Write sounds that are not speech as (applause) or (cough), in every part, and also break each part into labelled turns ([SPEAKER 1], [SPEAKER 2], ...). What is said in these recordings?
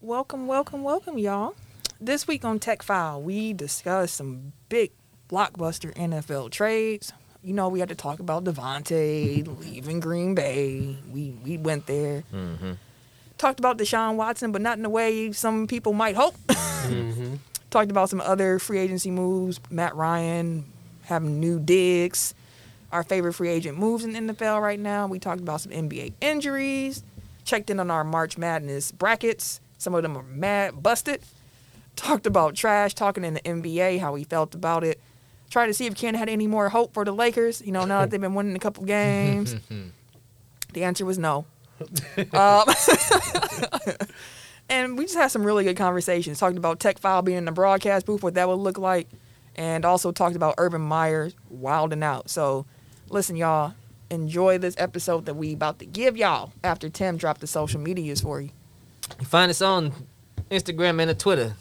[SPEAKER 1] Welcome, welcome, welcome, y'all. This week on Tech File, we discussed some big blockbuster NFL trades. You know, we had to talk about Devontae leaving Green Bay. We we went there. Talked about Deshaun Watson, but not in the way some people might hope. (laughs) Talked about some other free agency moves. Matt Ryan having new digs. Our favorite free agent moves in the NFL right now. We talked about some NBA injuries. Checked in on our March Madness brackets. Some of them are mad busted. Talked about trash talking in the NBA, how he felt about it. Tried to see if Ken had any more hope for the Lakers. You know, now that they've been winning a couple games. the answer was no. um, (laughs) and we just had some really good conversations. Talked about Tech File being in the broadcast booth, what that would look like, and also talked about Urban Meyer wilding out. So, listen, y'all, enjoy this episode that we about to give y'all after Tim dropped the social medias for you.
[SPEAKER 2] You find us on Instagram and a Twitter.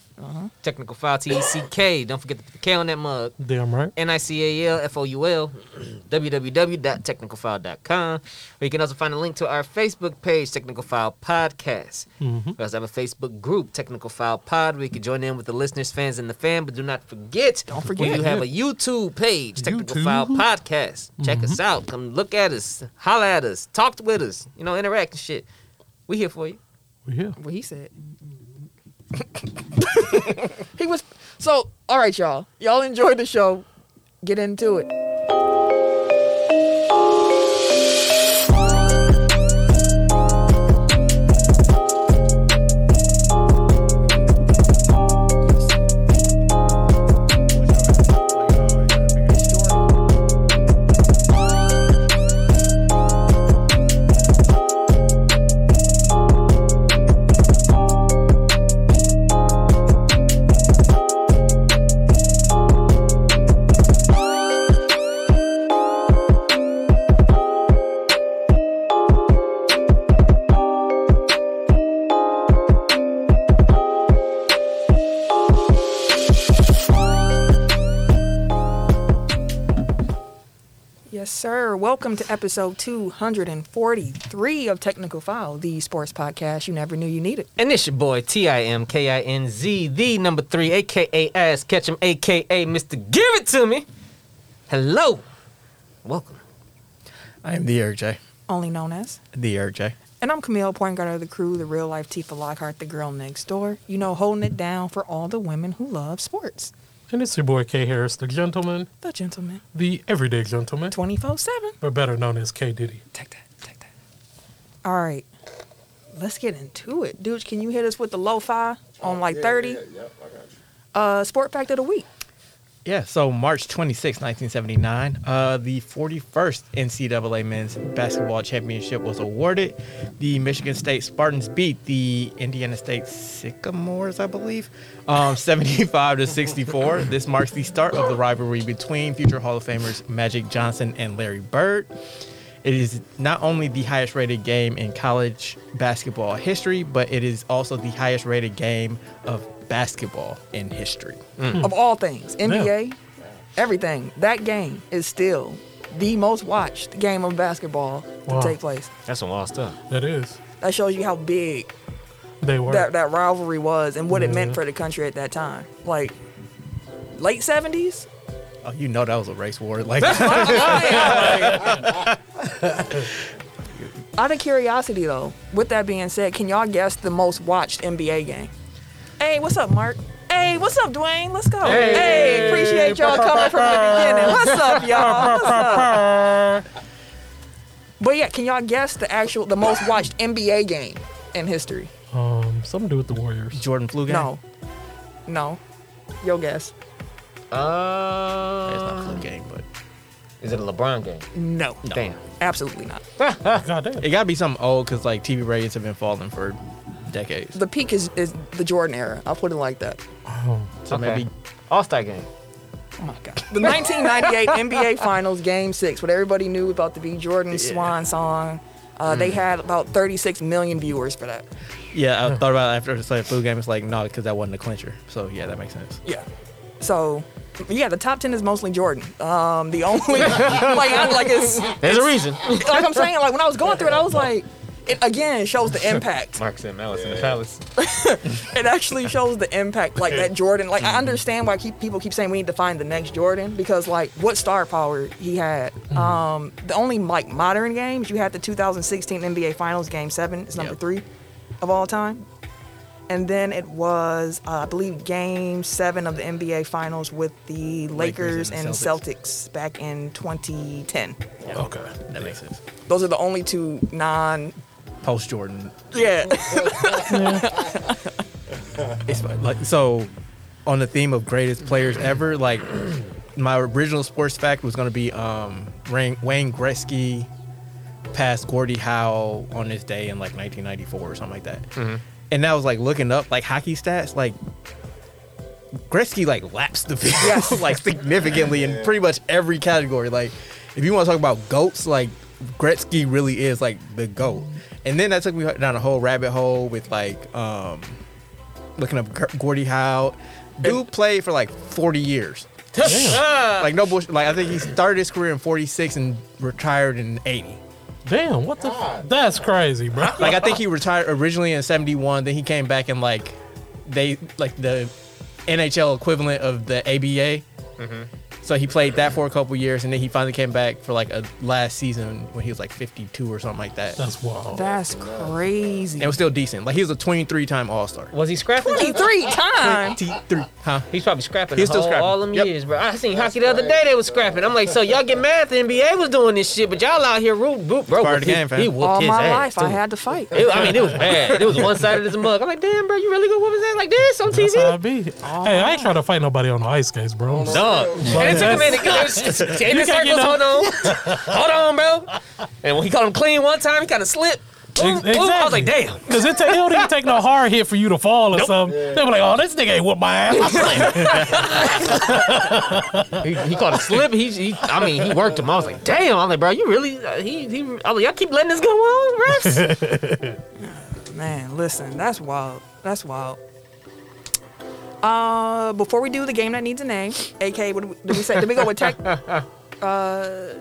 [SPEAKER 2] Technical file T E C K. Don't forget to put the K on that mug.
[SPEAKER 3] Damn right.
[SPEAKER 2] N I C A L F O U L. (clears throat) www.technicalfile.com. Where you can also find a link to our Facebook page, Technical File Podcast. We also have a Facebook group, Technical File Pod, where you can join in with the listeners, fans, and the fan. But do not forget, don't
[SPEAKER 1] forget.
[SPEAKER 2] you have a YouTube page, Technical
[SPEAKER 3] YouTube.
[SPEAKER 2] File Podcast. Check us out. Come look at us, holla at us, talk with us. You know, interact and shit. We here for you.
[SPEAKER 3] We here.
[SPEAKER 1] What he said. (laughs) he was so all right, y'all. Y'all enjoy the show. Get into it. Yes, sir. Welcome to episode 243 of Technical File, the sports podcast you never knew you needed.
[SPEAKER 2] And it's your boy T I M K I N Z, the number three, aka Ass Ketchum, aka Mr. Give It To Me. Hello, welcome.
[SPEAKER 4] I am the RJ.
[SPEAKER 1] Only known as.
[SPEAKER 4] The RJ.
[SPEAKER 1] And I'm Camille, point guard of the crew, the real life Tifa Lockhart, the girl next door. You know, holding it down for all the women who love sports.
[SPEAKER 3] And it's your boy K Harris, the gentleman,
[SPEAKER 1] The gentleman,
[SPEAKER 3] the everyday gentleman,
[SPEAKER 1] 24 7.
[SPEAKER 3] or better known as K Diddy.
[SPEAKER 1] Take that, take that. All right, let's get into it. Dude, can you hit us with the lo-fi on like 30? Uh, sport fact of the week.
[SPEAKER 4] Yeah, so March 26, 1979, uh, the 41st NCAA Men's Basketball Championship was awarded. The Michigan State Spartans beat the Indiana State Sycamores, I believe, um, (laughs) 75 to 64. This marks the start of the rivalry between future Hall of Famers Magic Johnson and Larry Bird. It is not only the highest rated game in college basketball history, but it is also the highest rated game of basketball in history.
[SPEAKER 1] Of all things, NBA, everything, that game is still the most watched game of basketball to
[SPEAKER 3] Wow.
[SPEAKER 1] take place.
[SPEAKER 2] That's some lost stuff.
[SPEAKER 3] That is.
[SPEAKER 1] That shows you how big
[SPEAKER 3] They were.
[SPEAKER 1] that, that rivalry was and what it meant
[SPEAKER 3] Yeah.
[SPEAKER 1] for the country at that time. Like, late 70s?
[SPEAKER 4] Oh, you know that was a race (laughs) war. Like,
[SPEAKER 1] Out of curiosity, though, with that being said, can y'all guess the most watched NBA game? Hey, what's up, Mark? Hey, what's up, Dwayne? Let's go. Hey, appreciate y'all coming from the beginning. What's up, y'all? What's up? But yeah, can y'all guess the actual, the most watched NBA game in history?
[SPEAKER 3] um, something to do with the Warriors.
[SPEAKER 4] Jordan flu game.
[SPEAKER 1] No. No. Your guess.
[SPEAKER 2] Uh,
[SPEAKER 4] it's not flu game, but
[SPEAKER 2] is it a LeBron game?
[SPEAKER 1] No.
[SPEAKER 2] Damn.
[SPEAKER 1] Absolutely not.
[SPEAKER 3] God damn.
[SPEAKER 4] it got to be something old because like TV ratings have been falling for decades.
[SPEAKER 1] The peak is, is the Jordan era. I'll put it like that.
[SPEAKER 4] So maybe
[SPEAKER 2] All Star game.
[SPEAKER 1] Oh my God. The (laughs) 1998 NBA Finals Game Six, what everybody knew about to be Jordan's
[SPEAKER 4] Yeah.
[SPEAKER 1] swan song. Uh, They had about 36 million viewers for that.
[SPEAKER 4] yeah, (laughs) I thought about it after the flu game. It's like no, because that wasn't a clincher. So yeah, that makes sense.
[SPEAKER 1] Yeah. So, yeah, the top 10 is mostly Jordan. Um, the only (laughs) like, I, like it's
[SPEAKER 2] There's a reason.
[SPEAKER 1] (laughs) like I'm saying, like when I was going through it, I was like, it again shows the impact.
[SPEAKER 4] Mark's and Malice in the
[SPEAKER 2] Yeah.
[SPEAKER 4] Palace.
[SPEAKER 1] (laughs) it actually shows the impact like that jordan like
[SPEAKER 4] Mm-hmm.
[SPEAKER 1] i understand why keep, people keep saying we need to find the next jordan because like what star power he had
[SPEAKER 4] Mm-hmm.
[SPEAKER 1] um the only like modern games you had the 2016 nba finals game seven is number
[SPEAKER 4] Yep.
[SPEAKER 1] three of all time and then it was uh, i believe game seven of the nba finals with the lakers,
[SPEAKER 4] Lakers and
[SPEAKER 1] and,
[SPEAKER 4] the
[SPEAKER 1] celtics. back in 2010
[SPEAKER 3] Okay.
[SPEAKER 4] That makes sense.
[SPEAKER 1] those are the only two non
[SPEAKER 4] Post Jordan.
[SPEAKER 1] yeah
[SPEAKER 4] It's fun. like so. On the theme of greatest players ever, like (clears throat) my original sports fact was going to be um, Rain- Wayne Gretzky passed Gordie Howe on this day in like 1994 or something like that. And I was like looking up like hockey stats, like Gretzky like laps the field
[SPEAKER 1] Yes.
[SPEAKER 4] (laughs) like significantly in pretty much every category. Like if you want to talk about goats, like Gretzky really is like the goat. And then that took me down a whole rabbit hole with like um looking up G- Gordie Howe. Dude played for like 40 years. Like no bullshit. Like I think he started his career in 46 and retired in 80.
[SPEAKER 3] Damn, what the? F- that's
[SPEAKER 2] (laughs)
[SPEAKER 3] crazy, bro.
[SPEAKER 4] Like I think he retired originally in 71, then he came back and like they like the NHL equivalent of the ABA.
[SPEAKER 2] Mm-hmm.
[SPEAKER 4] So he played that for a couple years, and then he finally came back for like a last season when he was like 52 or something like that. And
[SPEAKER 3] That's wild.
[SPEAKER 1] that's crazy
[SPEAKER 4] it was still decent. Like he was a 23-time All Star.
[SPEAKER 2] (laughs) Was he scrapping?
[SPEAKER 1] three times
[SPEAKER 4] 23, huh?
[SPEAKER 2] He's probably scrapping.
[SPEAKER 4] He's
[SPEAKER 2] the
[SPEAKER 4] still
[SPEAKER 2] whole-
[SPEAKER 4] scrapping.
[SPEAKER 2] All them
[SPEAKER 4] Yep.
[SPEAKER 2] years, bro. I seen hockey the other day. They was scrapping. I'm like, so y'all get mad? The NBA was doing this shit, but y'all out here root, boot, bro.
[SPEAKER 4] part of the
[SPEAKER 2] he-
[SPEAKER 4] game, fam.
[SPEAKER 2] He whooped
[SPEAKER 1] all
[SPEAKER 2] his
[SPEAKER 1] my
[SPEAKER 2] ass,
[SPEAKER 1] life i
[SPEAKER 2] too.
[SPEAKER 1] had to fight
[SPEAKER 2] It, I mean, it was bad. It was one sided as a mug. I'm like, damn, bro, you really gonna whoop his ass like this on
[SPEAKER 3] That's how I
[SPEAKER 2] TV?
[SPEAKER 3] be. Hey, I ain't trying to fight nobody on the ice skates, bro.
[SPEAKER 2] Dog. And it took a minute. Cause (laughs) they
[SPEAKER 3] You
[SPEAKER 2] was
[SPEAKER 3] can't
[SPEAKER 2] circles.
[SPEAKER 3] get no-
[SPEAKER 2] Hold on, (laughs) hold on, bro. And when he caught him clean one time, he kind of slipped. Boom,
[SPEAKER 3] Ex-
[SPEAKER 2] boom. I was
[SPEAKER 3] exactly.
[SPEAKER 2] like, damn.
[SPEAKER 3] Cause it, ta- it don't even take no hard hit for you to fall or something. They be like, "Oh, this nigga ain't whooped
[SPEAKER 2] (laughs)
[SPEAKER 3] my ass."
[SPEAKER 2] He, he caught a slip. He, he, I mean, he worked him. I was like, damn. I'm like, bro, you really? uh, He, he. I'm like, y'all keep letting this go on, refs. (laughs)
[SPEAKER 1] Man, listen, that's wild. That's wild. Uh, before we do the game that needs a name, AK, what did we, did we say? Did we go with
[SPEAKER 2] (laughs)
[SPEAKER 1] tech? I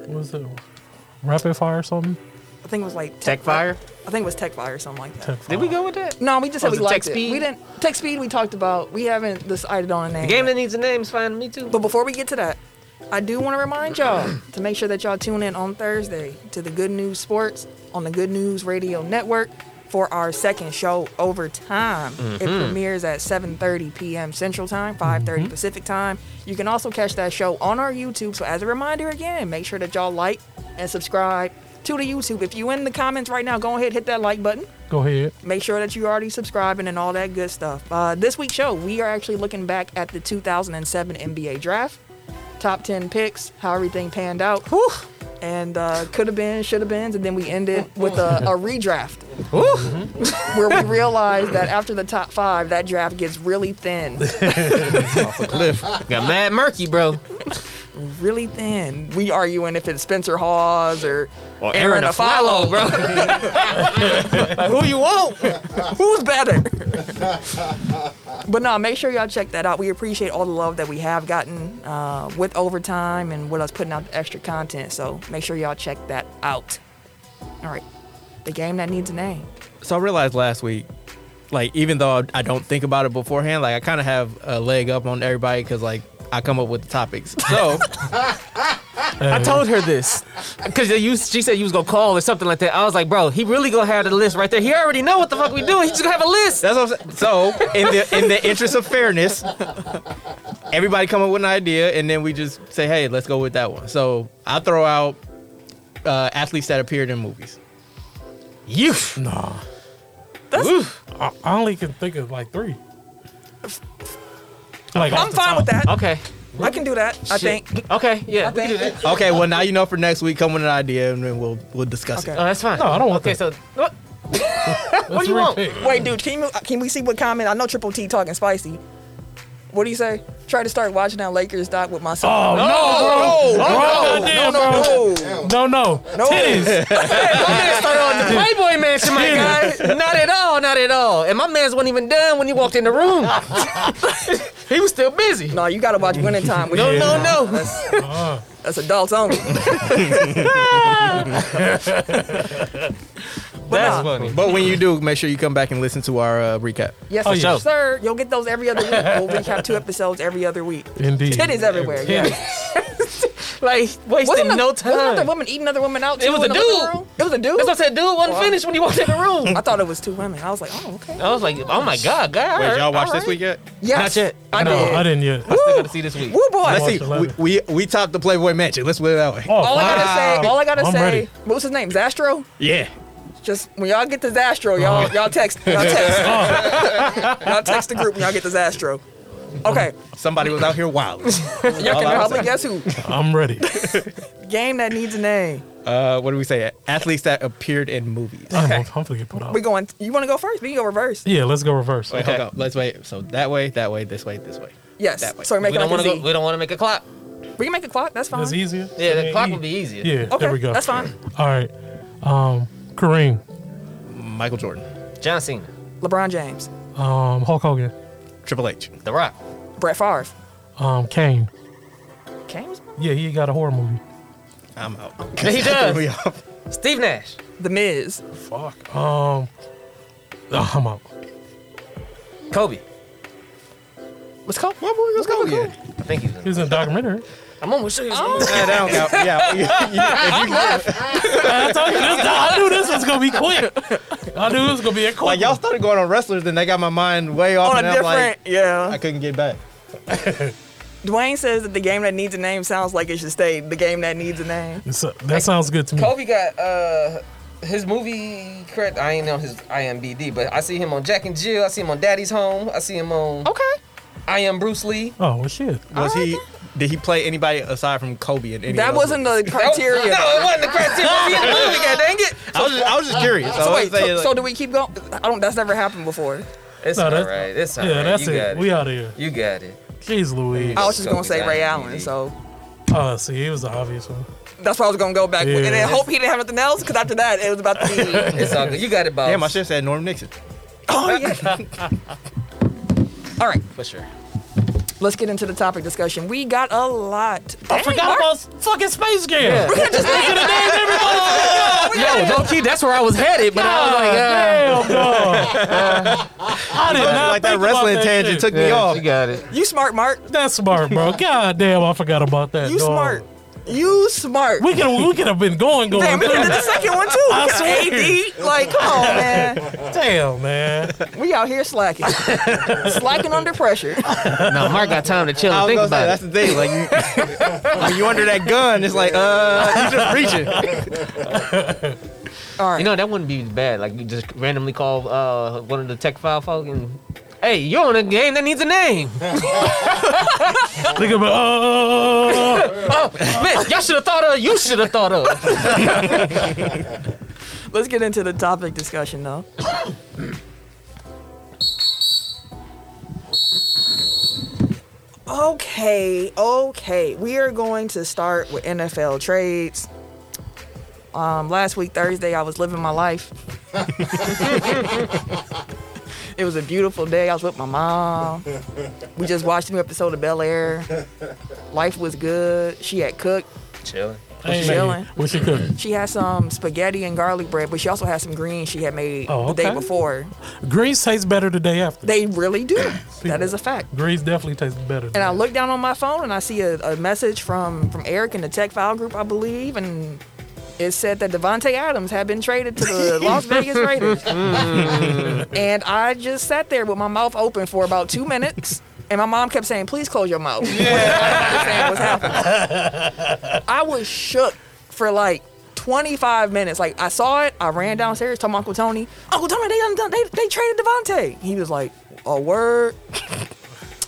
[SPEAKER 3] what was it? Rapid fire or something?
[SPEAKER 1] think it was like
[SPEAKER 2] Tech fire?
[SPEAKER 1] I think it was tech fire or something like that.
[SPEAKER 3] Tech
[SPEAKER 2] Did we go with that?
[SPEAKER 1] No, we just said
[SPEAKER 2] Was
[SPEAKER 1] we
[SPEAKER 2] it Tech
[SPEAKER 1] liked it.
[SPEAKER 2] Speed?
[SPEAKER 1] We didn't tech speed. We talked about. We haven't decided on a name.
[SPEAKER 2] The game that needs a name is fine with me too.
[SPEAKER 1] But before we get to that, I do want to remind y'all to make sure that y'all tune in on Thursday to the Good News Sports on the Good News Radio Network for our second show over time. It premieres at 7:30 p.m. Central Time, 5:30 Pacific Time. You can also catch that show on our YouTube. So as a reminder again, make sure that y'all like and subscribe to the YouTube. If you in the comments right now, go ahead hit that like button
[SPEAKER 3] Go ahead.
[SPEAKER 1] make sure that you're already subscribing and all that good stuff. Uh, this week's show, we are actually looking back at the 2007 NBA draft, top 10 picks, how everything panned out. Whew. And uh, could have been, should have been, and then we ended with a, a redraft Mm-hmm.
[SPEAKER 2] Woo!
[SPEAKER 1] where we realized that after the top five, that draft gets really thin,
[SPEAKER 2] Got mad murky, bro.
[SPEAKER 1] really thin. We arguing if it's Spencer Hawes or,
[SPEAKER 2] Or Aaron Aflalo, bro.
[SPEAKER 1] Like,
[SPEAKER 2] (laughs)
[SPEAKER 4] (laughs)
[SPEAKER 1] who you want? Who's better? (laughs) but no, make sure y'all check that out. We appreciate all the love that we have gotten uh, with overtime and with us putting out the extra content. So make sure y'all check that out. All right, the game that needs a name.
[SPEAKER 4] so I realized last week, like even though I don't think about it beforehand, like I kind of have a leg up on everybody because like I come up with the topics. So (laughs) I told her this.
[SPEAKER 2] Cause you, she said you was gonna call or something like that. I was like, bro, he really gonna have the list right there. He already know what the fuck we doing. He just gonna have a list.
[SPEAKER 4] That's what I'm saying. So in the in the interest of fairness, everybody come up with an idea and then we just say, hey, let's go with that one. So I throw out uh, athletes that appeared in movies.
[SPEAKER 2] You.
[SPEAKER 3] Nah,
[SPEAKER 2] Oof.
[SPEAKER 3] I, I only can think of like three. Like off
[SPEAKER 1] I'm
[SPEAKER 3] the
[SPEAKER 1] fine
[SPEAKER 3] top.
[SPEAKER 1] with that.
[SPEAKER 2] Okay.
[SPEAKER 1] I can do that. I
[SPEAKER 2] Shit.
[SPEAKER 1] think.
[SPEAKER 2] Okay. Yeah.
[SPEAKER 1] I think.
[SPEAKER 4] Okay, well now you know for next week, come with an idea and then we'll we'll discuss
[SPEAKER 2] Oh,
[SPEAKER 1] Okay.
[SPEAKER 4] it.
[SPEAKER 2] that's fine.
[SPEAKER 3] No, I don't want
[SPEAKER 2] Okay,
[SPEAKER 3] that.
[SPEAKER 2] so oh, what?
[SPEAKER 3] Let's
[SPEAKER 2] do you want?
[SPEAKER 3] repick.
[SPEAKER 1] Wait, dude, can you can we see what comment? I know Triple T talking spicy. What do you say? Try to start watching that Lakers doc with my son.
[SPEAKER 3] Oh no, bro! Oh, goddamn, bro!
[SPEAKER 1] no,
[SPEAKER 3] No, no,
[SPEAKER 1] no.
[SPEAKER 3] Titties.
[SPEAKER 2] oh. Playboy mansion, my guy. Not at all. Not at all. And my man's wasn't even done when he walked in the room. (laughs) he was still busy.
[SPEAKER 1] No, you gotta watch Winning Time. With
[SPEAKER 2] No,
[SPEAKER 1] you.
[SPEAKER 2] no, no.
[SPEAKER 1] That's, that's adults only. nah.
[SPEAKER 2] That's funny.
[SPEAKER 5] But when you do, make sure you come back and listen to our uh, recap.
[SPEAKER 1] Yes,
[SPEAKER 3] Oh,
[SPEAKER 1] sir.
[SPEAKER 3] yeah.
[SPEAKER 1] sir. You'll get those every other week. We'll recap two episodes every other week.
[SPEAKER 3] Indeed.
[SPEAKER 1] Titties everywhere. Yeah. (laughs)
[SPEAKER 2] Like wasting
[SPEAKER 1] Wasn't a-
[SPEAKER 2] no
[SPEAKER 1] Wasn't another
[SPEAKER 2] time.
[SPEAKER 1] woman eating another woman out?
[SPEAKER 2] It
[SPEAKER 1] too
[SPEAKER 2] was a
[SPEAKER 1] in the living
[SPEAKER 2] dude.
[SPEAKER 1] room? It was a dude.
[SPEAKER 2] That's what I said. Dude wasn't finished when he walked in the room.
[SPEAKER 1] I thought it was two women. I was like, oh, okay.
[SPEAKER 2] I was like, oh my god, God.
[SPEAKER 5] Wait, y'all watch
[SPEAKER 2] all
[SPEAKER 5] this
[SPEAKER 2] right.
[SPEAKER 5] week yet?
[SPEAKER 1] Yes,
[SPEAKER 2] yet.
[SPEAKER 1] I
[SPEAKER 3] no,
[SPEAKER 1] did.
[SPEAKER 3] I didn't yet.
[SPEAKER 2] I still got to see this week.
[SPEAKER 1] Woo boy.
[SPEAKER 5] Let's
[SPEAKER 3] Watch
[SPEAKER 5] see.
[SPEAKER 3] the
[SPEAKER 5] We,
[SPEAKER 3] letter.
[SPEAKER 5] we we topped the Playboy Mansion. Let's put it that way.
[SPEAKER 3] Oh,
[SPEAKER 1] all I gotta say, all I gotta
[SPEAKER 3] I'm
[SPEAKER 1] say,
[SPEAKER 3] ready.
[SPEAKER 1] what's his name? Zastro.
[SPEAKER 5] Yeah.
[SPEAKER 1] Just when y'all get to Zastro, y'all
[SPEAKER 3] Oh.
[SPEAKER 1] y'all text, y'all
[SPEAKER 3] (laughs)
[SPEAKER 1] text, (laughs) y'all text the group when y'all get to Zastro. Okay,
[SPEAKER 5] Somebody was out here wild.
[SPEAKER 1] (laughs) y'all can probably guess who.
[SPEAKER 3] I'm ready.
[SPEAKER 1] (laughs) Game that needs a name.
[SPEAKER 5] Uh, what do we say? Athletes that appeared in movies.
[SPEAKER 1] Uh,
[SPEAKER 3] I'm hopefully get put out.
[SPEAKER 1] We going? You want to go first? We can go reverse.
[SPEAKER 3] Yeah, let's go reverse.
[SPEAKER 5] Wait, hold on. Let's wait. So that way, that way, this way, this way.
[SPEAKER 1] Yes.
[SPEAKER 5] That way.
[SPEAKER 1] So we
[SPEAKER 2] We
[SPEAKER 1] make it like
[SPEAKER 2] don't want
[SPEAKER 1] a
[SPEAKER 2] to
[SPEAKER 1] Z.
[SPEAKER 2] go. We don't want to make a clock.
[SPEAKER 1] we can make a clock. That's fine.
[SPEAKER 3] That's easier.
[SPEAKER 2] Yeah,
[SPEAKER 3] I mean,
[SPEAKER 2] the clock
[SPEAKER 3] e-
[SPEAKER 2] would be easier.
[SPEAKER 3] Yeah,
[SPEAKER 1] Okay,
[SPEAKER 3] there we go.
[SPEAKER 1] that's fine.
[SPEAKER 3] All right, um, Kareem,
[SPEAKER 5] Michael Jordan,
[SPEAKER 2] John Cena,
[SPEAKER 1] LeBron James,
[SPEAKER 3] um, Hulk Hogan,
[SPEAKER 5] Triple H,
[SPEAKER 2] The Rock,
[SPEAKER 1] Brett Favre,
[SPEAKER 3] um, Kane.
[SPEAKER 1] Kane was
[SPEAKER 3] Yeah, he got a horror movie.
[SPEAKER 5] I'm out.
[SPEAKER 2] He does.
[SPEAKER 5] We off.
[SPEAKER 2] Steve Nash,
[SPEAKER 1] The Miz,
[SPEAKER 3] Fuck. Um, oh, I'm out.
[SPEAKER 2] Kobe.
[SPEAKER 1] What's called?
[SPEAKER 5] What boy? Let's go. Yeah.
[SPEAKER 2] I think he's.
[SPEAKER 3] He was in a documentary.
[SPEAKER 2] I'm almost sure. Oh.
[SPEAKER 5] Yeah, that don't count. (laughs) Yeah. yeah, yeah. If you-
[SPEAKER 3] I told you this. I knew this was gonna be quick. I knew it was gonna be a quick.
[SPEAKER 5] Like y'all
[SPEAKER 3] one.
[SPEAKER 5] started going on wrestlers, then they got my mind way off,
[SPEAKER 1] On a
[SPEAKER 5] and I'm
[SPEAKER 1] different,
[SPEAKER 5] like, I
[SPEAKER 1] yeah.
[SPEAKER 5] couldn't get back.
[SPEAKER 1] Dwayne says that the game that needs a name sounds like it should stay the game that needs a name.
[SPEAKER 3] So, that sounds good to me.
[SPEAKER 2] Kobe got uh his movie correct. I ain't know his IMDb, but I see him on Jack and Jill. I see him on Daddy's Home. I see him on
[SPEAKER 1] Okay.
[SPEAKER 2] I Am Bruce Lee.
[SPEAKER 3] Oh well, shit.
[SPEAKER 5] Was he? Did he play anybody aside from Kobe? In any
[SPEAKER 1] That
[SPEAKER 5] of those
[SPEAKER 1] wasn't
[SPEAKER 5] movies?
[SPEAKER 1] the criteria.
[SPEAKER 3] (laughs)
[SPEAKER 2] No, it wasn't the criteria. He in the movie, god dang it.
[SPEAKER 5] I was, just, I was just curious. I
[SPEAKER 1] So
[SPEAKER 5] was
[SPEAKER 1] wait,
[SPEAKER 5] saying,
[SPEAKER 1] so,
[SPEAKER 5] like-
[SPEAKER 1] so do we keep going? I don't. That's never happened before.
[SPEAKER 2] It's
[SPEAKER 3] No,
[SPEAKER 2] all
[SPEAKER 3] that's-
[SPEAKER 2] right. It's all
[SPEAKER 3] yeah,
[SPEAKER 2] right.
[SPEAKER 3] that's
[SPEAKER 2] you
[SPEAKER 3] it.
[SPEAKER 2] Got it.
[SPEAKER 3] We out of here.
[SPEAKER 2] You got it.
[SPEAKER 3] Jeez Louise.
[SPEAKER 1] I was just gonna
[SPEAKER 2] Kobe's
[SPEAKER 1] say Ray
[SPEAKER 2] IMDb.
[SPEAKER 1] Allen, so
[SPEAKER 3] Oh, see, it was the obvious one.
[SPEAKER 1] that's why I was gonna go back with, and
[SPEAKER 3] Yeah.
[SPEAKER 1] then hope he didn't have nothing else, because after that it was about
[SPEAKER 3] (laughs)
[SPEAKER 1] to be.
[SPEAKER 2] It's all good. You got it, boss.
[SPEAKER 5] damn, I should have said Norm Nixon.
[SPEAKER 1] oh yeah. All right,
[SPEAKER 2] For sure.
[SPEAKER 1] let's get into the topic discussion. We got a lot.
[SPEAKER 3] (laughs) I forgot about fucking Space Jam.
[SPEAKER 2] Yo, low key, that's where I was headed, but I was like,
[SPEAKER 3] Damn, dog. I did not
[SPEAKER 5] Like that
[SPEAKER 3] think
[SPEAKER 5] wrestling
[SPEAKER 3] about that
[SPEAKER 5] tangent
[SPEAKER 3] shit.
[SPEAKER 5] took me off.
[SPEAKER 2] You got it.
[SPEAKER 1] You smart, Mark.
[SPEAKER 3] That's smart, bro. God damn, I forgot about that.
[SPEAKER 1] You
[SPEAKER 3] dog.
[SPEAKER 1] smart. You smart.
[SPEAKER 3] We could we could have been going going.
[SPEAKER 1] Damn, we did the
[SPEAKER 3] Damn,
[SPEAKER 1] second one too.
[SPEAKER 3] I
[SPEAKER 1] We got AD. Like, come on, man.
[SPEAKER 3] damn man.
[SPEAKER 1] We out here slacking,
[SPEAKER 3] (laughs)
[SPEAKER 1] slacking under pressure.
[SPEAKER 2] No, Mark got time to chill
[SPEAKER 5] I
[SPEAKER 2] and
[SPEAKER 5] was
[SPEAKER 2] think
[SPEAKER 5] gonna
[SPEAKER 2] about
[SPEAKER 5] say that's the
[SPEAKER 2] it.
[SPEAKER 5] thing. Like you, when you (laughs) under that gun, it's like uh, you just reaching.
[SPEAKER 1] All right.
[SPEAKER 2] (laughs) You know, that wouldn't be bad. Like, you just randomly call uh, one of the tech file folk and, hey, you're on a game that needs a name.
[SPEAKER 3] Think about oh,
[SPEAKER 2] oh, man, y'all should have thought of, you should have thought (laughs) of.
[SPEAKER 1] Let's get into the topic discussion though. okay, okay. We are going to start with NFL trades. Um, last week Thursday, I was living my life. it was a beautiful day. I was with my mom. We just watched a new episode of Bel Air. Life was good. She had cooked.
[SPEAKER 2] Chilling.
[SPEAKER 3] hey,
[SPEAKER 1] chilling.
[SPEAKER 3] What you cooking?
[SPEAKER 1] She had some spaghetti and garlic bread, but she also had some greens she had made
[SPEAKER 3] Oh,
[SPEAKER 1] the day
[SPEAKER 3] okay.
[SPEAKER 1] before.
[SPEAKER 3] Grease tastes better the day after.
[SPEAKER 1] They really do.
[SPEAKER 3] (clears throat)
[SPEAKER 1] that is a fact.
[SPEAKER 3] Grease definitely tastes better.
[SPEAKER 1] And I look down on my phone and I see a, a message from from Eric in the Tech File group, I believe, and it said that Devonte Adams had been traded to the
[SPEAKER 3] (laughs)
[SPEAKER 1] Las Vegas Raiders. and I just sat there with my mouth open for about two minutes. And my mom kept saying, "Please close your mouth." (laughs) I didn't understand what's happening. I was shook for like 25 minutes. Like I saw it, I ran downstairs, told my uncle Tony, "Uncle Tony, they done, done- they, they traded Devonte." He was like, "A word." (laughs)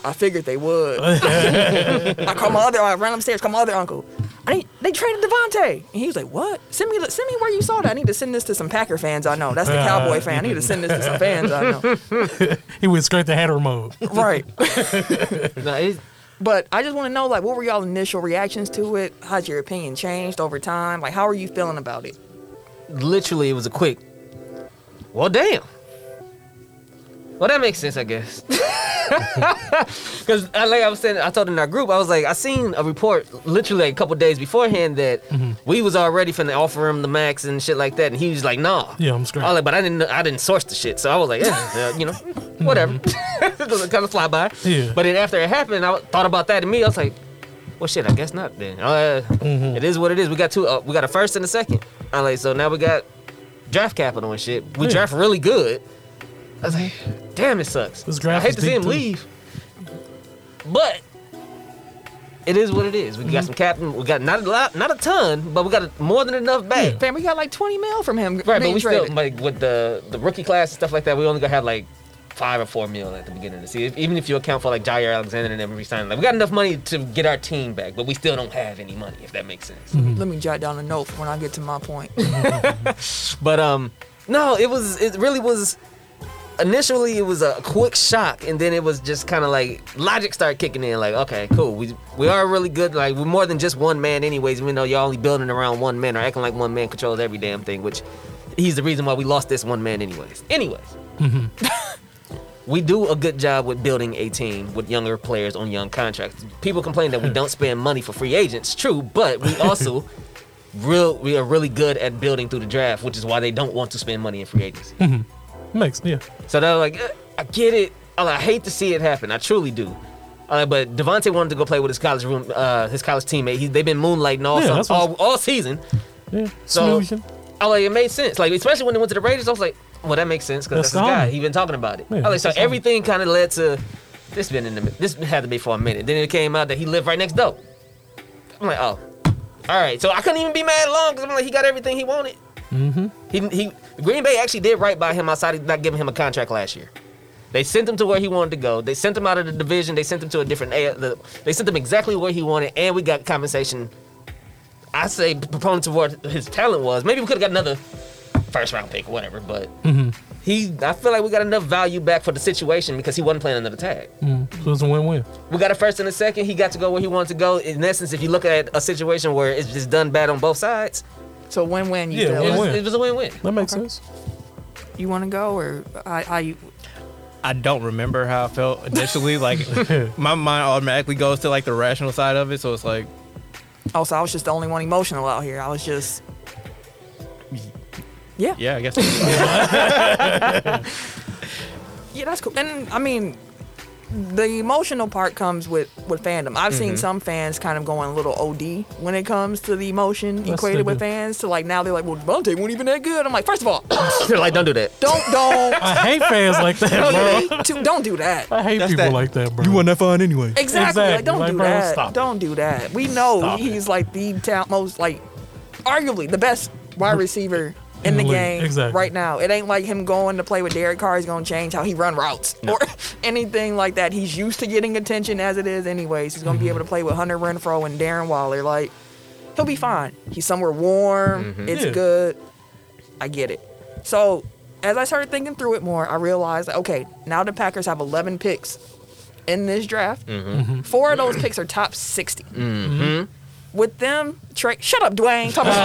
[SPEAKER 1] I figured they would. I called my other. I ran upstairs. Called my other uncle. I need, they traded Devonte, and he was like, "What? Send me, send me where you saw that. I need to send this to some Packer fans I know. That's the Cowboy fan. I need to send this to some fans I know."
[SPEAKER 3] he went straight to hatter mode. (laughs)
[SPEAKER 1] Right.
[SPEAKER 2] No, it's,
[SPEAKER 1] But I just want to know, like, what were y'all initial reactions to it? How's your opinion changed over time? Like, how are you feeling about it?
[SPEAKER 2] literally, it was a quick, well, damn. Well, that makes sense, I guess. (laughs) Because like I was saying, I told in our group, I was like, I seen a report literally a couple days beforehand that we was already finna offer him the max and shit like that, and he was like, Nah.
[SPEAKER 3] Yeah, I'm
[SPEAKER 2] I
[SPEAKER 3] screwed.
[SPEAKER 2] was like, but I didn't, know- I didn't source the shit, so I was like, yeah, uh, you
[SPEAKER 3] (laughs)
[SPEAKER 2] know, whatever. (laughs) it was kind of fly by.
[SPEAKER 3] Yeah.
[SPEAKER 2] But then after it happened, I thought about that and me. I was like, well, shit, I guess not. Then uh,
[SPEAKER 3] Mm-hmm.
[SPEAKER 2] it is what it is. We got two. Uh, we got a first and a second. I like, so now we got draft capital and shit. We
[SPEAKER 3] Yeah.
[SPEAKER 2] draft really good. I was like, damn, it sucks.
[SPEAKER 3] This draft
[SPEAKER 2] I hate
[SPEAKER 3] is
[SPEAKER 2] to see
[SPEAKER 3] big,
[SPEAKER 2] him
[SPEAKER 3] too.
[SPEAKER 2] leave, but it is what it is. We
[SPEAKER 3] Mm-hmm.
[SPEAKER 2] got some captain. We got not a lot, not a ton, but we got a, more than enough back.
[SPEAKER 1] Fam, we got like 20 mil from him.
[SPEAKER 2] Right, but
[SPEAKER 1] being
[SPEAKER 2] we
[SPEAKER 1] traded.
[SPEAKER 2] still like with the the rookie class and stuff like that. We only gonna have like five or four mil at the beginning of the season. Even if you account for like Jair Alexander and them resigning, like we got enough money to get our team back, but we still don't have any money. If that makes sense.
[SPEAKER 1] Let me jot down a note for when I get to my point.
[SPEAKER 2] But um, no, it was it really was. Initially, it was a quick shock, and then it was just kind of like logic started kicking in. Like, okay, cool, we we are really good. Like, we're more than just one man, anyways. Even though y'all only building around one man or acting like one man controls every damn thing, which he's the reason why we lost this one man, anyways. Anyways, (laughs) we do a good job with building a team with younger players on young contracts. People complain that we don't spend money for free agents. True, but we also real we are really good at building through the draft, which is why they don't want to spend money in free
[SPEAKER 3] (laughs)
[SPEAKER 2] agency.
[SPEAKER 3] Makes yeah.
[SPEAKER 2] so they're like, "Eh, I get it. I'm like, I hate to see it happen. I truly do. Uh, but Devontae wanted to go play with his college room, uh, his college teammate. He, they've been moonlighting all,
[SPEAKER 3] Yeah,
[SPEAKER 2] sum-
[SPEAKER 3] that's what-
[SPEAKER 2] all all season.
[SPEAKER 3] Yeah.
[SPEAKER 2] So-
[SPEAKER 3] Snoozing.
[SPEAKER 2] I was like, it made sense. Like, especially when they went to the Raiders, I was like, well, that makes sense because
[SPEAKER 3] That's
[SPEAKER 2] that's, his guy.
[SPEAKER 3] solid.
[SPEAKER 2] He been talking about it.
[SPEAKER 3] Yeah,
[SPEAKER 2] I was like, so
[SPEAKER 3] that's solid.
[SPEAKER 2] everything kind of led to this. Been in the this had to be for a minute. Then it came out that he lived right next door. I'm like, oh, all right. So I couldn't even be mad long because I'm like, he got everything he wanted. Mm-hmm. He he. Green Bay actually did right by him outside of not giving him a contract last year. They sent him to where he wanted to go. They sent him out of the division. They sent him to a different. A- the- They sent him exactly where he wanted, and we got compensation. I say proponents of what his talent was. Maybe we could have got another first round pick, whatever. But he, I feel like we got enough value back for the situation because he wasn't playing another tag.
[SPEAKER 3] Mm, so it's a win-win.
[SPEAKER 2] We got a first and a second. He got to go where he wanted to go. In essence, if you look at a situation where it's just done bad on both sides,
[SPEAKER 1] So win win. You
[SPEAKER 3] Yeah,
[SPEAKER 1] feel
[SPEAKER 2] it
[SPEAKER 1] like.
[SPEAKER 2] was,
[SPEAKER 3] Win-win.
[SPEAKER 2] it was a win win.
[SPEAKER 3] That makes sense.
[SPEAKER 1] you want to go or I, I
[SPEAKER 5] I don't remember how I felt initially.
[SPEAKER 4] (laughs)
[SPEAKER 5] Like my mind automatically goes to like the rational side of it, so it's like
[SPEAKER 1] also I was just the only one emotional out here. I was just yeah
[SPEAKER 5] yeah,
[SPEAKER 1] yeah,
[SPEAKER 5] I (laughs) guess. yeah,
[SPEAKER 1] that's cool. And I mean, the emotional part comes with with fandom. I've
[SPEAKER 2] Mm-hmm.
[SPEAKER 1] seen some fans kind of going a little OD when it comes to the emotion
[SPEAKER 3] Yes, they
[SPEAKER 1] equated with
[SPEAKER 3] do.
[SPEAKER 1] fans. So like now they're like, well, Devontae wasn't even that good. I'm like, first of all,
[SPEAKER 2] (laughs) They're like, don't do that.
[SPEAKER 1] don't
[SPEAKER 3] (laughs)
[SPEAKER 1] don't.
[SPEAKER 3] I hate fans like that,
[SPEAKER 1] Don't, do- don't do
[SPEAKER 3] (laughs)
[SPEAKER 1] that.
[SPEAKER 3] bro. I hate
[SPEAKER 5] That's
[SPEAKER 3] people
[SPEAKER 5] that-
[SPEAKER 3] like that, bro.
[SPEAKER 5] that fine anyway.
[SPEAKER 1] Exactly. Like,
[SPEAKER 3] Exactly.
[SPEAKER 1] don't
[SPEAKER 3] Like,
[SPEAKER 1] do
[SPEAKER 3] bro,
[SPEAKER 1] that.
[SPEAKER 3] stop it.
[SPEAKER 1] don't do that. We know
[SPEAKER 3] Stop it.
[SPEAKER 1] he's like the ta- most, like, arguably the best wide receiver in
[SPEAKER 3] In
[SPEAKER 1] the
[SPEAKER 3] the league.
[SPEAKER 1] game
[SPEAKER 3] Exactly.
[SPEAKER 1] right now. It ain't like him going to play with Derek Carr is going to change how he run routes or (laughs) anything like that. He's used to getting attention as it is, anyways. He's going to
[SPEAKER 3] Mm-hmm.
[SPEAKER 1] be able to play with Hunter Renfro and Darren Waller. Like, he'll be fine. He's somewhere warm. It's
[SPEAKER 3] Mm-hmm. Yeah.
[SPEAKER 1] good. I get it. So as I started thinking through it more, I realized okay, now the Packers have 11 picks in this draft. Four of those picks are top 60. With them, Trey, shut up, Dwayne. Talk about-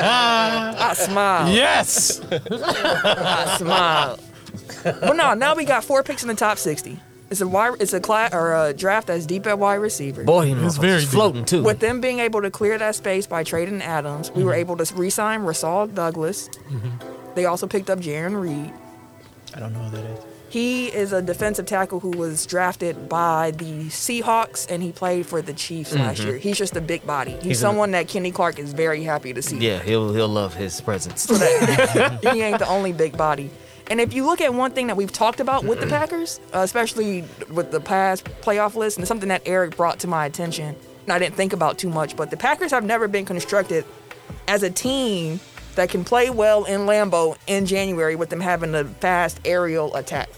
[SPEAKER 1] I smile.
[SPEAKER 3] Yes.
[SPEAKER 4] (laughs)
[SPEAKER 1] I smile. But no, now we got four picks in the top 60. It's a wide, it's a class or a draft that's deep at wide receiver.
[SPEAKER 2] Boy, you know,
[SPEAKER 3] It's very
[SPEAKER 2] floating too.
[SPEAKER 1] With them being able to clear that space by trading Adams, we
[SPEAKER 5] Mm-hmm.
[SPEAKER 1] were able to re-sign Rasal Douglas. They also picked up Jaron Reed.
[SPEAKER 5] I don't know what that is.
[SPEAKER 1] He is a defensive tackle who was drafted by the Seahawks and he played for the Chiefs last
[SPEAKER 5] Mm-hmm.
[SPEAKER 1] year. He's just a big body. He's,
[SPEAKER 2] He's a-
[SPEAKER 1] someone that Kenny Clark is very happy to see.
[SPEAKER 2] yeah, he'll he'll love his presence.
[SPEAKER 1] (laughs) he ain't the only big body. And if you look at one thing that we've talked about with the Packers, uh, especially with the past playoff list, and something that Eric brought to my attention, and I didn't think about too much, but the Packers have never been constructed as a team that can play well in Lambeau in January with them having a fast aerial attack.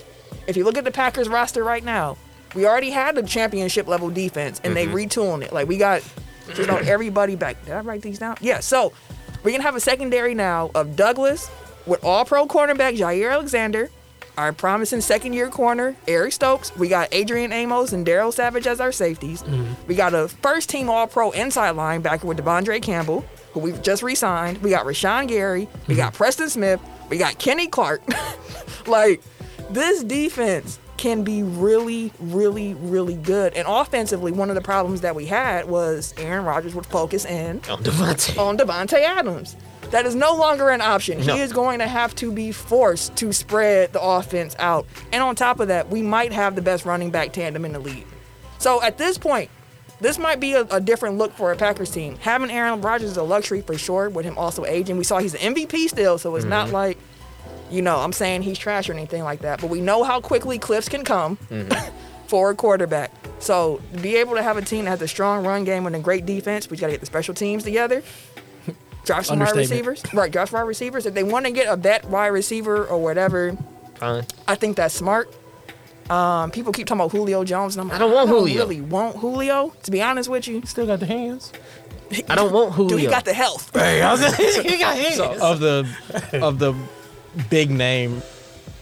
[SPEAKER 1] If you look at the Packers roster right now, we already had the championship level defense, and they retuned it. Like we got just know everybody back. Did I write these down? Yeah. So we're gonna have a secondary now of Douglas with all pro cornerback Jair Alexander, our promising second year corner Eric Stokes. We got Adrian Amos and Daryl Savage as our safeties. We got a first team all pro inside linebacker with Devondre Campbell, who we've just re signed. We got Rashawn Gary. (laughs) We got Preston Smith. We got Kenny Clark. like, this defense can be really, really, really good. And offensively, one of the problems that we had was Aaron Rodgers would focus in
[SPEAKER 2] (laughs) I'm Devontae.
[SPEAKER 1] on Devontae Adams. That is no longer an option.
[SPEAKER 2] No.
[SPEAKER 1] He is going to have to be forced to spread the offense out. And on top of that, we might have the best running back tandem in the league. So at this point, this might be a, a different look for a Packers team. Having Aaron Rodgers is a luxury for sure, with him also aging. We saw he's an MVP still, so it's not like, you know, I'm saying he's trash or anything like that. But we know how quickly cliffs can come (laughs) for a quarterback. So to be able to have a team that has a strong run game and a great defense, we got to get the special teams together. (laughs) Draft some wide
[SPEAKER 4] Understatement.
[SPEAKER 1] receivers. Right, draft wide receivers. If they want to get a bet wide receiver or whatever,
[SPEAKER 2] Fine.
[SPEAKER 1] I think that's smart. Um, people keep talking about Julio Jones, and I'm like,
[SPEAKER 2] I don't want Julio.
[SPEAKER 1] really want Julio, to be honest with you.
[SPEAKER 3] Still got the hands.
[SPEAKER 2] I don't want Julio.
[SPEAKER 1] Dude, he
[SPEAKER 2] (laughs)
[SPEAKER 1] got the health.
[SPEAKER 3] Hey, I was, he got hands.
[SPEAKER 2] uh,
[SPEAKER 4] of the of the big name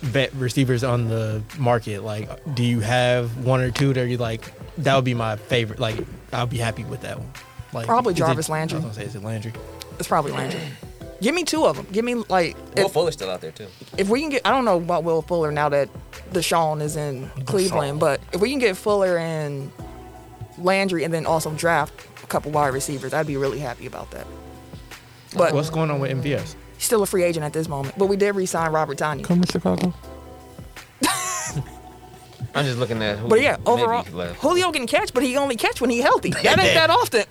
[SPEAKER 4] vet receivers on the market, like do you have one or two that you like that would be my favorite? Like I'll be happy with that one. Like
[SPEAKER 1] Probably
[SPEAKER 4] is
[SPEAKER 1] Jarvis
[SPEAKER 4] it,
[SPEAKER 1] Landry.
[SPEAKER 4] I was gonna say is it Landry?
[SPEAKER 1] It's probably Landry. Give me two of them. Give me like
[SPEAKER 2] Will
[SPEAKER 1] if,
[SPEAKER 2] Fuller's still out there too.
[SPEAKER 1] if we can get. I don't know about Will Fuller now that Deshaun is in Cleveland, but if we can get Fuller and Landry, and then also draft a couple wide receivers, I'd be really happy about that. But
[SPEAKER 4] What's going on with MVS?
[SPEAKER 1] he's still a free agent at this moment. But we did re-sign Robert Tanya.
[SPEAKER 3] Come to Chicago.
[SPEAKER 2] I'm just looking at. Julio.
[SPEAKER 1] But yeah, overall,
[SPEAKER 2] Maybe left.
[SPEAKER 1] Julio can catch, but he only catch when he healthy. That ain't that often.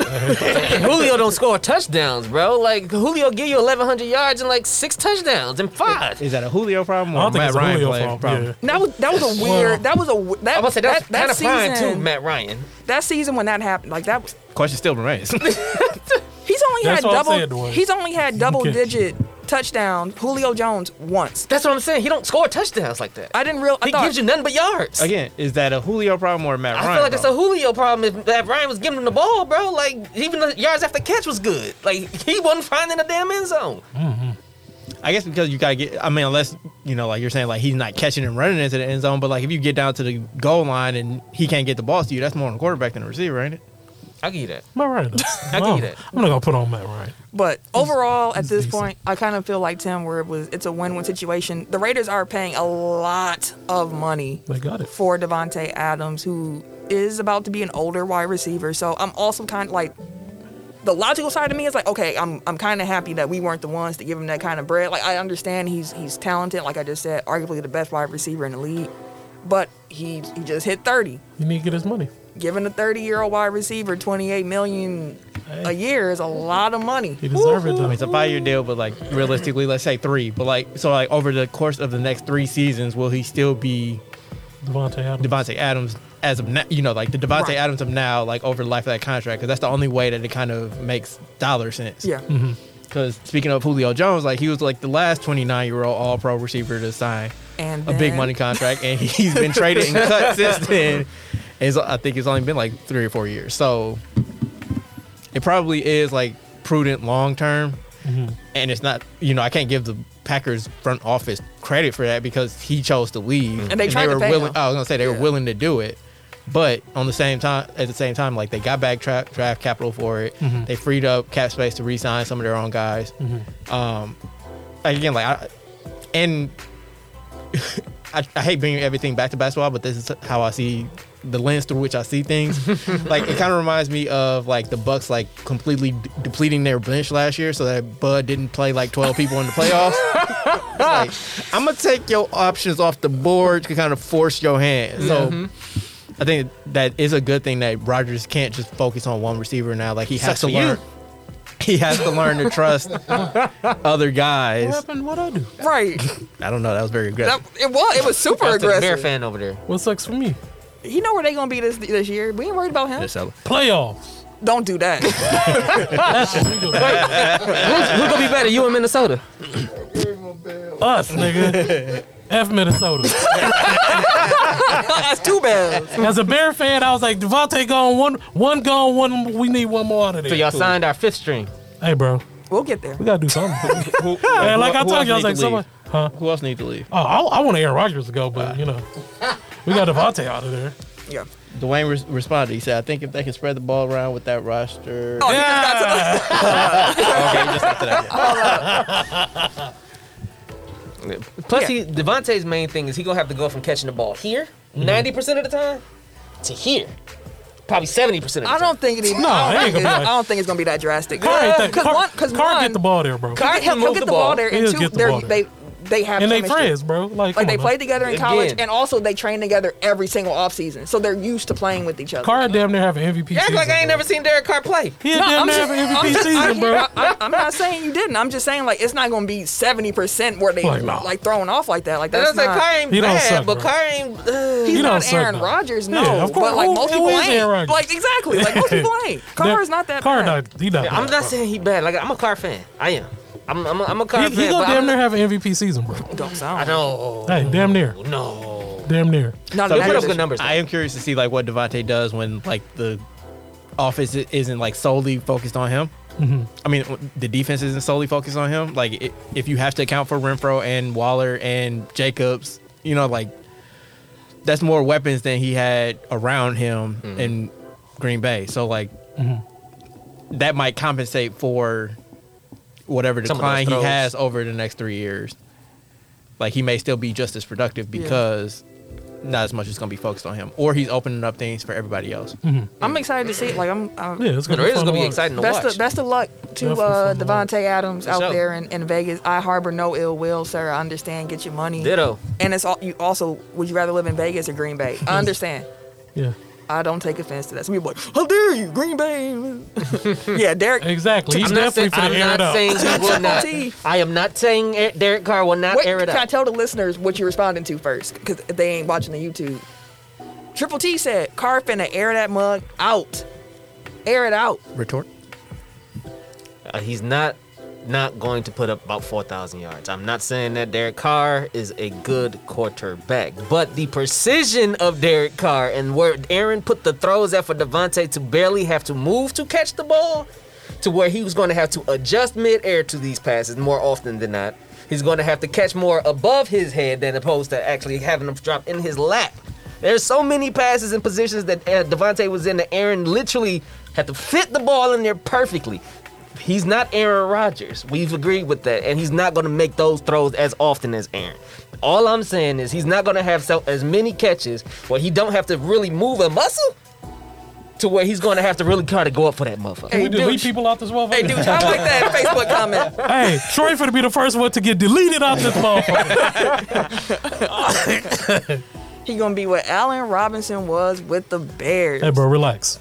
[SPEAKER 2] (laughs) Julio don't score touchdowns, bro. Like Julio give you 1,100 yards and like six touchdowns and five.
[SPEAKER 4] Is that a Julio problem or
[SPEAKER 3] I don't think
[SPEAKER 4] Matt
[SPEAKER 3] it's
[SPEAKER 4] Ryan
[SPEAKER 3] Julio
[SPEAKER 4] play-
[SPEAKER 3] fault.
[SPEAKER 4] problem?
[SPEAKER 3] Yeah.
[SPEAKER 1] that was that was a weird. That was a w- that
[SPEAKER 2] I was say that's
[SPEAKER 1] that, that
[SPEAKER 2] kind of fine
[SPEAKER 1] season.
[SPEAKER 2] too, Matt Ryan.
[SPEAKER 1] That season when that happened, like that was
[SPEAKER 4] Question still remains.
[SPEAKER 1] He's only
[SPEAKER 3] That's
[SPEAKER 1] had
[SPEAKER 3] what I'm
[SPEAKER 1] double.
[SPEAKER 3] saying, Dwight.
[SPEAKER 1] he's only had double digit touchdown. Julio Jones once.
[SPEAKER 2] That's what I'm saying. He don't score touchdowns like that.
[SPEAKER 1] I didn't real. I
[SPEAKER 2] he
[SPEAKER 1] thought
[SPEAKER 2] gives you nothing but yards.
[SPEAKER 4] Again, is that a Julio problem or a Matt
[SPEAKER 2] I
[SPEAKER 4] Ryan?
[SPEAKER 2] feel like it's a
[SPEAKER 4] problem?
[SPEAKER 2] Julio problem if that Ryan was giving him the ball, bro. Like even the yards after catch was good. Like he wasn't finding the damn end zone.
[SPEAKER 4] I guess because you gotta get. I mean, unless you know, like you're saying, like he's not catching and running into the end zone. But like if you get down to the goal line and he can't get the ball to you, that's more on the quarterback than the receiver, ain't it?
[SPEAKER 2] I'll give you that.
[SPEAKER 3] Matt Ryan.
[SPEAKER 4] (laughs)
[SPEAKER 3] does.
[SPEAKER 2] I
[SPEAKER 3] No,
[SPEAKER 2] get it.
[SPEAKER 3] I'm not gonna put on Matt Ryan.
[SPEAKER 1] But overall, at this
[SPEAKER 3] decent.
[SPEAKER 1] point, I kind of feel like Tim, where it was, it's a win-win situation. The Raiders are paying a lot of money
[SPEAKER 3] They got it.
[SPEAKER 1] for Devonte Adams, who is about to be an older wide receiver. So I'm also kind of like. The logical side of me is like, okay, I'm I'm kind of happy that we weren't the ones to give him that kind of bread. Like I understand he's he's talented, like I just said, arguably the best wide receiver in the league, but he he just hit 30.
[SPEAKER 3] He need to get his money.
[SPEAKER 1] Giving a 30 year old wide receiver 28 million a year is a lot of money.
[SPEAKER 3] He deserve it
[SPEAKER 4] I mean,
[SPEAKER 3] though.
[SPEAKER 4] it's a five-year deal, but like realistically, let's say three. But like, so like over the course of the next three seasons, will he still be
[SPEAKER 3] Devontae Adams.
[SPEAKER 4] Devontae Adams as of now? You know, like the Devontae
[SPEAKER 1] Right.
[SPEAKER 4] Adams of now, like over the life of that contract, because that's the only way that it kind of makes dollar sense.
[SPEAKER 1] Yeah.
[SPEAKER 3] Mm-hmm.
[SPEAKER 4] Because speaking of Julio Jones, like he was like the last 29-year-old All-Pro receiver to sign
[SPEAKER 1] And
[SPEAKER 4] a big
[SPEAKER 1] then-
[SPEAKER 4] money contract, and he's been traded
[SPEAKER 1] (laughs)
[SPEAKER 4] and cut since then. It's, I think it's only been like three or four years, so it probably is like prudent long term,
[SPEAKER 1] Mm-hmm.
[SPEAKER 4] and it's not. You know, I can't give the Packers front office credit for that because he chose to leave,
[SPEAKER 1] And they tried to
[SPEAKER 4] were
[SPEAKER 1] pay
[SPEAKER 4] willing.
[SPEAKER 1] him.
[SPEAKER 4] I was gonna say they
[SPEAKER 1] Yeah.
[SPEAKER 4] were willing to do it. But on the same time, at the same time, like they got back tra- draft capital for it.
[SPEAKER 1] Mm-hmm.
[SPEAKER 4] They freed up cap space to re-sign some of their own guys.
[SPEAKER 1] Mm-hmm.
[SPEAKER 4] Um, like, again, like I, and I, I hate bringing everything back to basketball, but this is how I see the lens through which I
[SPEAKER 2] (laughs)
[SPEAKER 4] see things. like it kind of reminds me of like the Bucks like completely d- depleting their bench last year, so that Bud didn't play like twelve people in the
[SPEAKER 2] (laughs)
[SPEAKER 4] playoffs. like, I'm gonna take your options off the board to kind of force your hand. So.
[SPEAKER 2] Mm-hmm.
[SPEAKER 4] I think that is a good thing that Rodgers can't just focus on one receiver now. Like he has
[SPEAKER 2] Sucks
[SPEAKER 4] to
[SPEAKER 2] for you.
[SPEAKER 4] learn. (laughs) He has to learn to trust
[SPEAKER 2] (laughs)
[SPEAKER 4] other
[SPEAKER 3] What
[SPEAKER 4] guys.
[SPEAKER 3] happened? What I do? (laughs)
[SPEAKER 1] Right.
[SPEAKER 4] I don't know. That was very aggressive.
[SPEAKER 1] That, it was it was super
[SPEAKER 2] That's a Bear
[SPEAKER 1] aggressive.
[SPEAKER 2] fan over there.
[SPEAKER 3] What sucks for me?
[SPEAKER 1] You know where they gonna be this this year. We ain't worried about him.
[SPEAKER 4] Just sell it.
[SPEAKER 3] Playoffs.
[SPEAKER 1] Don't do that.
[SPEAKER 3] (laughs)
[SPEAKER 2] Who's, who gonna be better, you in Minnesota?
[SPEAKER 3] Us, nigga.
[SPEAKER 4] (laughs)
[SPEAKER 3] F Minnesota.
[SPEAKER 1] That's too bad.
[SPEAKER 3] As a Bear fan, I was like, Devontae gone, one one gone, one. We need one more out of there.
[SPEAKER 2] So y'all
[SPEAKER 3] Cool.
[SPEAKER 2] signed our fifth string.
[SPEAKER 3] Hey, bro,
[SPEAKER 1] We'll get there.
[SPEAKER 3] we gotta do something. (laughs)
[SPEAKER 4] Who-
[SPEAKER 3] hey,
[SPEAKER 4] who-
[SPEAKER 3] like I
[SPEAKER 4] who
[SPEAKER 3] told
[SPEAKER 4] else
[SPEAKER 3] you, I was like,
[SPEAKER 4] need to leave?
[SPEAKER 3] someone. Huh?
[SPEAKER 4] Who else need to leave?
[SPEAKER 3] Oh, I, I want Aaron Rodgers to go, but you know, we got Devontae out of there.
[SPEAKER 1] Yeah.
[SPEAKER 4] Dwayne res- responded. He said, "I think if they can spread the ball around with that roster."
[SPEAKER 1] Oh, he just got to the-
[SPEAKER 4] okay, just after that.
[SPEAKER 2] Put Plus,
[SPEAKER 1] Yeah.
[SPEAKER 2] he Devontae's main thing is he gonna have to go from catching the ball here 90 percent of the time to here, probably seventy percent. of the
[SPEAKER 1] (laughs) I don't think it even,
[SPEAKER 3] No,
[SPEAKER 1] I, don't
[SPEAKER 3] it ain't
[SPEAKER 1] think it's,
[SPEAKER 3] gonna
[SPEAKER 1] I
[SPEAKER 3] be-
[SPEAKER 1] don't think it's gonna be that drastic.
[SPEAKER 3] Car, ain't that-
[SPEAKER 1] Because
[SPEAKER 3] Car-
[SPEAKER 1] one, because
[SPEAKER 3] Car
[SPEAKER 1] one,
[SPEAKER 3] get the ball there, bro.
[SPEAKER 2] Car
[SPEAKER 1] He'll
[SPEAKER 2] can
[SPEAKER 1] get, he'll
[SPEAKER 2] move
[SPEAKER 1] get
[SPEAKER 2] the
[SPEAKER 1] the
[SPEAKER 2] ball.
[SPEAKER 1] ball, there, and
[SPEAKER 3] He'll
[SPEAKER 1] two,
[SPEAKER 3] get the
[SPEAKER 1] they're-
[SPEAKER 3] ball there.
[SPEAKER 1] they they have
[SPEAKER 3] And they
[SPEAKER 1] chemistry.
[SPEAKER 3] friends, bro. Like,
[SPEAKER 1] Like
[SPEAKER 3] come
[SPEAKER 1] they
[SPEAKER 3] on now.
[SPEAKER 1] played together in college,
[SPEAKER 2] Again.
[SPEAKER 1] and also they trained together every single offseason, so they're used to playing with each other.
[SPEAKER 3] Car damn near have an MVP.
[SPEAKER 2] Act
[SPEAKER 3] season,
[SPEAKER 2] like I ain't
[SPEAKER 3] bro.
[SPEAKER 2] never seen Derek Carr play.
[SPEAKER 3] He
[SPEAKER 1] No,
[SPEAKER 3] damn
[SPEAKER 1] I'm
[SPEAKER 3] near
[SPEAKER 1] just-
[SPEAKER 3] have an MVP
[SPEAKER 1] I'm just- I
[SPEAKER 3] season,
[SPEAKER 1] hear-
[SPEAKER 3] bro.
[SPEAKER 1] I- I- I'm not saying you didn't. I'm just saying like it's not going to be seventy percent where they
[SPEAKER 3] Like,
[SPEAKER 1] like,
[SPEAKER 3] no.
[SPEAKER 1] throwing off like that. Like that's
[SPEAKER 2] That's like
[SPEAKER 1] not.
[SPEAKER 2] Car ain't
[SPEAKER 3] He don't
[SPEAKER 2] bad,
[SPEAKER 3] suck,
[SPEAKER 2] but
[SPEAKER 3] bro.
[SPEAKER 2] Car ain't. Uh,
[SPEAKER 1] He's
[SPEAKER 3] He don't
[SPEAKER 1] not
[SPEAKER 3] suck,
[SPEAKER 1] Aaron
[SPEAKER 3] though.
[SPEAKER 1] Rodgers, no.
[SPEAKER 3] Yeah, of course.
[SPEAKER 1] But like
[SPEAKER 3] Who-
[SPEAKER 1] most
[SPEAKER 3] who
[SPEAKER 1] people
[SPEAKER 3] is Aaron
[SPEAKER 1] ain't.
[SPEAKER 3] Rodgers?
[SPEAKER 1] Like exactly. Like most
[SPEAKER 3] (laughs)
[SPEAKER 1] people ain't. Carr is not that
[SPEAKER 3] Car
[SPEAKER 1] bad.
[SPEAKER 3] not. He not.
[SPEAKER 2] I'm
[SPEAKER 3] bad,
[SPEAKER 2] not
[SPEAKER 3] bro.
[SPEAKER 2] saying he bad. Like I'm a Car fan. I am. I'm. I'm, I'm a Car
[SPEAKER 3] He,
[SPEAKER 2] fan.
[SPEAKER 3] he gonna
[SPEAKER 2] but
[SPEAKER 3] damn
[SPEAKER 2] I'm-
[SPEAKER 3] near have an MVP season, bro.
[SPEAKER 1] Don't
[SPEAKER 2] I
[SPEAKER 1] sound.
[SPEAKER 2] know.
[SPEAKER 3] Hey, damn near.
[SPEAKER 2] No.
[SPEAKER 3] Damn near.
[SPEAKER 1] Not
[SPEAKER 4] So
[SPEAKER 1] a
[SPEAKER 4] we put
[SPEAKER 1] bad
[SPEAKER 4] up
[SPEAKER 2] good numbers.
[SPEAKER 4] I am curious to see like what Devontae does when like the offense i- isn't like solely focused on him.
[SPEAKER 2] Mm-hmm.
[SPEAKER 4] I mean, w- the defense isn't solely focused on him. Like i if you have to account for Renfro and Waller and Jacobs, you know, like that's more weapons than he had around him
[SPEAKER 2] Mm-hmm.
[SPEAKER 4] in Green Bay. So like that might compensate for whatever
[SPEAKER 2] Mm-hmm. Some of those
[SPEAKER 4] decline he
[SPEAKER 2] throws.
[SPEAKER 4] has over the next three years. Like he may still be just as productive
[SPEAKER 1] Yeah.
[SPEAKER 4] because not as much is going to be focused on him, or he's opening up things for everybody else.
[SPEAKER 1] I'm excited to see it. Like I'm. I'm
[SPEAKER 3] Yeah, it's
[SPEAKER 2] It
[SPEAKER 3] gonna
[SPEAKER 2] is
[SPEAKER 3] fun
[SPEAKER 2] gonna
[SPEAKER 3] to
[SPEAKER 2] be
[SPEAKER 3] watch.
[SPEAKER 2] exciting to
[SPEAKER 1] Best
[SPEAKER 2] watch.
[SPEAKER 1] of, best of luck to
[SPEAKER 3] Definitely
[SPEAKER 1] uh,
[SPEAKER 3] fun luck.
[SPEAKER 1] Devonte Adams
[SPEAKER 2] For
[SPEAKER 1] out
[SPEAKER 2] sure.
[SPEAKER 1] there in, in Vegas. I harbor no ill will, sir. I understand. Get your money.
[SPEAKER 2] Ditto.
[SPEAKER 1] And it's all you also. Would you rather live in Vegas or Green Bay? I understand.
[SPEAKER 3] Yeah.
[SPEAKER 1] I don't take offense to that. Some people are like, how dare you, Green
[SPEAKER 2] (laughs)
[SPEAKER 1] Bay? yeah, Derek.
[SPEAKER 3] Exactly. He's
[SPEAKER 2] I'm not,
[SPEAKER 3] definitely
[SPEAKER 2] saying,
[SPEAKER 3] for
[SPEAKER 2] I'm
[SPEAKER 3] the air it
[SPEAKER 2] not
[SPEAKER 3] up.
[SPEAKER 2] saying he will not.
[SPEAKER 1] T.
[SPEAKER 2] I am not saying Er- Derek Carr will not
[SPEAKER 1] Wait,
[SPEAKER 2] air it
[SPEAKER 1] can I
[SPEAKER 2] out.
[SPEAKER 1] tell the listeners what you're responding to first? Because they ain't watching the YouTube. Triple T said, Car finna air that mug out. Air it out.
[SPEAKER 4] Retort.
[SPEAKER 2] Uh, he's not not going to put up about 4,000 yards. I'm not saying that Derek Carr is a good quarterback, but the precision of Derek Carr and where Aaron put the throws at for Devontae to barely have to move to catch the ball to where he was going to have to adjust midair to these passes more often than not. He's going to have to catch more above his head than opposed to actually having them drop in his lap. There's so many passes and positions that uh, Devontae was in that Aaron literally had to fit the ball in there perfectly. He's not Aaron Rodgers. We've agreed with that. And he's not going to make those throws as often as Aaron. All I'm saying is he's not going to have so, as many catches where he don't have to really move a muscle to where he's going to have to really try to go up for that motherfucker.
[SPEAKER 1] Hey,
[SPEAKER 3] We
[SPEAKER 1] dude.
[SPEAKER 3] delete people out this motherfucker.
[SPEAKER 1] Hey, dude, I
[SPEAKER 2] (laughs)
[SPEAKER 1] like that Facebook comment.
[SPEAKER 3] Hey, Troy finna be the first one to get deleted out this motherfucker.
[SPEAKER 1] He gonna be what Allen Robinson was with the Bears.
[SPEAKER 3] hey, bro, relax.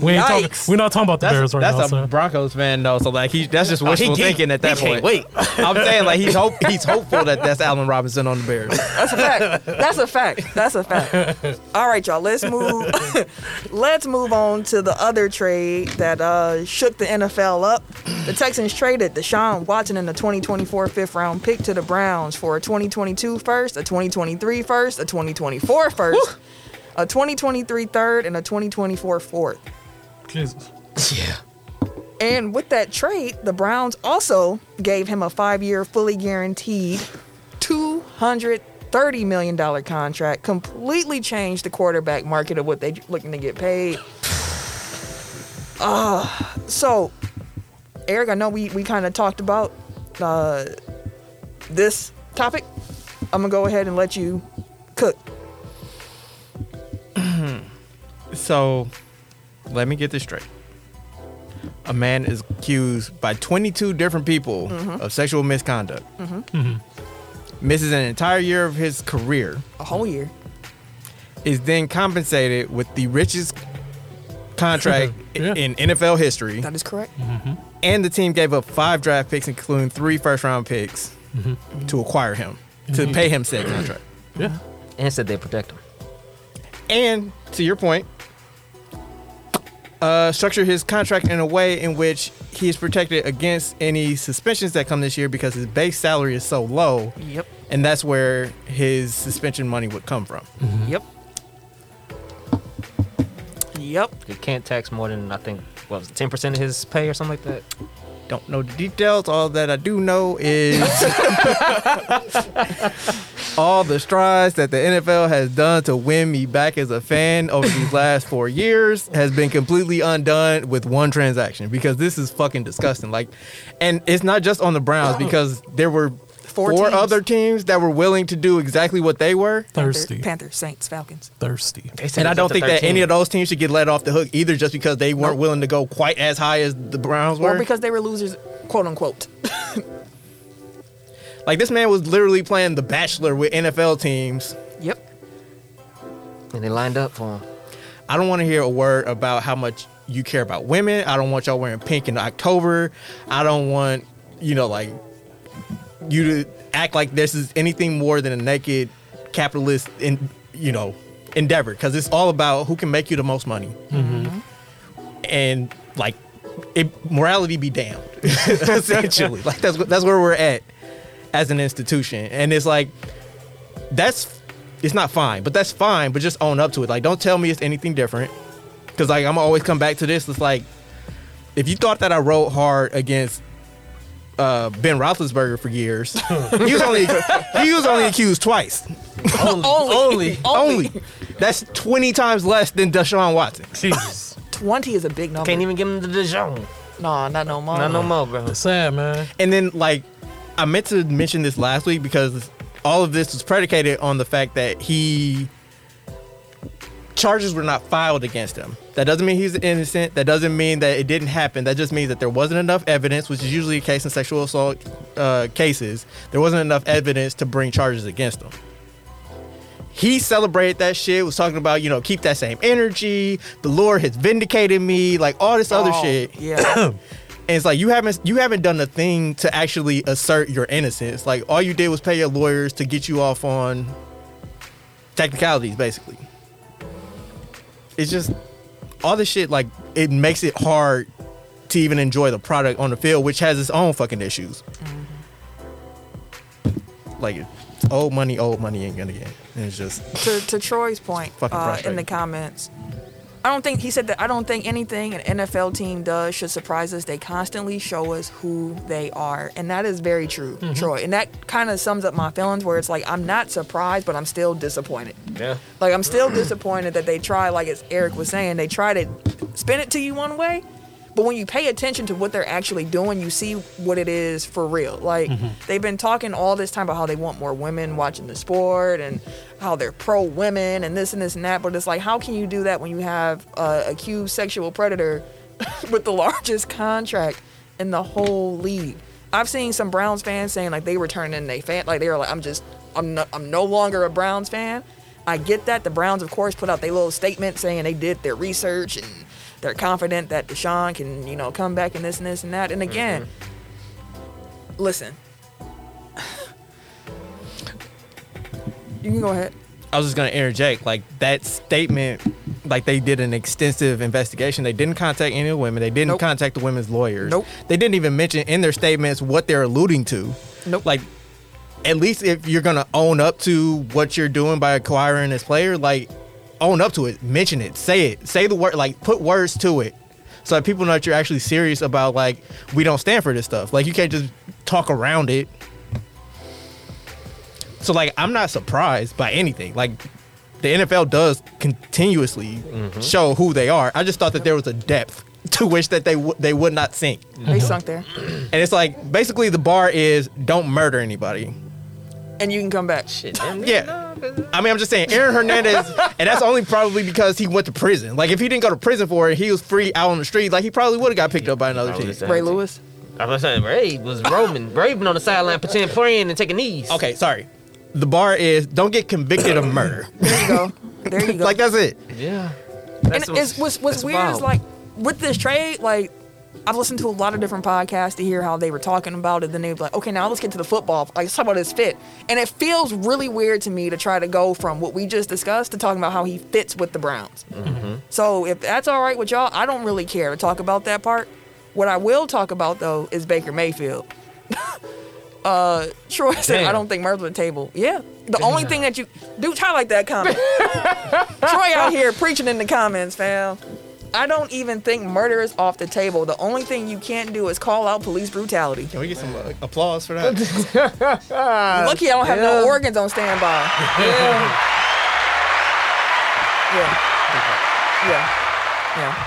[SPEAKER 3] We ain't talking,
[SPEAKER 1] Yikes.
[SPEAKER 3] we're not talking about the
[SPEAKER 4] That's,
[SPEAKER 3] Bears right
[SPEAKER 4] that's
[SPEAKER 3] now,
[SPEAKER 4] a
[SPEAKER 3] sir.
[SPEAKER 4] Broncos fan though, so like he that's just wishful
[SPEAKER 2] geek.
[SPEAKER 4] thinking at that
[SPEAKER 2] He
[SPEAKER 4] point.
[SPEAKER 2] can't wait.
[SPEAKER 4] (laughs) I'm saying like he's hope he's hopeful that that's Allen Robinson on the Bears.
[SPEAKER 1] That's a fact. That's a fact. That's a fact. All right, y'all. Let's move. (laughs) let's move on to the other trade that uh, shook the NFL up. The Texans traded Deshaun Watson in the 2024 fifth round pick to the Browns for a 2022 first, a 2023 first, a 2024 first, a 2023 third, and a 2024 fourth.
[SPEAKER 3] Jesus.
[SPEAKER 1] And with that trade, the Browns also gave him a five year, fully guaranteed $230 million contract, completely changed the quarterback market of what they're looking to get paid. Uh, so, Eric, I know we, we kind of talked about uh, this topic. I'm going to go ahead and let you cook.
[SPEAKER 4] So, let me get this straight. A man is accused by 22 different people of sexual misconduct. Misses an entire year of his career.
[SPEAKER 1] A whole year.
[SPEAKER 4] Is then compensated with the richest contract
[SPEAKER 3] Yeah.
[SPEAKER 4] in NFL history.
[SPEAKER 1] That is correct.
[SPEAKER 4] And the team gave up five draft picks, including three first round picks, to acquire him, to pay him said contract.
[SPEAKER 3] Yeah.
[SPEAKER 2] And said they protect him.
[SPEAKER 4] and to your point, uh, structure his contract in a way in which he is protected against any suspensions that come this year because his base salary is so low,
[SPEAKER 1] Yep.
[SPEAKER 4] and that's where his suspension money would come from.
[SPEAKER 2] Mm-hmm.
[SPEAKER 1] Yep. Yep.
[SPEAKER 2] They can't tax more than I think what was ten percent of his pay or something like that.
[SPEAKER 4] Don't know the details. All that I do know is all the strides that the NFL has done to win me back as a fan over these last four years has been completely undone with one transaction because this is fucking disgusting. Like, and it's not just on the Browns because there were
[SPEAKER 1] Four teams.
[SPEAKER 4] other teams that were willing to do exactly what they were.
[SPEAKER 1] Panthers,
[SPEAKER 3] Thirsty.
[SPEAKER 1] Panthers, Saints, Falcons.
[SPEAKER 3] Thirsty.
[SPEAKER 2] They said
[SPEAKER 4] And I
[SPEAKER 2] it's up
[SPEAKER 4] don't
[SPEAKER 2] to
[SPEAKER 4] think that
[SPEAKER 2] 13.
[SPEAKER 4] any of those teams should get let off the hook either, just because they weren't
[SPEAKER 1] Nope.
[SPEAKER 4] willing to go quite as high as the Browns
[SPEAKER 1] Or
[SPEAKER 4] were.
[SPEAKER 1] because they were losers, quote unquote. (laughs)
[SPEAKER 4] like this man was literally playing The Bachelor with NFL teams.
[SPEAKER 1] yep.
[SPEAKER 2] and they lined up for him.
[SPEAKER 4] I don't want to hear a word about how much you care about women. I don't want y'all wearing pink in October. I don't want, you know, like you to act like this is anything more than a naked capitalist in, you know, endeavor because it's all about who can make you the most money. And like it, morality be damned (laughs) essentially. like that's what- that's where we're at as an institution. And it's like that's it's not fine, but that's fine. But just own up to it. Like, don't tell me it's anything different. Cause like I'm always come back to this. It's like if you thought that I rode hard against uh, Ben Roethlisberger for years, (laughs) he was only he was only accused twice.
[SPEAKER 2] Only, only.
[SPEAKER 4] (laughs) Only. That's 20 times less than Deshaun Watson.
[SPEAKER 3] Jesus.
[SPEAKER 1] 20 is a big number.
[SPEAKER 2] Can't even give him the Dijon.
[SPEAKER 1] No, not no more.
[SPEAKER 2] Not no more, bro.
[SPEAKER 3] That's sad, man.
[SPEAKER 4] And then like I meant to mention this last week because all of this was predicated on the fact that he charges were not filed against him. That doesn't mean he's innocent. That doesn't mean that it didn't happen. That just means that there wasn't enough evidence, which is usually the case in sexual assault uh, cases. There wasn't enough evidence to bring charges against him. He celebrated that shit. Was talking about you know keep that same energy. The Lord has vindicated me. Like all this other
[SPEAKER 1] Oh,
[SPEAKER 4] shit. (coughs)
[SPEAKER 1] Yeah.
[SPEAKER 4] And it's like you haven't you haven't done a thing to actually assert your innocence. Like all you did was pay your lawyers to get you off on technicalities, basically. It's just all this shit like it makes it hard to even enjoy the product on the field, which has its own fucking issues. Like it's old money, old money ain't gonna get. it. And it's just
[SPEAKER 1] to, to Troy's point
[SPEAKER 4] Fucking
[SPEAKER 1] uh, in
[SPEAKER 4] frustrating.
[SPEAKER 1] the comments, I don't think he said that. I don't think anything an NFL team does should surprise us. They constantly show us who they are, and that is very true,
[SPEAKER 2] Mm-hmm.
[SPEAKER 1] Troy. And that kind of sums up my feelings, where it's like I'm not surprised, but I'm still disappointed.
[SPEAKER 2] Yeah.
[SPEAKER 1] Like I'm still disappointed that they try, like as Eric was saying, they try to spin it to you one way, but when you pay attention to what they're actually doing, you see what it is for real. Like they've been talking all this time about how they want more women watching the sport and how they're pro women and this and this and that, but it's like how can you do that when you have uh, accused sexual predator (laughs) with the largest contract in the whole league? I've seen some Browns fans saying like they were turning they fan like they were like I'm just I'm no, I'm no longer a Browns fan. I get that. The Browns, of course, put out their little statement saying they did their research and they're confident that Deshaun can, you know, come back and this and this and that. And again, listen. you can go ahead.
[SPEAKER 4] I was just gonna interject, like that statement, like they did an extensive investigation. They didn't contact any of the women. They didn't
[SPEAKER 1] Nope.
[SPEAKER 4] contact the women's lawyers.
[SPEAKER 1] Nope.
[SPEAKER 4] They didn't even mention in their statements what they're alluding to.
[SPEAKER 1] Nope.
[SPEAKER 4] Like, at least if you're gonna own up to what you're doing by acquiring this player, like own up to it, mention it, say it, say the word, like put words to it, so that people know that you're actually serious about like we don't stand for this stuff. Like you can't just talk around it. So like I'm not surprised by anything. Like the NFL does continuously show who they are. I just thought that there was a depth (laughs) to which that they w- they would not sink.
[SPEAKER 1] They sunk there.
[SPEAKER 4] And it's like basically the bar is don't murder anybody.
[SPEAKER 1] And you can come back.
[SPEAKER 2] Shit. Damn,
[SPEAKER 4] Yeah. I mean, I'm just saying, Aaron Hernandez, and that's only probably because he went to prison. Like, if he didn't go to prison for it, he was free out on the street. Like, he probably would have got picked up by another
[SPEAKER 2] Probably
[SPEAKER 4] team.
[SPEAKER 2] said-
[SPEAKER 1] Ray Lewis.
[SPEAKER 2] I was saying Ray was roaming, raving on the sideline, pretending praying and taking knees.
[SPEAKER 4] Okay, sorry. The bar is don't get convicted of murder. (laughs)
[SPEAKER 1] There you go. There you go.
[SPEAKER 4] like, that's it.
[SPEAKER 2] Yeah.
[SPEAKER 1] and it's what's, what's
[SPEAKER 2] that's
[SPEAKER 1] weird is
[SPEAKER 2] wild.
[SPEAKER 1] like with this trade, like I've listened to a lot of different podcasts to hear how they were talking about it. Then they'd be like, okay, now let's get to the football. Like, let's talk about his fit. And it feels really weird to me to try to go from what we just discussed to talking about how he fits with the Browns. So if that's all right with y'all, I don't really care to talk about that part. What I will talk about though is Baker Mayfield. (laughs) uh, Troy said, I
[SPEAKER 2] Damn.
[SPEAKER 1] don't think murder the table. Yeah. The only thing that you do highlight that comment. Troy out here preaching in the comments, fam. I don't even think murder is off the table. The only thing you can't do is call out police brutality.
[SPEAKER 4] Can we get some uh, applause for (laughs) that?
[SPEAKER 1] Lucky I don't have
[SPEAKER 2] yeah.
[SPEAKER 1] no organs on standby.
[SPEAKER 2] Yeah.
[SPEAKER 1] Yeah. Yeah. Yeah.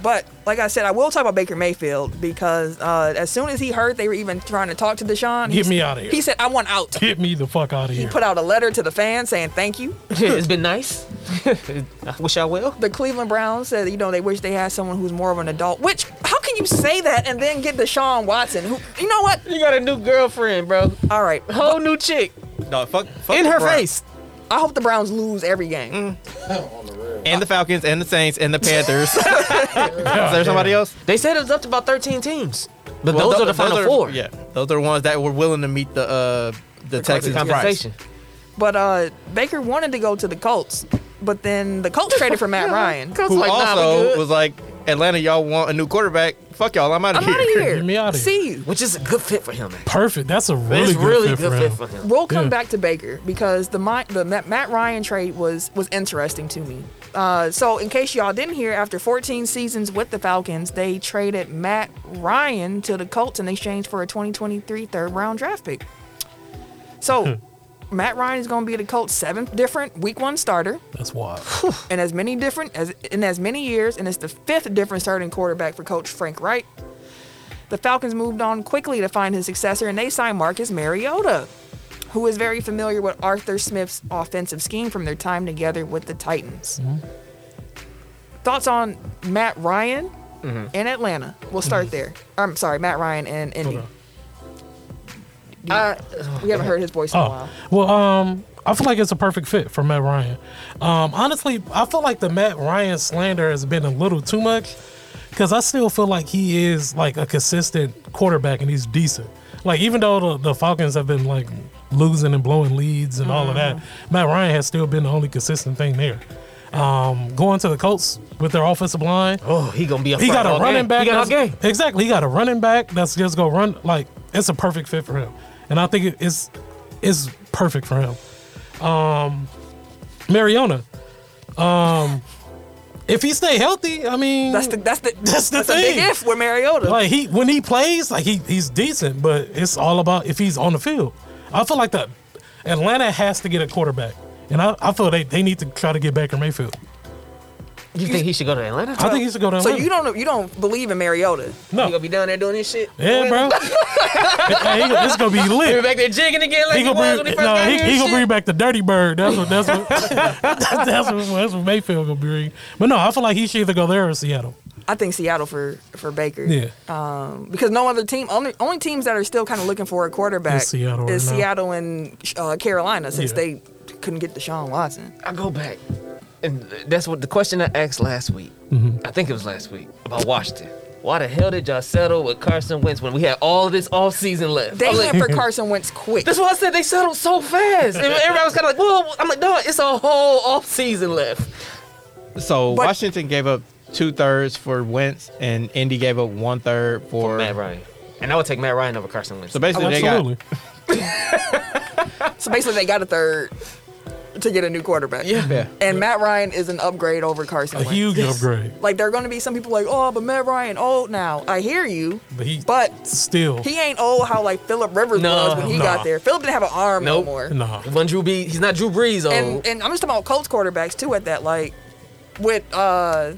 [SPEAKER 1] But like I said, I will talk about Baker Mayfield because uh, as soon as he heard they were even trying to talk to Deshaun, he
[SPEAKER 3] Get me
[SPEAKER 1] s-
[SPEAKER 3] outta here.
[SPEAKER 1] He said, "I want out."
[SPEAKER 3] Get me the fuck out of
[SPEAKER 1] He
[SPEAKER 3] here.
[SPEAKER 1] put out a letter to the fans saying thank you.
[SPEAKER 2] (laughs) it's been nice. I wish I will.
[SPEAKER 1] The Cleveland Browns said, you know, they wish they had someone who's more of an adult. Which, how can you say that and then get Deshaun Watson? Who, you know what?
[SPEAKER 2] You got a new girlfriend, bro.
[SPEAKER 1] All right,
[SPEAKER 2] Whole new chick
[SPEAKER 5] No, fuck, fuck
[SPEAKER 2] in
[SPEAKER 5] the
[SPEAKER 2] her
[SPEAKER 5] Browns.
[SPEAKER 2] face.
[SPEAKER 1] I hope the Browns lose every game.
[SPEAKER 5] And the Falcons and the Saints and the (laughs)
[SPEAKER 4] (laughs)
[SPEAKER 5] Panthers. Is there somebody else?
[SPEAKER 2] They said it was up to about 13 teams, but
[SPEAKER 5] Well,
[SPEAKER 2] those, are the final four.
[SPEAKER 5] Yeah, those are the ones that were willing to meet the uh, the Texas
[SPEAKER 2] compensation.
[SPEAKER 1] But uh, Baker wanted to go to the Colts, but then the
[SPEAKER 3] (laughs)
[SPEAKER 1] Colts traded for Matt Ryan.
[SPEAKER 2] Cause
[SPEAKER 5] Who
[SPEAKER 2] like, nah, we
[SPEAKER 5] also
[SPEAKER 2] good.
[SPEAKER 5] was like, Atlanta, y'all want a new quarterback? Fuck y'all, I'm out of
[SPEAKER 1] I'm
[SPEAKER 5] here.
[SPEAKER 1] out of here.
[SPEAKER 3] Get me outta here.
[SPEAKER 1] See you.
[SPEAKER 2] which is a good fit for him. Man.
[SPEAKER 3] Perfect. That's a really
[SPEAKER 2] it's
[SPEAKER 3] good
[SPEAKER 2] really
[SPEAKER 3] fit
[SPEAKER 2] good
[SPEAKER 3] for
[SPEAKER 2] fit
[SPEAKER 3] him.
[SPEAKER 2] for him.
[SPEAKER 1] We'll come
[SPEAKER 3] Yeah.
[SPEAKER 1] back to Baker because the Mi- the Ma- Matt Ryan trade was was interesting to me. Uh, so in case y'all didn't hear, after 14 seasons with the Falcons, they traded Matt Ryan to the Colts in exchange for a 2023 third round draft pick. So
[SPEAKER 3] Hmm.
[SPEAKER 1] Matt Ryan is going to be the Colts' seventh different Week One starter.
[SPEAKER 3] That's wild.
[SPEAKER 1] in as many different as in as many years, and it's the fifth different starting quarterback for Coach Frank Wright. The Falcons moved on quickly to find his successor, and they signed Marcus Mariota, who is very familiar with Arthur Smith's offensive scheme from their time together with the Titans.
[SPEAKER 3] Mm-hmm.
[SPEAKER 1] Thoughts on Matt Ryan
[SPEAKER 3] Mm-hmm.
[SPEAKER 1] in Atlanta? We'll start there. I'm sorry, Matt Ryan and Indy. Uh, we haven't heard his voice in a
[SPEAKER 3] Oh,
[SPEAKER 1] while.
[SPEAKER 3] well, um, I feel like it's a perfect fit for Matt Ryan. Um, honestly, I feel like the Matt Ryan slander has been a little too much because I still feel like he is like a consistent quarterback and he's decent. Like even though the, the Falcons have been like losing and blowing leads and all of that,
[SPEAKER 1] Mm-hmm.
[SPEAKER 3] Matt Ryan has still been the only consistent thing there. Um, going to the Colts with their offensive line,
[SPEAKER 2] Oh, he gonna be a
[SPEAKER 3] he
[SPEAKER 2] front
[SPEAKER 3] got
[SPEAKER 2] all
[SPEAKER 3] a running
[SPEAKER 2] game.
[SPEAKER 3] back.
[SPEAKER 2] He got all
[SPEAKER 3] that's-
[SPEAKER 2] game.
[SPEAKER 3] Exactly. He got a running back that's just gonna run like it's a perfect fit for him. And I think it- it's it's perfect for him. Um Mariona. Um if he stay healthy, I mean
[SPEAKER 1] That's the that's the
[SPEAKER 3] That's the
[SPEAKER 1] that's a big
[SPEAKER 3] thing.
[SPEAKER 1] if with Mariota.
[SPEAKER 3] like he when he plays, like he he's decent, but it's all about if he's on the field. I feel like that Atlanta has to get a quarterback. And I, I feel they, they need to try to get Baker Mayfield.
[SPEAKER 2] You think he should go to Atlanta?
[SPEAKER 3] I think he should go down.
[SPEAKER 1] so you don't you don't believe in Mariota.
[SPEAKER 2] He
[SPEAKER 3] no.
[SPEAKER 2] gonna be down there doing this shit.
[SPEAKER 3] Yeah, bro.
[SPEAKER 1] (laughs)
[SPEAKER 3] Hey, he- it's gonna be
[SPEAKER 2] He
[SPEAKER 3] lit.
[SPEAKER 2] be back there jigging again like
[SPEAKER 3] he
[SPEAKER 2] he,
[SPEAKER 3] gonna
[SPEAKER 2] was
[SPEAKER 3] bring,
[SPEAKER 2] when he first
[SPEAKER 3] no,
[SPEAKER 2] got
[SPEAKER 3] he,
[SPEAKER 2] here.
[SPEAKER 3] he
[SPEAKER 2] and
[SPEAKER 3] gonna
[SPEAKER 2] shit.
[SPEAKER 3] bring back the dirty bird. That's what that's what (laughs) that's what, that's what Mayfield gonna bring. But no, I feel like he should either go there or Seattle.
[SPEAKER 1] I think Seattle for for Baker.
[SPEAKER 3] Yeah,
[SPEAKER 1] Because no other team, only only teams that are still kind of looking for a quarterback
[SPEAKER 3] It's Seattle right
[SPEAKER 1] is
[SPEAKER 3] now.
[SPEAKER 1] Seattle and uh, Carolina since
[SPEAKER 3] Yeah.
[SPEAKER 1] they couldn't get Deshaun Watson.
[SPEAKER 2] I go back, and that's what the question I asked last week. I think it was last week about Washington. Why the hell did y'all settle with Carson Wentz when we had all this off season left?
[SPEAKER 1] They
[SPEAKER 3] Oh,
[SPEAKER 2] I'm like,
[SPEAKER 1] went
[SPEAKER 3] (laughs)
[SPEAKER 1] for Carson Wentz quick.
[SPEAKER 2] that's why I said they settled so fast. And everybody was kind of like, "Well, I'm like, dog, it's a whole off season left."
[SPEAKER 5] So
[SPEAKER 1] But-
[SPEAKER 5] Washington gave up two thirds for Wentz, and Indy gave up one third for,
[SPEAKER 2] Matt Ryan, and I would take Matt Ryan over Carson Wentz.
[SPEAKER 5] So basically, they
[SPEAKER 3] absolutely.
[SPEAKER 5] got
[SPEAKER 1] So basically, they got a third to get a new quarterback.
[SPEAKER 5] yeah.
[SPEAKER 1] And Matt Ryan is an upgrade over Carson
[SPEAKER 3] a
[SPEAKER 1] Wentz.
[SPEAKER 3] huge upgrade.
[SPEAKER 1] Like there are going to be some people like, oh, but Matt Ryan old now. I hear you,
[SPEAKER 3] But he,
[SPEAKER 1] but
[SPEAKER 3] still,
[SPEAKER 1] he ain't old how like Philip Rivers
[SPEAKER 2] No,
[SPEAKER 1] was when he got
[SPEAKER 3] nah.
[SPEAKER 1] there. Philip didn't have an arm
[SPEAKER 2] Nope.
[SPEAKER 1] no more.
[SPEAKER 3] nah.
[SPEAKER 2] When Drew B, he's not Drew Brees. Oh,
[SPEAKER 1] and and I'm just talking about Colts quarterbacks too. At that, like with uh,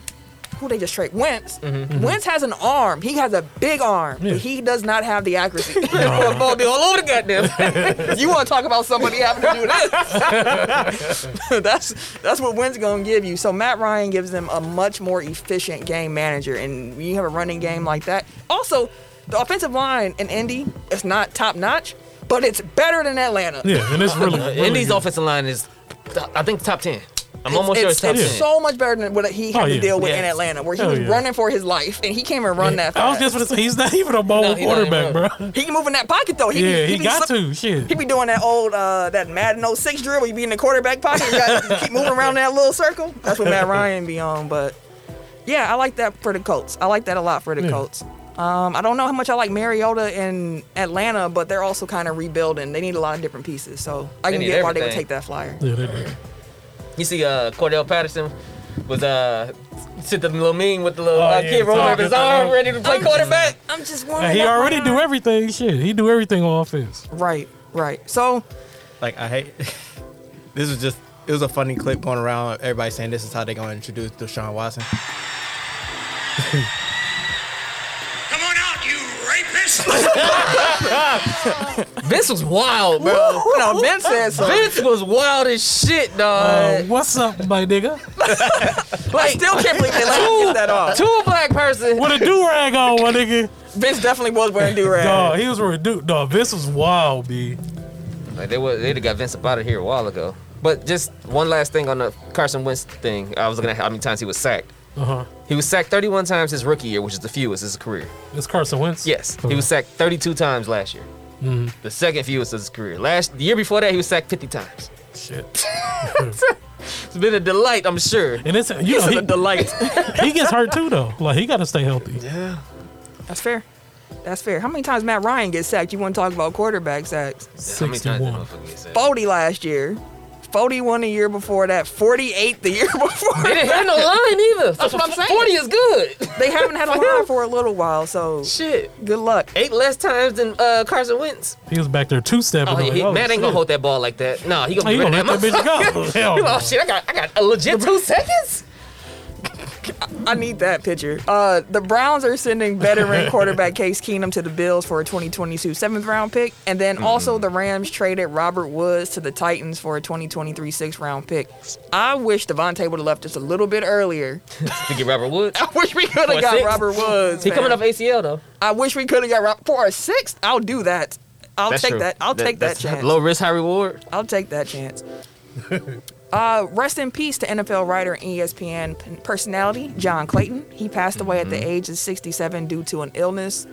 [SPEAKER 1] who they just trade Wentz. Wentz has an arm. He has a big arm,
[SPEAKER 3] Mm-hmm, Yeah.
[SPEAKER 1] but he does not have the accuracy. (laughs)
[SPEAKER 2] ball be all over the goddamn.
[SPEAKER 1] you want to talk about somebody having to do this? (laughs) that's that's what Wentz gonna give you. So Matt Ryan gives them a much more efficient game manager, and when you have a running game like that. Also, the offensive line in Indy is not top notch, but it's better than Atlanta.
[SPEAKER 3] Yeah, and it's
[SPEAKER 2] (laughs)
[SPEAKER 3] really, really
[SPEAKER 2] Indy's
[SPEAKER 3] good.
[SPEAKER 2] offensive line is, I think, top ten. I'm almost sure
[SPEAKER 1] it's,
[SPEAKER 2] it's top
[SPEAKER 1] it's
[SPEAKER 2] ten.
[SPEAKER 1] so much better than what he had
[SPEAKER 3] Oh,
[SPEAKER 1] to
[SPEAKER 3] yeah.
[SPEAKER 1] deal with in
[SPEAKER 2] Yes.
[SPEAKER 1] Atlanta, where he
[SPEAKER 3] Hell
[SPEAKER 1] was
[SPEAKER 3] yeah.
[SPEAKER 1] running for his life, and he can't even run that
[SPEAKER 3] I was
[SPEAKER 1] fast.
[SPEAKER 3] just gonna say he's not even a bowl
[SPEAKER 2] No, he not
[SPEAKER 3] quarterback,
[SPEAKER 2] even.
[SPEAKER 3] bro.
[SPEAKER 1] he can move in that pocket though. He, be-
[SPEAKER 3] (laughs) Yeah,
[SPEAKER 1] he,
[SPEAKER 3] he
[SPEAKER 1] be
[SPEAKER 3] got
[SPEAKER 1] slip-
[SPEAKER 3] to
[SPEAKER 1] He
[SPEAKER 3] shit.
[SPEAKER 1] be doing that old uh, that Madden 06 drill where you be in the quarterback pocket, you gotta keep moving around that little circle. That's what Matt Ryan be on. But yeah, I like that for the Colts. I like that a lot for the
[SPEAKER 3] Yeah.
[SPEAKER 1] Colts. Um, I don't know how much I like Mariota in Atlanta, but they're also kind of rebuilding. They need a lot of different pieces, so I
[SPEAKER 2] They
[SPEAKER 1] can
[SPEAKER 2] need
[SPEAKER 1] get why they would
[SPEAKER 2] everything.
[SPEAKER 1] take that flyer.
[SPEAKER 3] Yeah, they do.
[SPEAKER 2] You see, uh, Cordell Patterson was uh, sit the little meme with the little
[SPEAKER 3] Oh,
[SPEAKER 2] uh,
[SPEAKER 3] yeah,
[SPEAKER 2] kid rolling
[SPEAKER 3] talking
[SPEAKER 2] up his
[SPEAKER 3] to
[SPEAKER 2] arm,
[SPEAKER 3] him.
[SPEAKER 2] ready to play
[SPEAKER 1] I'm just-
[SPEAKER 2] quarterback.
[SPEAKER 1] I'm just wondering.
[SPEAKER 3] And he already do everything. Shit, he do everything on offense.
[SPEAKER 1] Right, right. So
[SPEAKER 5] like I hate. (laughs) this was just it was a funny clip going around. Everybody saying this is how they're gonna introduce Deshaun Watson.
[SPEAKER 6] Come on out, you rapist!
[SPEAKER 2] Vince was wild, bro.
[SPEAKER 1] no, uh, Ben said so.
[SPEAKER 2] Vince was wild as shit,
[SPEAKER 3] Uh,
[SPEAKER 2] dog.
[SPEAKER 3] what's up, my nigga?
[SPEAKER 1] I still can't believe they let him get that off.
[SPEAKER 2] to a black person.
[SPEAKER 3] With a do rag on, my nigga.
[SPEAKER 1] Vince definitely was wearing do rag.
[SPEAKER 3] Dog, he was a dude. Dog, this was wild, b.
[SPEAKER 2] Like they would, they'd have got Vince up out of here a while ago. But just one last thing on the Carson Wentz thing. I was looking at how many times he was sacked.
[SPEAKER 3] Uh huh.
[SPEAKER 2] He was sacked 31 times his rookie year, which is the fewest in his career.
[SPEAKER 3] It's Carson Wentz. Oh,
[SPEAKER 2] Yes, he was sacked 32 times last year.
[SPEAKER 3] Mm-hmm.
[SPEAKER 2] The second fewest of his career. Last the year before that, he was sacked 50 times.
[SPEAKER 3] Shit.
[SPEAKER 2] It's been a delight, I'm sure.
[SPEAKER 3] And it's you know
[SPEAKER 5] The
[SPEAKER 3] Oh, he, (laughs)
[SPEAKER 5] delight.
[SPEAKER 3] he gets hurt too though. Like he got to stay healthy.
[SPEAKER 1] That's fair. That's fair. How many times Matt Ryan gets sacked? You want to talk about quarterback sacks?
[SPEAKER 2] How many times did
[SPEAKER 3] Sixty-one.
[SPEAKER 2] motherfucker get sacked?
[SPEAKER 1] 40 last year, 41 the year before that, 48 the year (laughs) before.
[SPEAKER 2] They didn't have no line either. That's what I'm saying. 40 is good.
[SPEAKER 1] They haven't had a line for a little while, so
[SPEAKER 2] Shit.
[SPEAKER 1] good luck.
[SPEAKER 2] Eight less times than uh, Carson Wentz.
[SPEAKER 3] He was back there two stepping.
[SPEAKER 2] Oh, he, he- Matt ain't gonna hold that ball like that. No, Oh, he gonna
[SPEAKER 3] Oh, He
[SPEAKER 2] be
[SPEAKER 3] gonna
[SPEAKER 2] ready.
[SPEAKER 3] let that
[SPEAKER 2] (laughs)
[SPEAKER 3] bitch go. Hell
[SPEAKER 2] Oh,
[SPEAKER 3] no.
[SPEAKER 2] shit, I got, I got a legit two seconds?
[SPEAKER 1] I need that picture. Uh, the Browns are sending veteran (laughs) quarterback Case Keenum to the Bills for a 2022 seventh round pick, and then also the Rams traded Robert Woods to the Titans for a 2023 sixth round pick. I wish Devontae would have left us a little bit earlier.
[SPEAKER 2] To get Robert
[SPEAKER 1] (laughs)
[SPEAKER 2] Woods.
[SPEAKER 1] I wish we could
[SPEAKER 2] For
[SPEAKER 1] have got
[SPEAKER 2] six?
[SPEAKER 1] Robert Woods.
[SPEAKER 2] He
[SPEAKER 1] man.
[SPEAKER 2] coming off ACL though.
[SPEAKER 1] I wish we could have got Robert for a sixth. I'll do that. I'll take that. I'll take that chance.
[SPEAKER 2] Low risk, high (laughs) reward.
[SPEAKER 1] I'll take that
[SPEAKER 3] (laughs)
[SPEAKER 1] chance. uh, rest in peace to NFL writer and ESPN p- personality John Clayton. He passed away
[SPEAKER 3] Mm-hmm.
[SPEAKER 1] at the age of 67 due to an illness.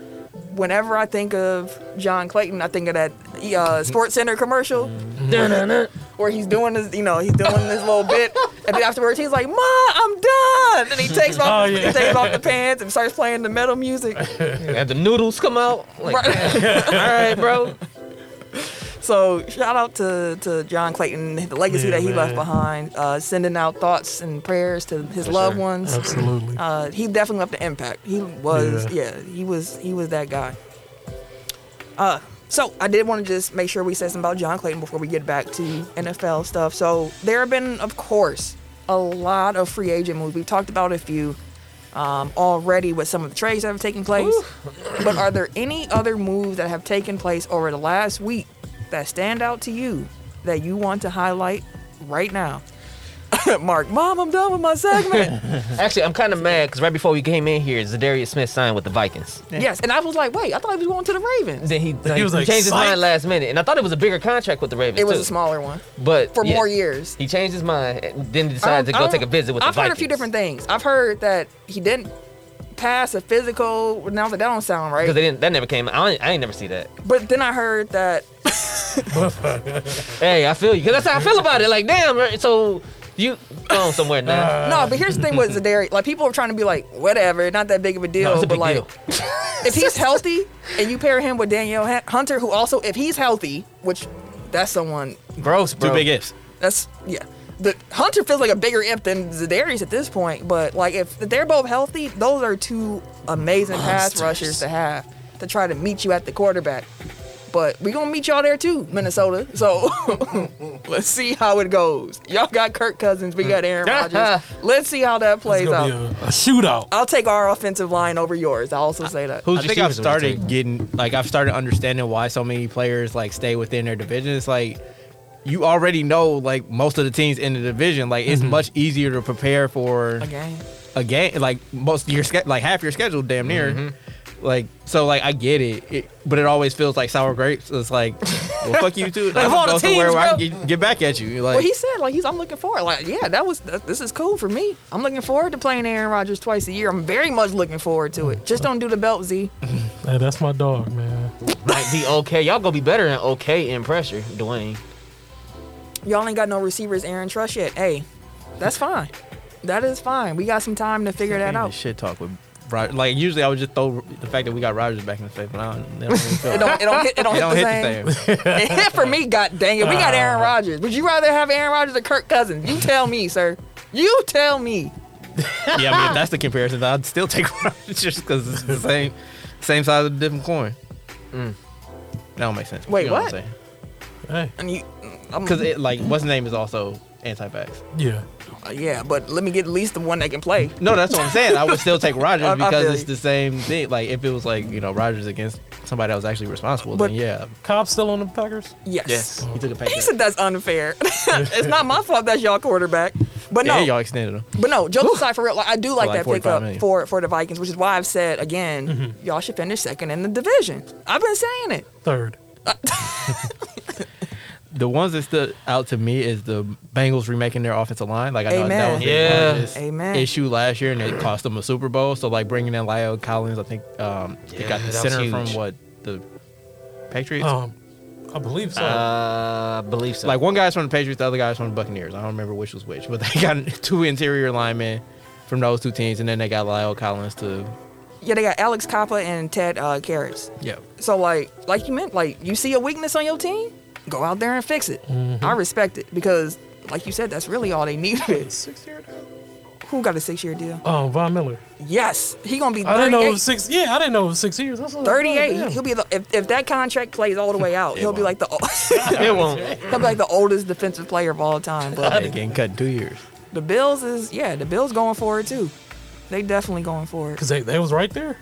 [SPEAKER 1] Whenever I think of John Clayton, I think of that
[SPEAKER 3] (laughs)
[SPEAKER 1] uh, Sports Center commercial
[SPEAKER 3] Mm-hmm.
[SPEAKER 1] where he's doing his, you know, he's doing this little bit, and then afterwards he's like, "Ma, I'm done," and he takes off,
[SPEAKER 3] (laughs) Oh, yeah.
[SPEAKER 1] he takes off the pants and starts playing the metal
[SPEAKER 3] (laughs)
[SPEAKER 1] music.
[SPEAKER 2] Have the noodles come out. Like,
[SPEAKER 1] Right.
[SPEAKER 2] all right, (laughs) bro.
[SPEAKER 1] So shout out to, to John Clayton, the legacy
[SPEAKER 3] Yeah,
[SPEAKER 1] that he left
[SPEAKER 3] man.
[SPEAKER 1] behind, uh, sending out thoughts and prayers to his loved
[SPEAKER 2] sure.
[SPEAKER 1] ones.
[SPEAKER 3] Absolutely.
[SPEAKER 2] Oh,
[SPEAKER 1] Uh, he definitely left an impact. He was, yeah. he was, he was that guy. Uh, so I did want to just make sure we said something about John Clayton before we get back to NFL stuff. So there have been, of course, a lot of free agent moves. We've talked about a few um, already with some of the trades that have taken place. (clears throat) but are there any other moves that have taken place over the last week that stand out to you that you want to highlight right now? (laughs) Mark, mom, I'm done with my segment.
[SPEAKER 2] Actually, I'm kind of mad because right before we came in here, Zadarius Smith signed with the Vikings.
[SPEAKER 1] yes, and I was like, wait, I thought he was going to the Ravens.
[SPEAKER 2] Then he, like,
[SPEAKER 3] was like,
[SPEAKER 2] changed his
[SPEAKER 3] "Psych."
[SPEAKER 2] mind last minute, and I thought it was a bigger contract with the Ravens.
[SPEAKER 1] It was
[SPEAKER 2] too.
[SPEAKER 1] a smaller one
[SPEAKER 2] but
[SPEAKER 1] for
[SPEAKER 2] yeah,
[SPEAKER 1] more years.
[SPEAKER 2] He changed his mind, and then
[SPEAKER 1] I
[SPEAKER 2] decided to
[SPEAKER 1] don't- I
[SPEAKER 2] go
[SPEAKER 1] don't-
[SPEAKER 2] take a visit with
[SPEAKER 1] I've
[SPEAKER 2] the Vikings.
[SPEAKER 1] heard a few different things. I've heard that he didn't pass a physical. Now that that don't sound
[SPEAKER 2] because they
[SPEAKER 1] right.
[SPEAKER 2] didn't. That never came. I ain't, I ain't never see that.
[SPEAKER 1] But then I heard that
[SPEAKER 2] Hey, I feel you because that's how I feel about it. Like, damn. right, So you going somewhere now?
[SPEAKER 4] Uh,
[SPEAKER 1] no. But here's the thing with Zadarius. Like people are trying to be like, whatever, not that big of a deal.
[SPEAKER 2] No, it's a
[SPEAKER 1] but
[SPEAKER 2] big
[SPEAKER 1] like,
[SPEAKER 2] deal.
[SPEAKER 1] (laughs) if he's healthy, and you pair him with Danielle Han- Hunter, who also, if he's healthy, which that's someone
[SPEAKER 2] Gross, bro.
[SPEAKER 5] Two big ifs.
[SPEAKER 1] That's yeah. The Hunter feels like a bigger imp than Zadarius at this point, but like if they're both healthy, those are two amazing pass rushers to have to try to meet you at the quarterback. But we gonna meet y'all there too, Minnesota. So (laughs) let's see how it goes. Y'all got Kirk Cousins, we got Aaron Rodgers. Let's see how that
[SPEAKER 3] It's
[SPEAKER 1] plays
[SPEAKER 3] gonna be
[SPEAKER 1] out.
[SPEAKER 3] a, a shootout.
[SPEAKER 1] I'll take our offensive line over yours. I also say that.
[SPEAKER 5] Who's
[SPEAKER 2] I
[SPEAKER 5] I
[SPEAKER 2] think
[SPEAKER 5] think I've
[SPEAKER 2] receivers would
[SPEAKER 5] started getting like I've started understanding why so many players like stay within their division. It's like you already know like most of the teams in the division. Like it's much easier to prepare for
[SPEAKER 1] Again.
[SPEAKER 5] a game. Like most of your sch- like half your schedule, damn near. Like so, like I get it. it, but it always feels like sour grapes. It's like, well, fuck you too. Like,
[SPEAKER 2] of all the
[SPEAKER 5] go somewhere
[SPEAKER 2] teams,
[SPEAKER 5] where I
[SPEAKER 2] bro.
[SPEAKER 5] can get, get back at you. Like
[SPEAKER 1] Well, he said like he's. I'm looking forward. Like, yeah, that was. That, this is cool for me. I'm looking forward to playing Aaron Rodgers twice a year. I'm very much looking forward to it. Just don't do the belt, Z.
[SPEAKER 3] Hey, that's my dog, man.
[SPEAKER 2] Might be okay. Y'all gonna be better than okay in pressure, Dwayne.
[SPEAKER 1] Y'all ain't got no receivers, Aaron Trush yet. Hey, that's fine. That is fine. We got some time to figure that
[SPEAKER 5] Ain't
[SPEAKER 1] out.
[SPEAKER 5] this shit talk with. Rod- Like usually, I would just throw the fact that we got Rogers back in the face, but I don't. It don't, really feel-
[SPEAKER 1] It don't, it don't hit. It don't,
[SPEAKER 5] it don't
[SPEAKER 1] hit, the Ah.
[SPEAKER 5] hit the same.
[SPEAKER 1] same. It hit for me. God dang it. We got Aaron Rodgers. Would you rather have Aaron Rodgers or Kirk Cousins? You tell me, sir. You tell me.
[SPEAKER 5] (laughs) yeah, I mean, if that's the comparison, I'd still take (laughs) Rodgers just because it's the same, same size of a different coin. That don't make sense. but
[SPEAKER 1] Wait,
[SPEAKER 5] you know
[SPEAKER 1] what?
[SPEAKER 5] I'm saying?
[SPEAKER 3] Hey,
[SPEAKER 1] And you, mm, I'm,
[SPEAKER 5] Because it like what's his name is also
[SPEAKER 4] anti-vax.
[SPEAKER 3] Yeah.
[SPEAKER 1] Uh, yeah, but let me get at least the one that can play.
[SPEAKER 4] No, that's what I'm saying. I
[SPEAKER 1] (laughs)
[SPEAKER 4] would still take Rogers
[SPEAKER 1] I feel
[SPEAKER 4] because it's
[SPEAKER 1] you.
[SPEAKER 4] the same thing. Like if it was like you know Rogers against somebody that was actually responsible,
[SPEAKER 1] But-
[SPEAKER 4] then yeah,
[SPEAKER 3] Cobb still on the Packers?
[SPEAKER 1] Yes.
[SPEAKER 4] yes, he took a pay
[SPEAKER 1] He
[SPEAKER 4] cut.
[SPEAKER 1] said that's unfair. (laughs) it's not my fault that's y'all quarterback. But no,
[SPEAKER 4] Yeah, y'all extended him.
[SPEAKER 1] But no, jokes aside, for real, like, I do like,
[SPEAKER 4] like
[SPEAKER 1] that
[SPEAKER 4] 45
[SPEAKER 1] pickup
[SPEAKER 4] million.
[SPEAKER 1] for for the Vikings, which is why I've said again,
[SPEAKER 3] Mm-hmm.
[SPEAKER 1] y'all should finish second in the division. I've been saying it.
[SPEAKER 3] Third.
[SPEAKER 4] The ones that stood out to me is the Bengals remaking their offensive line. Like I know that
[SPEAKER 1] Amen.
[SPEAKER 4] was
[SPEAKER 2] Yeah.
[SPEAKER 4] their largest
[SPEAKER 1] Amen.
[SPEAKER 4] issue last year, and it cost them a Super Bowl. So like bringing in Lyle Collins, I think um, they
[SPEAKER 2] Yeah,
[SPEAKER 4] got the
[SPEAKER 2] that was
[SPEAKER 4] center
[SPEAKER 2] huge. Oh.
[SPEAKER 4] from what the Patriots.
[SPEAKER 3] Um, I believe so.
[SPEAKER 2] Uh, I believe so.
[SPEAKER 4] Like one guy's from the Patriots, the other guy's from the Buccaneers. I don't remember which was which, but they got (laughs) two interior linemen from those two teams, and then they got Lyle Collins to
[SPEAKER 1] Yeah, they got Alex Coppa and Ted uh, Karras.
[SPEAKER 4] yeah.
[SPEAKER 1] So like, like you meant, like you see a weakness on your team, go out there and fix it.
[SPEAKER 3] Mm-hmm.
[SPEAKER 1] I respect it because, like you said, that's really all they (laughs) needed.
[SPEAKER 3] six year
[SPEAKER 1] Who got a six-year deal?
[SPEAKER 3] Um, Von Miller.
[SPEAKER 1] Yes, he gonna be. 38,
[SPEAKER 3] I didn't know it was six. Yeah, I didn't know it was six years. That's what I thought,
[SPEAKER 1] 38.
[SPEAKER 3] damn.
[SPEAKER 1] He'll be the, if, if that contract plays all the way out, he'll be like
[SPEAKER 4] won't.
[SPEAKER 1] the (laughs)
[SPEAKER 3] (laughs)
[SPEAKER 1] o-
[SPEAKER 2] it won't.
[SPEAKER 1] he'll be like the oldest defensive player of all time. But
[SPEAKER 4] They getting cut in two years.
[SPEAKER 1] The Bills is yeah, the Bills going for it too. They definitely going for it.
[SPEAKER 3] Cause they, they was right there.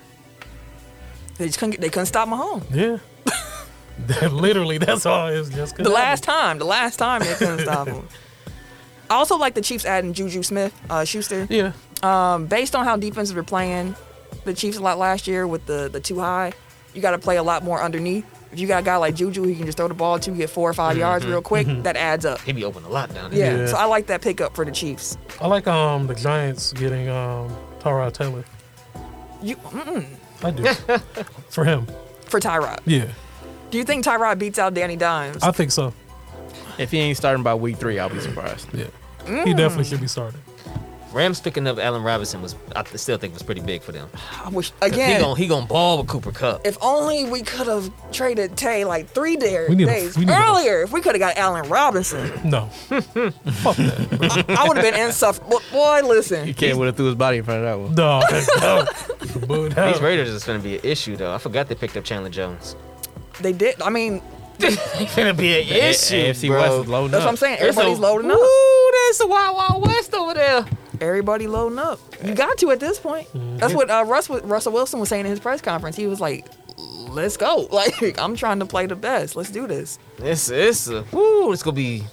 [SPEAKER 1] They just couldn't get, they couldn't stop Mahomes.
[SPEAKER 3] Yeah. (laughs) That literally, that's all. It's just
[SPEAKER 1] The last time, the last time they couldn't stop
[SPEAKER 3] (laughs)
[SPEAKER 1] him. I also like the Chiefs adding Juju Smith uh, Schuster.
[SPEAKER 3] Yeah.
[SPEAKER 1] Um, based on how defenses were playing the Chiefs a lot last year with the the too high, you got to play a lot more underneath. If you got a guy like Juju, who can just throw the ball to get four or 5 yards real quick. That adds up.
[SPEAKER 2] He be open a lot down there.
[SPEAKER 1] Yeah.
[SPEAKER 3] Mm-hmm. Yeah.
[SPEAKER 1] So I like that pickup for the Chiefs.
[SPEAKER 3] I like um the Giants getting um Tyrod Taylor.
[SPEAKER 1] You mm-mm,
[SPEAKER 3] I
[SPEAKER 4] (laughs)
[SPEAKER 3] do for him.
[SPEAKER 1] for Tyrod.
[SPEAKER 3] Yeah,
[SPEAKER 1] Do you think Tyrod beats out Danny Dimes?
[SPEAKER 3] I think so.
[SPEAKER 4] If he ain't starting by week three, I'll be surprised.
[SPEAKER 3] Yeah, he
[SPEAKER 4] Mm.
[SPEAKER 3] definitely should be starting.
[SPEAKER 2] Rams picking up Allen Robinson was I th- still think was pretty big for them. 'Cause
[SPEAKER 1] I wish
[SPEAKER 2] He
[SPEAKER 1] again.
[SPEAKER 2] gonna he gonna ball with Cooper Cup.
[SPEAKER 1] If only we could have traded Tay like three dare,
[SPEAKER 3] We need a-
[SPEAKER 1] days
[SPEAKER 3] we need a-
[SPEAKER 1] earlier. if we could have got Allen Robinson,
[SPEAKER 3] No, (laughs) fuck that.
[SPEAKER 1] I, would have been insufferable. (laughs) Boy,
[SPEAKER 4] He
[SPEAKER 1] listen,
[SPEAKER 4] can't would have threw his body in front of that one.
[SPEAKER 3] No, uh, no. Boo, no.
[SPEAKER 2] These Raiders is gonna be an issue though. I forgot they picked up Chandler Jones.
[SPEAKER 1] they did. I mean,
[SPEAKER 2] It's gonna be an
[SPEAKER 4] A- AFC West is loading
[SPEAKER 1] that's
[SPEAKER 4] up.
[SPEAKER 1] what I'm saying.
[SPEAKER 2] It's a-
[SPEAKER 1] Everybody's loading up.
[SPEAKER 2] Ooh, that's the Wild Wild West over there.
[SPEAKER 1] Everybody loading up. You got to at this point. That's what uh, Russ, Russell Wilson was saying in his press conference. He was like, "Let's go. (laughs) Like I'm trying to play the best. Let's do this."
[SPEAKER 2] It's it's a, woo. It's gonna be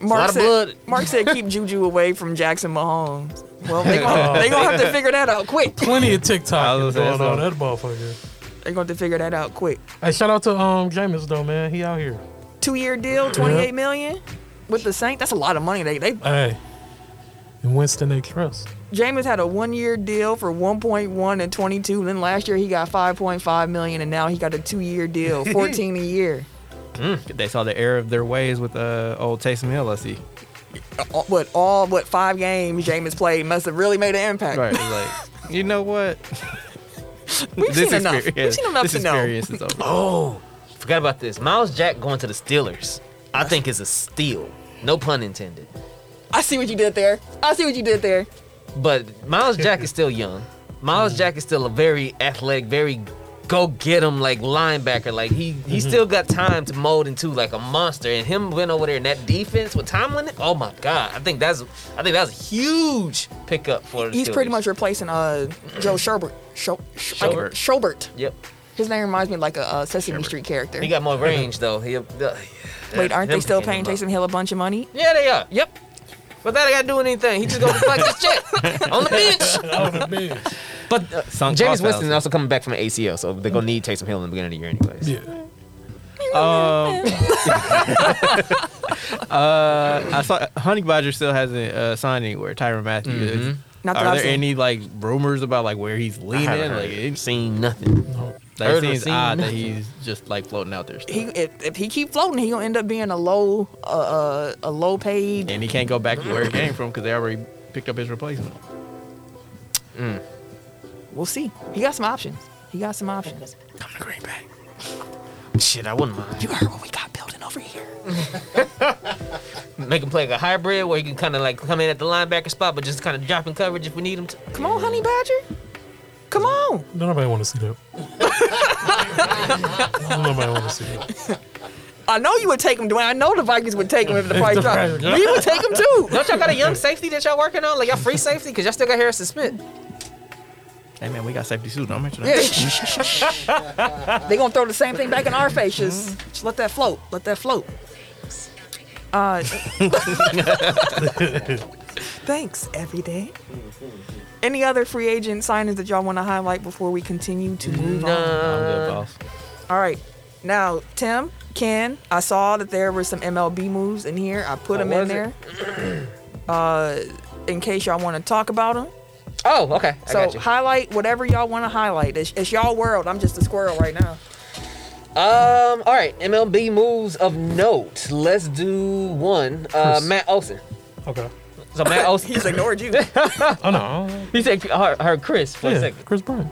[SPEAKER 2] lot
[SPEAKER 1] Mark
[SPEAKER 2] of
[SPEAKER 1] said,
[SPEAKER 2] blood.
[SPEAKER 1] Mark said, "Keep Juju away from Jackson Mahomes." Well,
[SPEAKER 3] (laughs)
[SPEAKER 1] they're gonna, they gonna have to figure that out quick.
[SPEAKER 3] plenty of
[SPEAKER 4] I
[SPEAKER 3] TikTok
[SPEAKER 4] was
[SPEAKER 3] is going
[SPEAKER 4] gonna say,
[SPEAKER 3] on that
[SPEAKER 4] that's
[SPEAKER 3] motherfucker.
[SPEAKER 1] They're gonna have to figure that out quick.
[SPEAKER 3] Hey, shout out to um Jameis though, man. He out here.
[SPEAKER 1] two year deal, twenty eight million with the Saints. That's a lot of money. They they
[SPEAKER 3] Hey, and Winston they trust.
[SPEAKER 1] Jameis had a one year deal for one point one and twenty two. Then last year he got five point five million, and now he got a two year deal, fourteen a year.
[SPEAKER 4] They saw the error of their ways with uh, old Taysom Hill. I see.
[SPEAKER 1] All- What all what five games Jameis played must have really made an impact.
[SPEAKER 4] Right. It's like you know what?
[SPEAKER 1] (laughs) We've seen enough. We've
[SPEAKER 4] experience-
[SPEAKER 1] seen enough
[SPEAKER 4] this
[SPEAKER 1] to know.
[SPEAKER 4] experience is over.
[SPEAKER 2] Oh, forgot about this. Miles Jack going to the Steelers. I think is a steal. No pun intended.
[SPEAKER 1] I see what you did there. I see what you did there.
[SPEAKER 2] But Miles Jack is still young.
[SPEAKER 1] Mm-hmm.
[SPEAKER 2] Miles Jack is still a very athletic, very go get him like linebacker. Like he he
[SPEAKER 1] Mm-hmm.
[SPEAKER 2] still got time to mold into like a monster. And him went over there in that defense with Tomlin. Oh my God, I think that's I think that's a huge pickup for the
[SPEAKER 1] He's pretty
[SPEAKER 2] Steelers.
[SPEAKER 1] much replacing uh Joe Sherbert. Sho- Sh- I can-
[SPEAKER 4] Schobert.
[SPEAKER 1] Schobert.
[SPEAKER 2] Yep,
[SPEAKER 1] His name reminds me of like a, uh Sesame Street character.
[SPEAKER 2] he got more range though. He, uh,
[SPEAKER 1] Wait, aren't they
[SPEAKER 2] him
[SPEAKER 1] still paying
[SPEAKER 2] picking
[SPEAKER 1] Taysom
[SPEAKER 2] him up.
[SPEAKER 1] Hill a bunch of money? (laughs)
[SPEAKER 2] Yeah, they are. Yep. But that ain't got to do with anything. He just gonna collect his check on the bench.
[SPEAKER 3] On the bench.
[SPEAKER 2] But uh,
[SPEAKER 4] Sunk
[SPEAKER 2] James
[SPEAKER 4] cost
[SPEAKER 2] Winston
[SPEAKER 4] fallacy.
[SPEAKER 2] also coming back from an ACL, so they're gonna need Taysom Hill in the beginning of the year, anyways.
[SPEAKER 3] Yeah.
[SPEAKER 1] (laughs)
[SPEAKER 4] Um, (laughs) uh, I saw Honey Badger still hasn't uh, signed anywhere. Tyron Matthew is.
[SPEAKER 1] Mm-hmm. Not that
[SPEAKER 4] Are
[SPEAKER 1] I've
[SPEAKER 4] there
[SPEAKER 1] seen.
[SPEAKER 4] any like rumors about like where he's
[SPEAKER 2] I
[SPEAKER 4] leaning?
[SPEAKER 2] haven't
[SPEAKER 4] Like
[SPEAKER 2] heard,
[SPEAKER 4] it
[SPEAKER 2] seen nothing.
[SPEAKER 4] like,
[SPEAKER 2] Heard or
[SPEAKER 4] seems
[SPEAKER 2] seen
[SPEAKER 4] odd that
[SPEAKER 2] nothing.
[SPEAKER 4] he's just like floating out there. Still.
[SPEAKER 1] he if, if he keep floating, he gonna end up being a low uh, uh, a low paid.
[SPEAKER 4] and he can't go back to where he came from because they already picked up his replacement.
[SPEAKER 1] We'll see. He got some options. He got some options.
[SPEAKER 4] Come to Green Bay.
[SPEAKER 2] Shit, I wouldn't mind.
[SPEAKER 1] You heard what we got building over here.
[SPEAKER 2] Make him play like a hybrid where he can kind of like come in at the linebacker spot, but just kind of drop in coverage if we need him to.
[SPEAKER 1] Come on, honey badger. Come on.
[SPEAKER 4] (laughs)
[SPEAKER 3] Don't nobody want to see that. Don't nobody want to see that.
[SPEAKER 1] I know you would take him, Dwayne. I know the Vikings would take him if the price
[SPEAKER 3] the
[SPEAKER 1] dropped.
[SPEAKER 3] price-
[SPEAKER 1] We would take him too.
[SPEAKER 2] Don't y'all got a young safety that y'all working on? Like y'all free safety? Because y'all still got Harrison Smith.
[SPEAKER 5] Hey man, we got safety suit. Don't mention that.
[SPEAKER 1] Yeah. they gonna throw the same thing back in our face. Just, just let that float. Let that float. Uh, (laughs) thanks, every day. Any other free agent signings that y'all want to highlight before we continue to move on?
[SPEAKER 5] I'm good, boss.
[SPEAKER 1] All right. Now, Tim, Ken, I saw that there were some MLB moves in here. I put
[SPEAKER 2] Oh,
[SPEAKER 1] them in
[SPEAKER 2] was
[SPEAKER 1] there uh, in case y'all want to talk about them.
[SPEAKER 2] Oh, okay. I
[SPEAKER 1] So
[SPEAKER 2] got you.
[SPEAKER 1] highlight whatever y'all want to highlight. It's, it's y'all world. I'm just a squirrel right now.
[SPEAKER 2] Um, all right. MLB moves of note. Let's do one. Uh,
[SPEAKER 3] Chris.
[SPEAKER 2] Matt Olson.
[SPEAKER 3] Okay.
[SPEAKER 2] So (laughs) Matt Olson.
[SPEAKER 1] He's ignored you.
[SPEAKER 3] Oh no.
[SPEAKER 2] he said, uh, "Her, her Chris." For a
[SPEAKER 3] Yeah.
[SPEAKER 2] second.
[SPEAKER 3] Chris Bryant.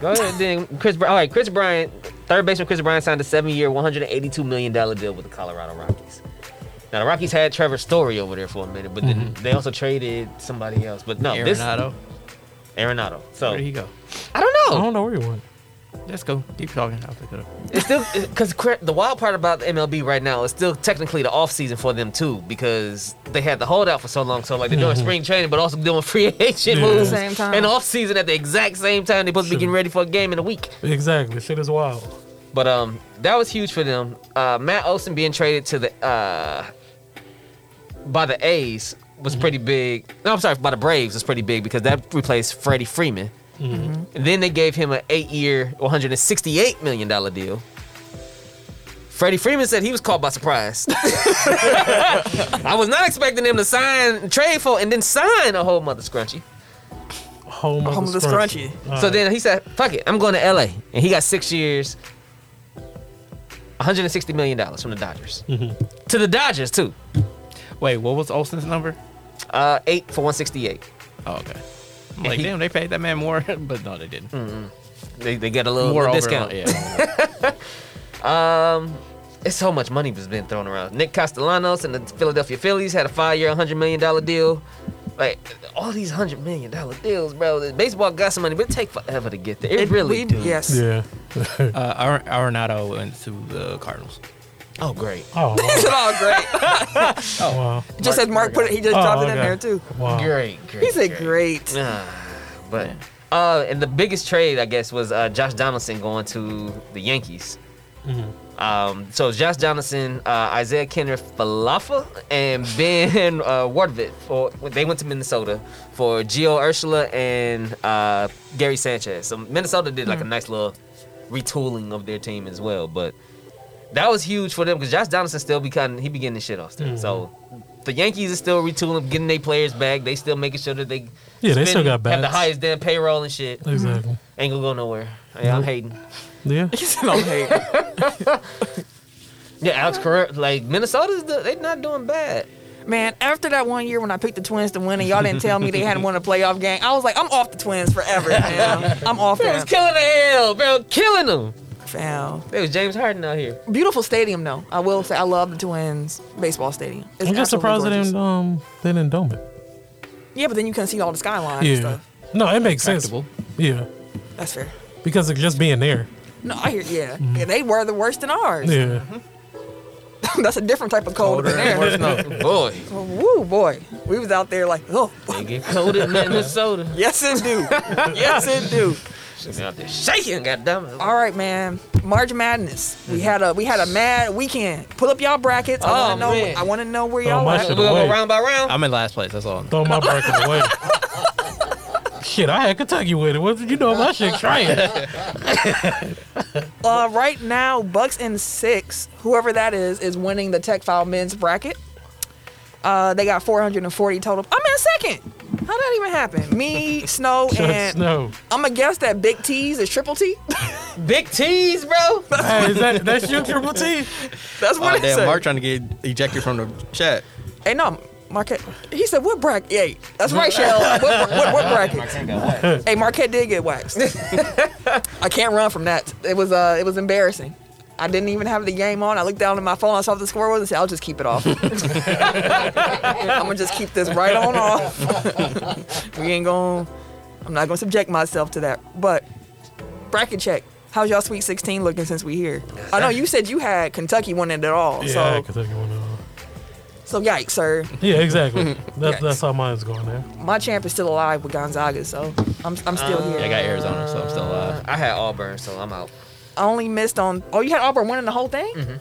[SPEAKER 2] Go ahead. Then Chris. Bry- All right. Chris Bryant, third baseman Chris Bryant signed a seven-year, 182 million dollar deal with the Colorado Rockies. Now the Rockies had Trevor Story over there for a minute, but then they also traded somebody else. But no, this
[SPEAKER 5] Mm-hmm. Arenado.
[SPEAKER 2] Arenado. So
[SPEAKER 5] Where did he go?
[SPEAKER 2] I don't
[SPEAKER 4] Oh.
[SPEAKER 2] know.
[SPEAKER 3] I don't know where he went.
[SPEAKER 5] Let's go. Keep talking. I'll pick it up.
[SPEAKER 2] It's still because the wild part about the MLB right now is still technically the off season for them too because they had the holdout for so long. So like they're
[SPEAKER 5] Mm-hmm.
[SPEAKER 2] doing spring training, but also doing free (laughs) agent
[SPEAKER 3] Yeah.
[SPEAKER 2] moves
[SPEAKER 1] Same time.
[SPEAKER 2] and off season at the exact same time. They're supposed to be
[SPEAKER 3] Sure.
[SPEAKER 2] getting ready for a game in a week.
[SPEAKER 3] Exactly. Shit is wild.
[SPEAKER 2] But um, that was huge for them. Uh, Matt Olson being traded to the uh, by the A's was pretty big. No, I'm sorry, by the Braves was pretty big because that replaced Freddie Freeman. And then they gave him an eight-year, 168 million dollar deal. Freddie Freeman said he was caught by surprise. (laughs) I was not expecting them to sign, trade for, and then sign a whole mother scrunchie.
[SPEAKER 3] Home,
[SPEAKER 1] Home
[SPEAKER 3] of
[SPEAKER 1] of
[SPEAKER 3] the
[SPEAKER 1] the
[SPEAKER 3] scrunchy.
[SPEAKER 1] scrunchy.
[SPEAKER 3] All
[SPEAKER 2] So
[SPEAKER 3] right.
[SPEAKER 2] then he said, "Fuck it, I'm going to LA," and he got six years, 160 million dollars from the Dodgers to the Dodgers too.
[SPEAKER 5] Wait, what was Olsen's number?
[SPEAKER 2] Uh, eight for 168.
[SPEAKER 5] Oh, okay. I'm
[SPEAKER 2] (laughs)
[SPEAKER 5] like,
[SPEAKER 2] He-
[SPEAKER 5] damn, they paid that man more, (laughs) but no, they didn't.
[SPEAKER 4] Mm.
[SPEAKER 2] They, they get a little,
[SPEAKER 5] More
[SPEAKER 2] little
[SPEAKER 5] over-
[SPEAKER 2] discount.
[SPEAKER 4] (laughs)
[SPEAKER 5] Yeah.
[SPEAKER 2] It's so much money that's been thrown around. Nick Castellanos and the Philadelphia Phillies had a five-year, 100 million dollar deal. Like all these hundred million dollar deals, bro. Baseball got some money, but it take forever to get there. It, really
[SPEAKER 1] we-
[SPEAKER 2] do.
[SPEAKER 1] Yes. (laughs)
[SPEAKER 3] Yeah.
[SPEAKER 5] uh, Ar- Arenado went to the Cardinals.
[SPEAKER 2] Oh, great.
[SPEAKER 3] Oh
[SPEAKER 1] It's all great. Oh.
[SPEAKER 3] wow. wow.
[SPEAKER 1] It just said Mark put it. He just
[SPEAKER 3] Oh,
[SPEAKER 1] dropped it in
[SPEAKER 3] okay.
[SPEAKER 1] there too.
[SPEAKER 3] Wow.
[SPEAKER 2] Great, great.
[SPEAKER 1] He said great.
[SPEAKER 2] Ah, but uh, and the biggest trade I guess was uh, Josh Donaldson going to the Yankees. Um, so Josh Donaldson, uh, Isaiah Kendrick Falafa, and Ben uh, Wardvit for they went to Minnesota for Gio Ursula and uh, Gary Sanchez. So Minnesota did like a nice little retooling of their team as well, but that was huge for them because Josh Donaldson still be kind he be getting his shit off still. So the Yankees are still retooling, getting their players back. They still making sure that they
[SPEAKER 3] Yeah, they still got
[SPEAKER 2] have the
[SPEAKER 3] bats.
[SPEAKER 2] highest damn payroll and shit.
[SPEAKER 3] Exactly.
[SPEAKER 2] Ain't gonna go nowhere. Yeah, I'm
[SPEAKER 3] Nope.
[SPEAKER 2] hating.
[SPEAKER 3] Yeah.
[SPEAKER 1] (laughs) He said I'm hating.
[SPEAKER 2] Yeah, Alex Carrera. Like Minnesota's, the, they not doing bad.
[SPEAKER 1] Man, after that one year when I picked the Twins to win and y'all didn't tell me they hadn't won a playoff game, I was like, I'm off the Twins forever, man. I'm off
[SPEAKER 2] They was
[SPEAKER 1] them.
[SPEAKER 2] killing the hell, bro, killing them.
[SPEAKER 1] Fam.
[SPEAKER 2] There was James Harden out here.
[SPEAKER 1] Beautiful stadium though. I will say I love the Twins baseball stadium. It's
[SPEAKER 3] I'm just
[SPEAKER 1] absolutely
[SPEAKER 3] surprised they didn't
[SPEAKER 1] gorgeous.
[SPEAKER 3] um they didn't dome it.
[SPEAKER 1] Yeah, but then you can see all the skyline and
[SPEAKER 3] Yeah.
[SPEAKER 1] stuff.
[SPEAKER 3] No, it makes sense.
[SPEAKER 5] Tractable.
[SPEAKER 3] Yeah.
[SPEAKER 1] That's fair.
[SPEAKER 3] Because of just being there.
[SPEAKER 1] No, I hear. Yeah, yeah they were the worst than ours.
[SPEAKER 3] Mm-hmm. Yeah.
[SPEAKER 1] (laughs) That's a different type of cold. in there.
[SPEAKER 2] (laughs) Boy,
[SPEAKER 1] Woo boy, we was out there like, oh,
[SPEAKER 2] they get cold in Minnesota.
[SPEAKER 1] yes it do, yes it do.
[SPEAKER 2] They out there shaking, goddamn it.
[SPEAKER 1] All right, man. March Madness. We had a we had a mad weekend. Pull up y'all brackets. I
[SPEAKER 2] Oh,
[SPEAKER 1] want to know.
[SPEAKER 2] man.
[SPEAKER 1] I want to know where
[SPEAKER 3] Oh,
[SPEAKER 1] y'all
[SPEAKER 3] my
[SPEAKER 1] at.
[SPEAKER 2] We
[SPEAKER 3] shit.
[SPEAKER 2] gonna go
[SPEAKER 3] Wait.
[SPEAKER 2] round by round.
[SPEAKER 5] I'm in last place. That's all.
[SPEAKER 1] (laughs)
[SPEAKER 3] Throw my bracket away. Shit, I had Kentucky with it. What you know my shit
[SPEAKER 1] (laughs)
[SPEAKER 3] trying?
[SPEAKER 1] Uh, right now, Bucks and six, whoever that is, is winning the Tech File men's bracket. Uh, they got 440 total. I'm in second. How that even happen? Me, Snow, and
[SPEAKER 3] Snow.
[SPEAKER 1] I'm gonna guess that Big T's is triple T. (laughs)
[SPEAKER 2] Big T's, bro.
[SPEAKER 3] Hey, is that that's your
[SPEAKER 1] (laughs)
[SPEAKER 3] triple T?
[SPEAKER 1] That's what
[SPEAKER 5] Oh,
[SPEAKER 1] it said.
[SPEAKER 5] damn, Mark trying to get ejected from the chat.
[SPEAKER 1] Hey, no, Marquette. He said, "What bracket?" Yeah, that's right, Shell. What, what, what, what bracket? hey, Marquette did get waxed. I can't run from that. It was uh, it was embarrassing. I didn't even have the game on. I looked down at my phone. I saw what the score was and said, "I'll just keep it off. (laughs) I'm gonna just keep this right on off. (laughs) we ain't gonna. I'm not gonna subject myself to that. But bracket check. How's y'all Sweet 16 looking since we here? I know you said you had Kentucky winning it all.
[SPEAKER 3] Yeah,
[SPEAKER 1] so,
[SPEAKER 3] Kentucky won it all.
[SPEAKER 1] so yikes, sir. (laughs)
[SPEAKER 3] Yeah, exactly. That,
[SPEAKER 1] Yikes.
[SPEAKER 3] that's how mine's going there.
[SPEAKER 1] My champ is still alive with Gonzaga, so I'm, I'm still
[SPEAKER 3] Oh.
[SPEAKER 1] here.
[SPEAKER 4] Yeah, I got Arizona, so I'm still
[SPEAKER 5] (laughs)
[SPEAKER 4] uh, alive.
[SPEAKER 2] Uh, I had Auburn, so I'm out.
[SPEAKER 1] I only missed on. Oh, you had Auburn winning the whole thing?
[SPEAKER 3] Mm-hmm.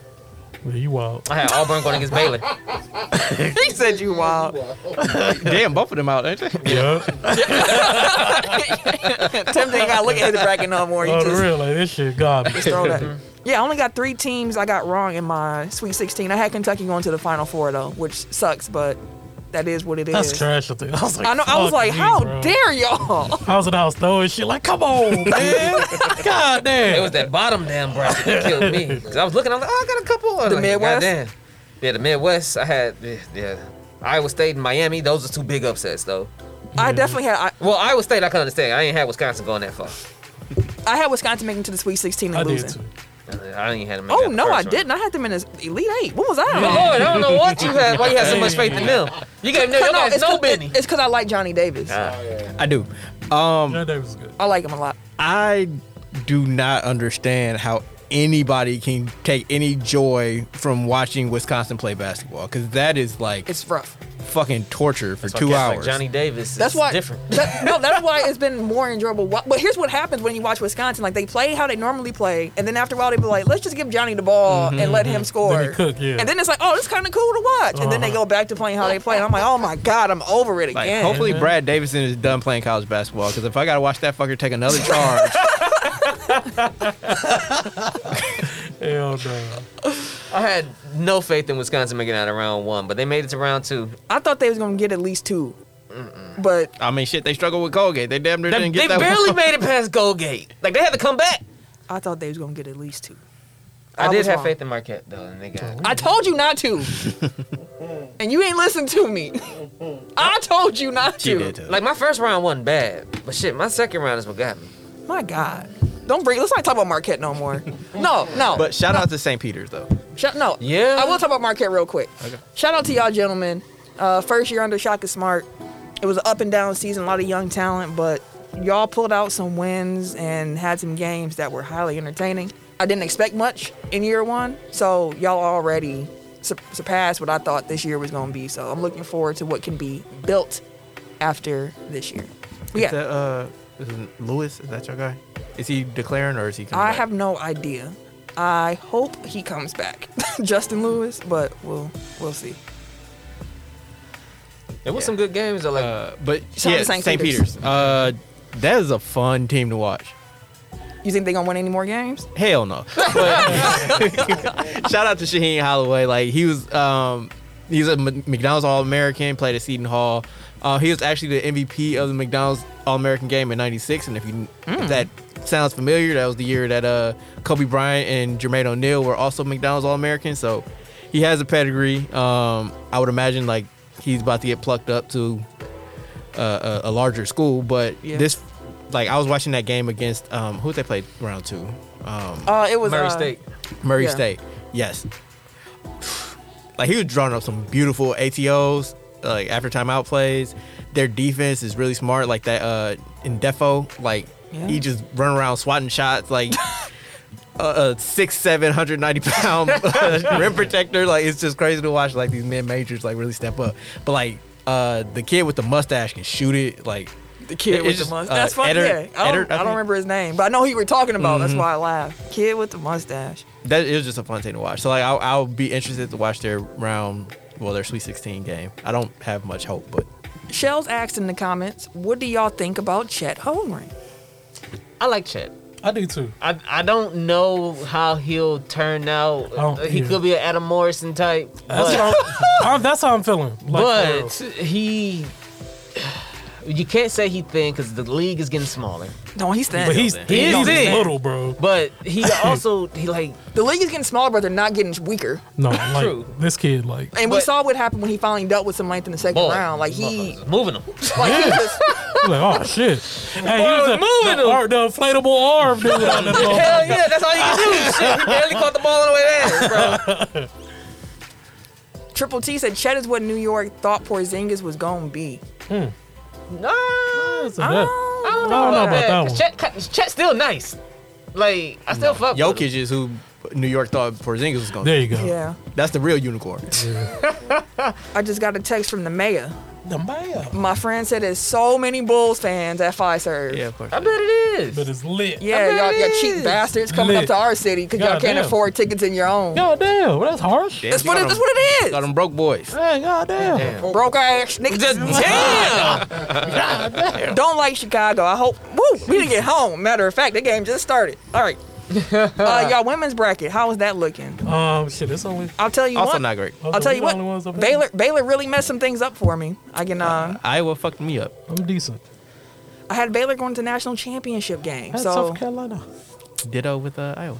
[SPEAKER 3] Yeah, you wild.
[SPEAKER 2] I had Auburn going against Baylor.
[SPEAKER 1] (laughs) he said you
[SPEAKER 2] (laughs)
[SPEAKER 1] wild. (laughs)
[SPEAKER 4] Damn, both of them out, ain't they?
[SPEAKER 3] Yeah.
[SPEAKER 1] Tim didn't gotta look at the bracket no more. You
[SPEAKER 3] Oh, Mm-hmm. the
[SPEAKER 1] just
[SPEAKER 3] real, like, this shit
[SPEAKER 1] (laughs)
[SPEAKER 3] garbage.
[SPEAKER 1] throw that. Yeah, I only got three teams I got wrong in my Sweet 16. I had Kentucky going to the Final Four though, which sucks, but that is what it is.
[SPEAKER 3] That's trash. I think. I was like,
[SPEAKER 1] I know. I was
[SPEAKER 3] fuck
[SPEAKER 1] like,
[SPEAKER 3] you,
[SPEAKER 1] how
[SPEAKER 3] bro.
[SPEAKER 1] dare y'all? (laughs)
[SPEAKER 3] I was in the house throwing shit. Like, come on, man. God damn.
[SPEAKER 2] It was that bottom damn bracket that killed me. 'Cause I was looking, I was like, oh, I got a couple. I was
[SPEAKER 1] The
[SPEAKER 2] like,
[SPEAKER 1] Midwest?
[SPEAKER 2] Goddamn. Yeah, the Midwest. I had yeah, yeah. Iowa State and Miami. Those are two big upsets though.
[SPEAKER 1] I definitely had. I,
[SPEAKER 2] Well, Iowa State I can understand. I ain't had Wisconsin going that far. Uh,
[SPEAKER 1] I had Wisconsin making it to the Sweet 16 and
[SPEAKER 3] I
[SPEAKER 1] losing.
[SPEAKER 3] did too.
[SPEAKER 2] I ain't had them.
[SPEAKER 1] Oh no, I didn't. I had them in the Elite Eight. When was I?
[SPEAKER 2] Oh, Lord, I don't know what you had. Why you had so much faith in them? You got no,
[SPEAKER 1] No,
[SPEAKER 2] you
[SPEAKER 1] no,
[SPEAKER 2] got
[SPEAKER 1] it's
[SPEAKER 2] no Ah,
[SPEAKER 1] 'cause-
[SPEAKER 2] Benny.
[SPEAKER 1] It's because I like Johnny Davis.
[SPEAKER 4] (laughs) I do. Um,
[SPEAKER 3] Yeah, that was good.
[SPEAKER 1] I like him a lot.
[SPEAKER 4] I do not understand how anybody can take any joy from watching Wisconsin play basketball because that is like
[SPEAKER 1] It's rough.
[SPEAKER 4] fucking torture for
[SPEAKER 2] So I
[SPEAKER 4] two
[SPEAKER 2] guess, like,
[SPEAKER 4] hours.
[SPEAKER 2] Johnny Davis.
[SPEAKER 1] That's
[SPEAKER 2] is
[SPEAKER 1] why.
[SPEAKER 2] different.
[SPEAKER 1] that- no, that's why it's been more enjoyable. Wa- But here's what happens when you watch Wisconsin: like they play how they normally play, and then after a while they be like, "Let's just give Johnny the ball and let him score."
[SPEAKER 3] he cook, yeah.
[SPEAKER 1] And then it's like, "Oh, it's kind of cool to watch." And then they go back to playing how they play. And I'm like, "Oh my god, I'm over it
[SPEAKER 4] like,
[SPEAKER 1] again."
[SPEAKER 4] hopefully Brad Davidson is done playing college basketball because if I gotta watch that fucker
[SPEAKER 1] (laughs)
[SPEAKER 4] take another charge,
[SPEAKER 3] Hell no.
[SPEAKER 2] I had no faith in Wisconsin making out of round one, but they made it to round two.
[SPEAKER 1] I thought they was gonna get at least 2 but
[SPEAKER 4] I mean shit, they struggle with Colgate. They damn near
[SPEAKER 2] They,
[SPEAKER 4] didn't get
[SPEAKER 2] they
[SPEAKER 4] that.
[SPEAKER 2] barely
[SPEAKER 4] one.
[SPEAKER 2] made it past Goldgate. Like they had to come back.
[SPEAKER 1] I thought they was gonna get at least two.
[SPEAKER 2] I, did
[SPEAKER 1] was
[SPEAKER 2] have
[SPEAKER 1] wrong.
[SPEAKER 2] faith in Marquette though, and they got.
[SPEAKER 1] I told you not to, and you ain't listen to me. I told you not to.
[SPEAKER 4] She did too.
[SPEAKER 2] Like my first round wasn't bad, but shit, my second round is what got me.
[SPEAKER 1] My God. Don't bring. Let's not talk about Marquette no
[SPEAKER 4] (laughs)
[SPEAKER 1] more. No, no.
[SPEAKER 4] But shout out to St. Peter's though.
[SPEAKER 1] Shout, no.
[SPEAKER 2] Yeah.
[SPEAKER 1] I will talk about Marquette real quick.
[SPEAKER 4] Okay.
[SPEAKER 1] Shout out to y'all, gentlemen. Uh, first year under Shaka Smart. It was an up and down season, a lot of young talent, but y'all pulled out some wins and had some games that were highly entertaining. I didn't expect much in year one, so y'all already su- surpassed what I thought this year was going to be. So I'm looking forward to what can be built after this year.
[SPEAKER 4] Is
[SPEAKER 1] Yeah,
[SPEAKER 4] that, uh, is it Lewis? Is that your guy? Is he declaring or is he? coming
[SPEAKER 1] I
[SPEAKER 4] back?
[SPEAKER 1] have no idea. I hope he comes back, (laughs) Justin Lewis, but we'll we'll see.
[SPEAKER 2] There was some good games though. Like
[SPEAKER 4] Uh, but
[SPEAKER 1] Shout out
[SPEAKER 4] yeah,
[SPEAKER 1] to St.
[SPEAKER 4] St. Peter's. Uh, that is a fun team to watch.
[SPEAKER 1] You think they gonna win any more games?
[SPEAKER 4] Hell no. (laughs) But shout out to Shaheen Holloway. Like he was, um, he was a M- McDonald's All American. Played at Seton Hall. Uh, he was actually the MVP of the McDonald's All American game in '96. And if you if that sounds familiar, that was the year that uh, Kobe Bryant and Jermaine O'Neal were also McDonald's All Americans. So he has a pedigree. Um, I would imagine like he's about to get plucked up to uh, a, a larger school. But
[SPEAKER 1] Yeah.
[SPEAKER 4] this, like, I was watching that game against um, who they played round two. Um,
[SPEAKER 1] Uh, it was
[SPEAKER 2] Murray
[SPEAKER 1] uh,
[SPEAKER 2] State.
[SPEAKER 4] Murray
[SPEAKER 1] Yeah.
[SPEAKER 4] State. Yes. Like he was drawing up some beautiful ATOs, like after timeout plays. Their defense is really smart. Like that uh in Defo, like
[SPEAKER 1] Yeah.
[SPEAKER 4] he just run around swatting shots like (laughs) a, a six, seven hundred ninety pound (laughs) uh, rim protector. Like it's just crazy to watch like these mid majors like really step up. But like uh the kid with the mustache can shoot it like
[SPEAKER 1] The kid
[SPEAKER 4] It's
[SPEAKER 1] with
[SPEAKER 4] just,
[SPEAKER 1] the mustache.
[SPEAKER 4] uh,
[SPEAKER 1] That's funny.
[SPEAKER 4] Eddard-
[SPEAKER 1] yeah, I don't,
[SPEAKER 4] Eddard,
[SPEAKER 1] I
[SPEAKER 4] I
[SPEAKER 1] don't
[SPEAKER 4] think.
[SPEAKER 1] remember his name, but I know who you were talking about. That's why I laughed. Kid with the mustache.
[SPEAKER 4] that is just a fun thing to watch. So like I'll, I'll be interested to watch their round, well their Sweet 16 game. I don't have much hope, but
[SPEAKER 1] Shells asked in the comments, "What do y'all think about Chet Holmgren?"
[SPEAKER 2] I like Chet.
[SPEAKER 3] I do too.
[SPEAKER 2] I, I don't know how he'll turn out.
[SPEAKER 3] Oh,
[SPEAKER 2] he
[SPEAKER 3] yeah.
[SPEAKER 2] could be an Adam Morrison type,
[SPEAKER 3] That's,
[SPEAKER 2] but,
[SPEAKER 3] how, I'm, that's how I'm feeling. Like, for real.
[SPEAKER 2] but he. You can't say he thin because the league is getting smaller.
[SPEAKER 1] No, he's thin.
[SPEAKER 3] but he's,
[SPEAKER 2] He is
[SPEAKER 3] he's
[SPEAKER 2] big.
[SPEAKER 3] little, bro.
[SPEAKER 2] But (laughs) he also he like
[SPEAKER 1] the league is getting smaller, but they're not getting weaker.
[SPEAKER 3] No, like
[SPEAKER 2] True.
[SPEAKER 3] this kid, like
[SPEAKER 1] And we
[SPEAKER 2] But-
[SPEAKER 1] saw what happened when he finally dealt with some length in the second
[SPEAKER 2] boy,
[SPEAKER 1] round. Like he,
[SPEAKER 2] moving him.
[SPEAKER 1] like he just,
[SPEAKER 3] I'm like, oh
[SPEAKER 2] (laughs)
[SPEAKER 3] shit. Hey, he
[SPEAKER 2] was
[SPEAKER 3] was the,
[SPEAKER 2] moving
[SPEAKER 3] the,
[SPEAKER 2] him.
[SPEAKER 3] ar- the inflatable arm dude on that
[SPEAKER 2] (laughs)
[SPEAKER 3] ball.
[SPEAKER 2] Hell yeah, that's all you can do.
[SPEAKER 1] (laughs)
[SPEAKER 2] Shit, he barely caught the ball on the way there, bro.
[SPEAKER 1] Triple T said Chet is what New York thought Porzingis was gonna be.
[SPEAKER 2] No, I
[SPEAKER 3] That's enough.
[SPEAKER 1] Oh,
[SPEAKER 2] don't know,
[SPEAKER 3] I don't know
[SPEAKER 2] about
[SPEAKER 3] about
[SPEAKER 2] that.
[SPEAKER 3] that
[SPEAKER 2] 'cause
[SPEAKER 3] one.
[SPEAKER 2] Chet, Chet's still nice. Like I still fuck. with him.
[SPEAKER 5] Jokic is who New York thought Porzingis was going. to
[SPEAKER 3] There you go.
[SPEAKER 1] Yeah.
[SPEAKER 5] That's the real unicorn.
[SPEAKER 1] I just got a text from the mayor.
[SPEAKER 3] The man.
[SPEAKER 1] My friend said there's so many Bulls fans at Fiserv.
[SPEAKER 5] yeah, of course.
[SPEAKER 2] I bet it is.
[SPEAKER 3] But it's lit.
[SPEAKER 1] Yeah,
[SPEAKER 2] I bet
[SPEAKER 1] y'all, y'all
[SPEAKER 2] it
[SPEAKER 1] cheap
[SPEAKER 2] is.
[SPEAKER 1] bastards coming
[SPEAKER 3] Lit.
[SPEAKER 1] up to our city because y'all can't
[SPEAKER 3] Goddamn.
[SPEAKER 1] afford tickets in your own.
[SPEAKER 3] God damn. Well, that's harsh.
[SPEAKER 5] Damn,
[SPEAKER 1] That's
[SPEAKER 5] you
[SPEAKER 1] what
[SPEAKER 5] got
[SPEAKER 1] it- that's
[SPEAKER 5] them-
[SPEAKER 1] what it is.
[SPEAKER 5] Got them broke boys.
[SPEAKER 3] Man, God damn.
[SPEAKER 2] Damn.
[SPEAKER 1] Broke ass (laughs) niggas.
[SPEAKER 2] Damn.
[SPEAKER 1] Don't like Chicago. I hope. Woo, we didn't get home. Matter of fact, the game just started. All
[SPEAKER 2] (laughs)
[SPEAKER 1] right. Uh, y'all women's bracket. How is that looking?
[SPEAKER 3] Um, shit, it's only.
[SPEAKER 1] I'll tell you
[SPEAKER 5] Also
[SPEAKER 1] what.
[SPEAKER 5] not great.
[SPEAKER 1] I'll tell you
[SPEAKER 3] We're the only ones
[SPEAKER 1] what.
[SPEAKER 3] up there.
[SPEAKER 1] Baylor Baylor really messed some things up for me. I can. Uh,
[SPEAKER 5] Iowa fucked me up.
[SPEAKER 3] I'm decent.
[SPEAKER 1] I had Baylor going to national championship game.
[SPEAKER 3] That's
[SPEAKER 1] So
[SPEAKER 3] South Carolina.
[SPEAKER 5] Ditto with uh, Iowa.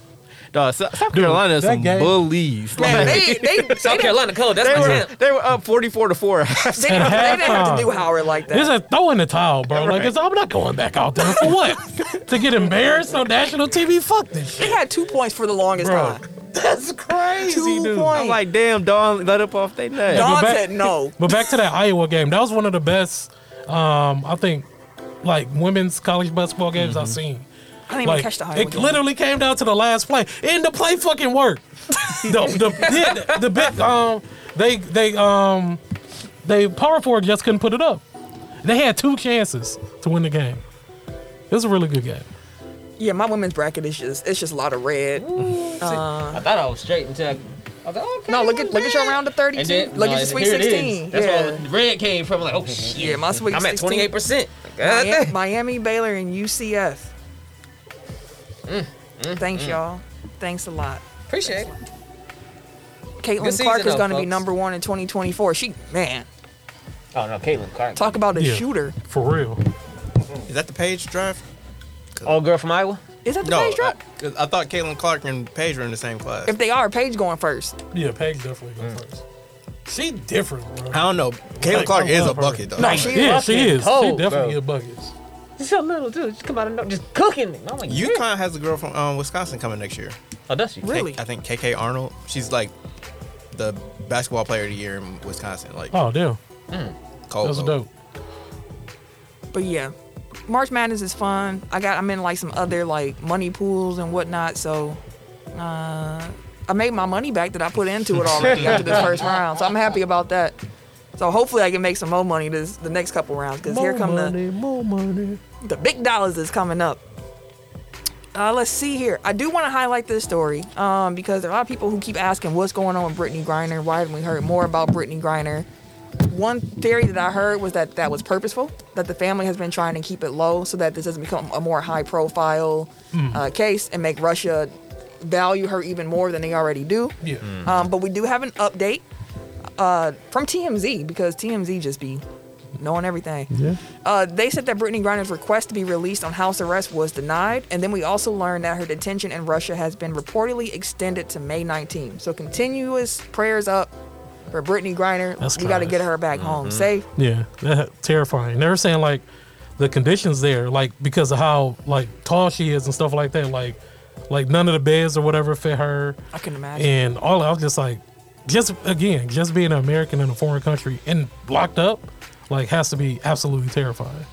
[SPEAKER 5] Dawg, Sou- South
[SPEAKER 3] Dude,
[SPEAKER 5] Carolina is
[SPEAKER 3] that
[SPEAKER 5] some
[SPEAKER 3] game-
[SPEAKER 5] bullies.
[SPEAKER 1] man,
[SPEAKER 5] Like,
[SPEAKER 1] they they they,
[SPEAKER 2] South
[SPEAKER 1] didn't,
[SPEAKER 2] Carolina cold. That's
[SPEAKER 5] they,
[SPEAKER 2] my
[SPEAKER 5] were,
[SPEAKER 2] champ.
[SPEAKER 5] they were up 44 to 4.
[SPEAKER 1] they didn't- they didn't have to do Howard like
[SPEAKER 3] This
[SPEAKER 1] that.
[SPEAKER 3] is throw in the towel, bro. Like, it's, I'm not going back out there
[SPEAKER 1] (laughs)
[SPEAKER 3] for what? to get embarrassed on national TV? Fuck this
[SPEAKER 1] They
[SPEAKER 3] shit,
[SPEAKER 1] had two points for the longest
[SPEAKER 3] bro.
[SPEAKER 1] time.
[SPEAKER 3] That's crazy,
[SPEAKER 1] Two
[SPEAKER 3] dude.
[SPEAKER 1] points.
[SPEAKER 5] (laughs) I'm like, damn, Dawn let up off they nut.
[SPEAKER 1] Dawn
[SPEAKER 3] but back-
[SPEAKER 1] said
[SPEAKER 2] (laughs)
[SPEAKER 1] no.
[SPEAKER 3] But back to that Iowa game. That was one of the best, um, I think, like women's college basketball games
[SPEAKER 1] Mm-hmm.
[SPEAKER 3] I've seen.
[SPEAKER 1] I didn't even
[SPEAKER 3] Like,
[SPEAKER 1] catch the Iowa
[SPEAKER 3] it
[SPEAKER 1] game.
[SPEAKER 3] literally came down to the last play, and the play fucking worked. (laughs) the the yeah, the big um they they um they power forward just couldn't put it up. They had two chances to win the game. It was a really good game.
[SPEAKER 1] Yeah, my women's bracket is just it's just a lot of red.
[SPEAKER 2] I thought I was straight until I, I was like, okay.
[SPEAKER 1] No, look at look at your round of thirty
[SPEAKER 2] And
[SPEAKER 1] two.
[SPEAKER 2] then,
[SPEAKER 1] Look
[SPEAKER 2] no,
[SPEAKER 1] at your sweet
[SPEAKER 2] here it is.
[SPEAKER 1] sixteen.
[SPEAKER 2] That's
[SPEAKER 1] yeah.
[SPEAKER 2] where all the red came from. Like, oh shit.
[SPEAKER 1] Yeah, my Sweet Oh,
[SPEAKER 2] I'm at
[SPEAKER 1] 16.
[SPEAKER 2] 28 percent. (laughs)
[SPEAKER 1] Miami, Miami, Baylor, and UCF.
[SPEAKER 2] Mm,
[SPEAKER 1] Thanks, y'all. Thanks a lot.
[SPEAKER 2] Appreciate it.
[SPEAKER 1] Caitlin
[SPEAKER 2] Good season,
[SPEAKER 1] Clark is
[SPEAKER 2] though,
[SPEAKER 1] going to be
[SPEAKER 2] folks.
[SPEAKER 1] number one in 2024. She, man,
[SPEAKER 2] Oh no, Caitlin Clark.
[SPEAKER 1] talk about a
[SPEAKER 3] Yeah.
[SPEAKER 1] shooter.
[SPEAKER 3] For real.
[SPEAKER 4] Is that the Page draft?
[SPEAKER 2] All girl from Iowa.
[SPEAKER 1] Is that the
[SPEAKER 4] No,
[SPEAKER 1] Paige drop?
[SPEAKER 4] I, 'cause I thought Caitlin Clark and Paige were in the same class.
[SPEAKER 1] If they are, Paige going first.
[SPEAKER 3] Yeah, Paige definitely go first. She different, bro.
[SPEAKER 4] I don't know. Caitlin
[SPEAKER 3] Like,
[SPEAKER 4] Clark
[SPEAKER 3] I
[SPEAKER 4] is
[SPEAKER 3] love
[SPEAKER 4] a
[SPEAKER 3] her.
[SPEAKER 4] bucket though.
[SPEAKER 1] No, she
[SPEAKER 3] yeah, she is.
[SPEAKER 2] cold,
[SPEAKER 3] she
[SPEAKER 2] bro.
[SPEAKER 3] definitely get buckets.
[SPEAKER 2] Just a little dude. Just come out of no, just cooking. it. I'm like, yeah.
[SPEAKER 4] UConn has a girl from um, Wisconsin coming next year.
[SPEAKER 2] Oh, does she?
[SPEAKER 4] K-
[SPEAKER 1] Really?
[SPEAKER 4] I think KK Arnold. She's like the basketball player of the year in Wisconsin. Like
[SPEAKER 3] Oh damn.
[SPEAKER 4] cold.
[SPEAKER 3] That's
[SPEAKER 4] vote.
[SPEAKER 3] dope.
[SPEAKER 1] But yeah, March Madness is fun. I got I'm in like some other like money pools and whatnot. So, uh, I made my money back that I put into it already after this
[SPEAKER 3] (laughs)
[SPEAKER 1] first round. So I'm happy about that. So hopefully I can make some more money this the next couple rounds because here come the
[SPEAKER 3] money, more money.
[SPEAKER 1] the big dollars is coming up. Uh, let's see here. I do want to highlight this story um, because there are a lot of people who keep asking what's going on with Brittany Griner. Why haven't we heard more about Brittany Griner? One theory that I heard was that that was purposeful, that the family has been trying to keep it low so that this doesn't become a more high profile uh, case and make Russia value her even more than they already do.
[SPEAKER 3] Yeah.
[SPEAKER 1] Um, but we do have an update uh, from TMZ because TMZ just be knowing everything.
[SPEAKER 3] Yeah.
[SPEAKER 1] Uh, they said that Brittany Griner's request to be released on house arrest was denied, and then we also learned that her detention in Russia has been reportedly extended to May 19. So continuous prayers up for Brittany Griner.
[SPEAKER 3] That's Mm-hmm.
[SPEAKER 1] we got to
[SPEAKER 3] trash.
[SPEAKER 1] get her back home safe.
[SPEAKER 3] Yeah, that terrifying. They're saying like the conditions there, like because of how like tall she is and stuff like that. Like, like none of the beds or whatever fit her,
[SPEAKER 1] I can imagine.
[SPEAKER 3] and all. I was just like, just again, just being an American in a foreign country and locked up, like has to be absolutely terrifying.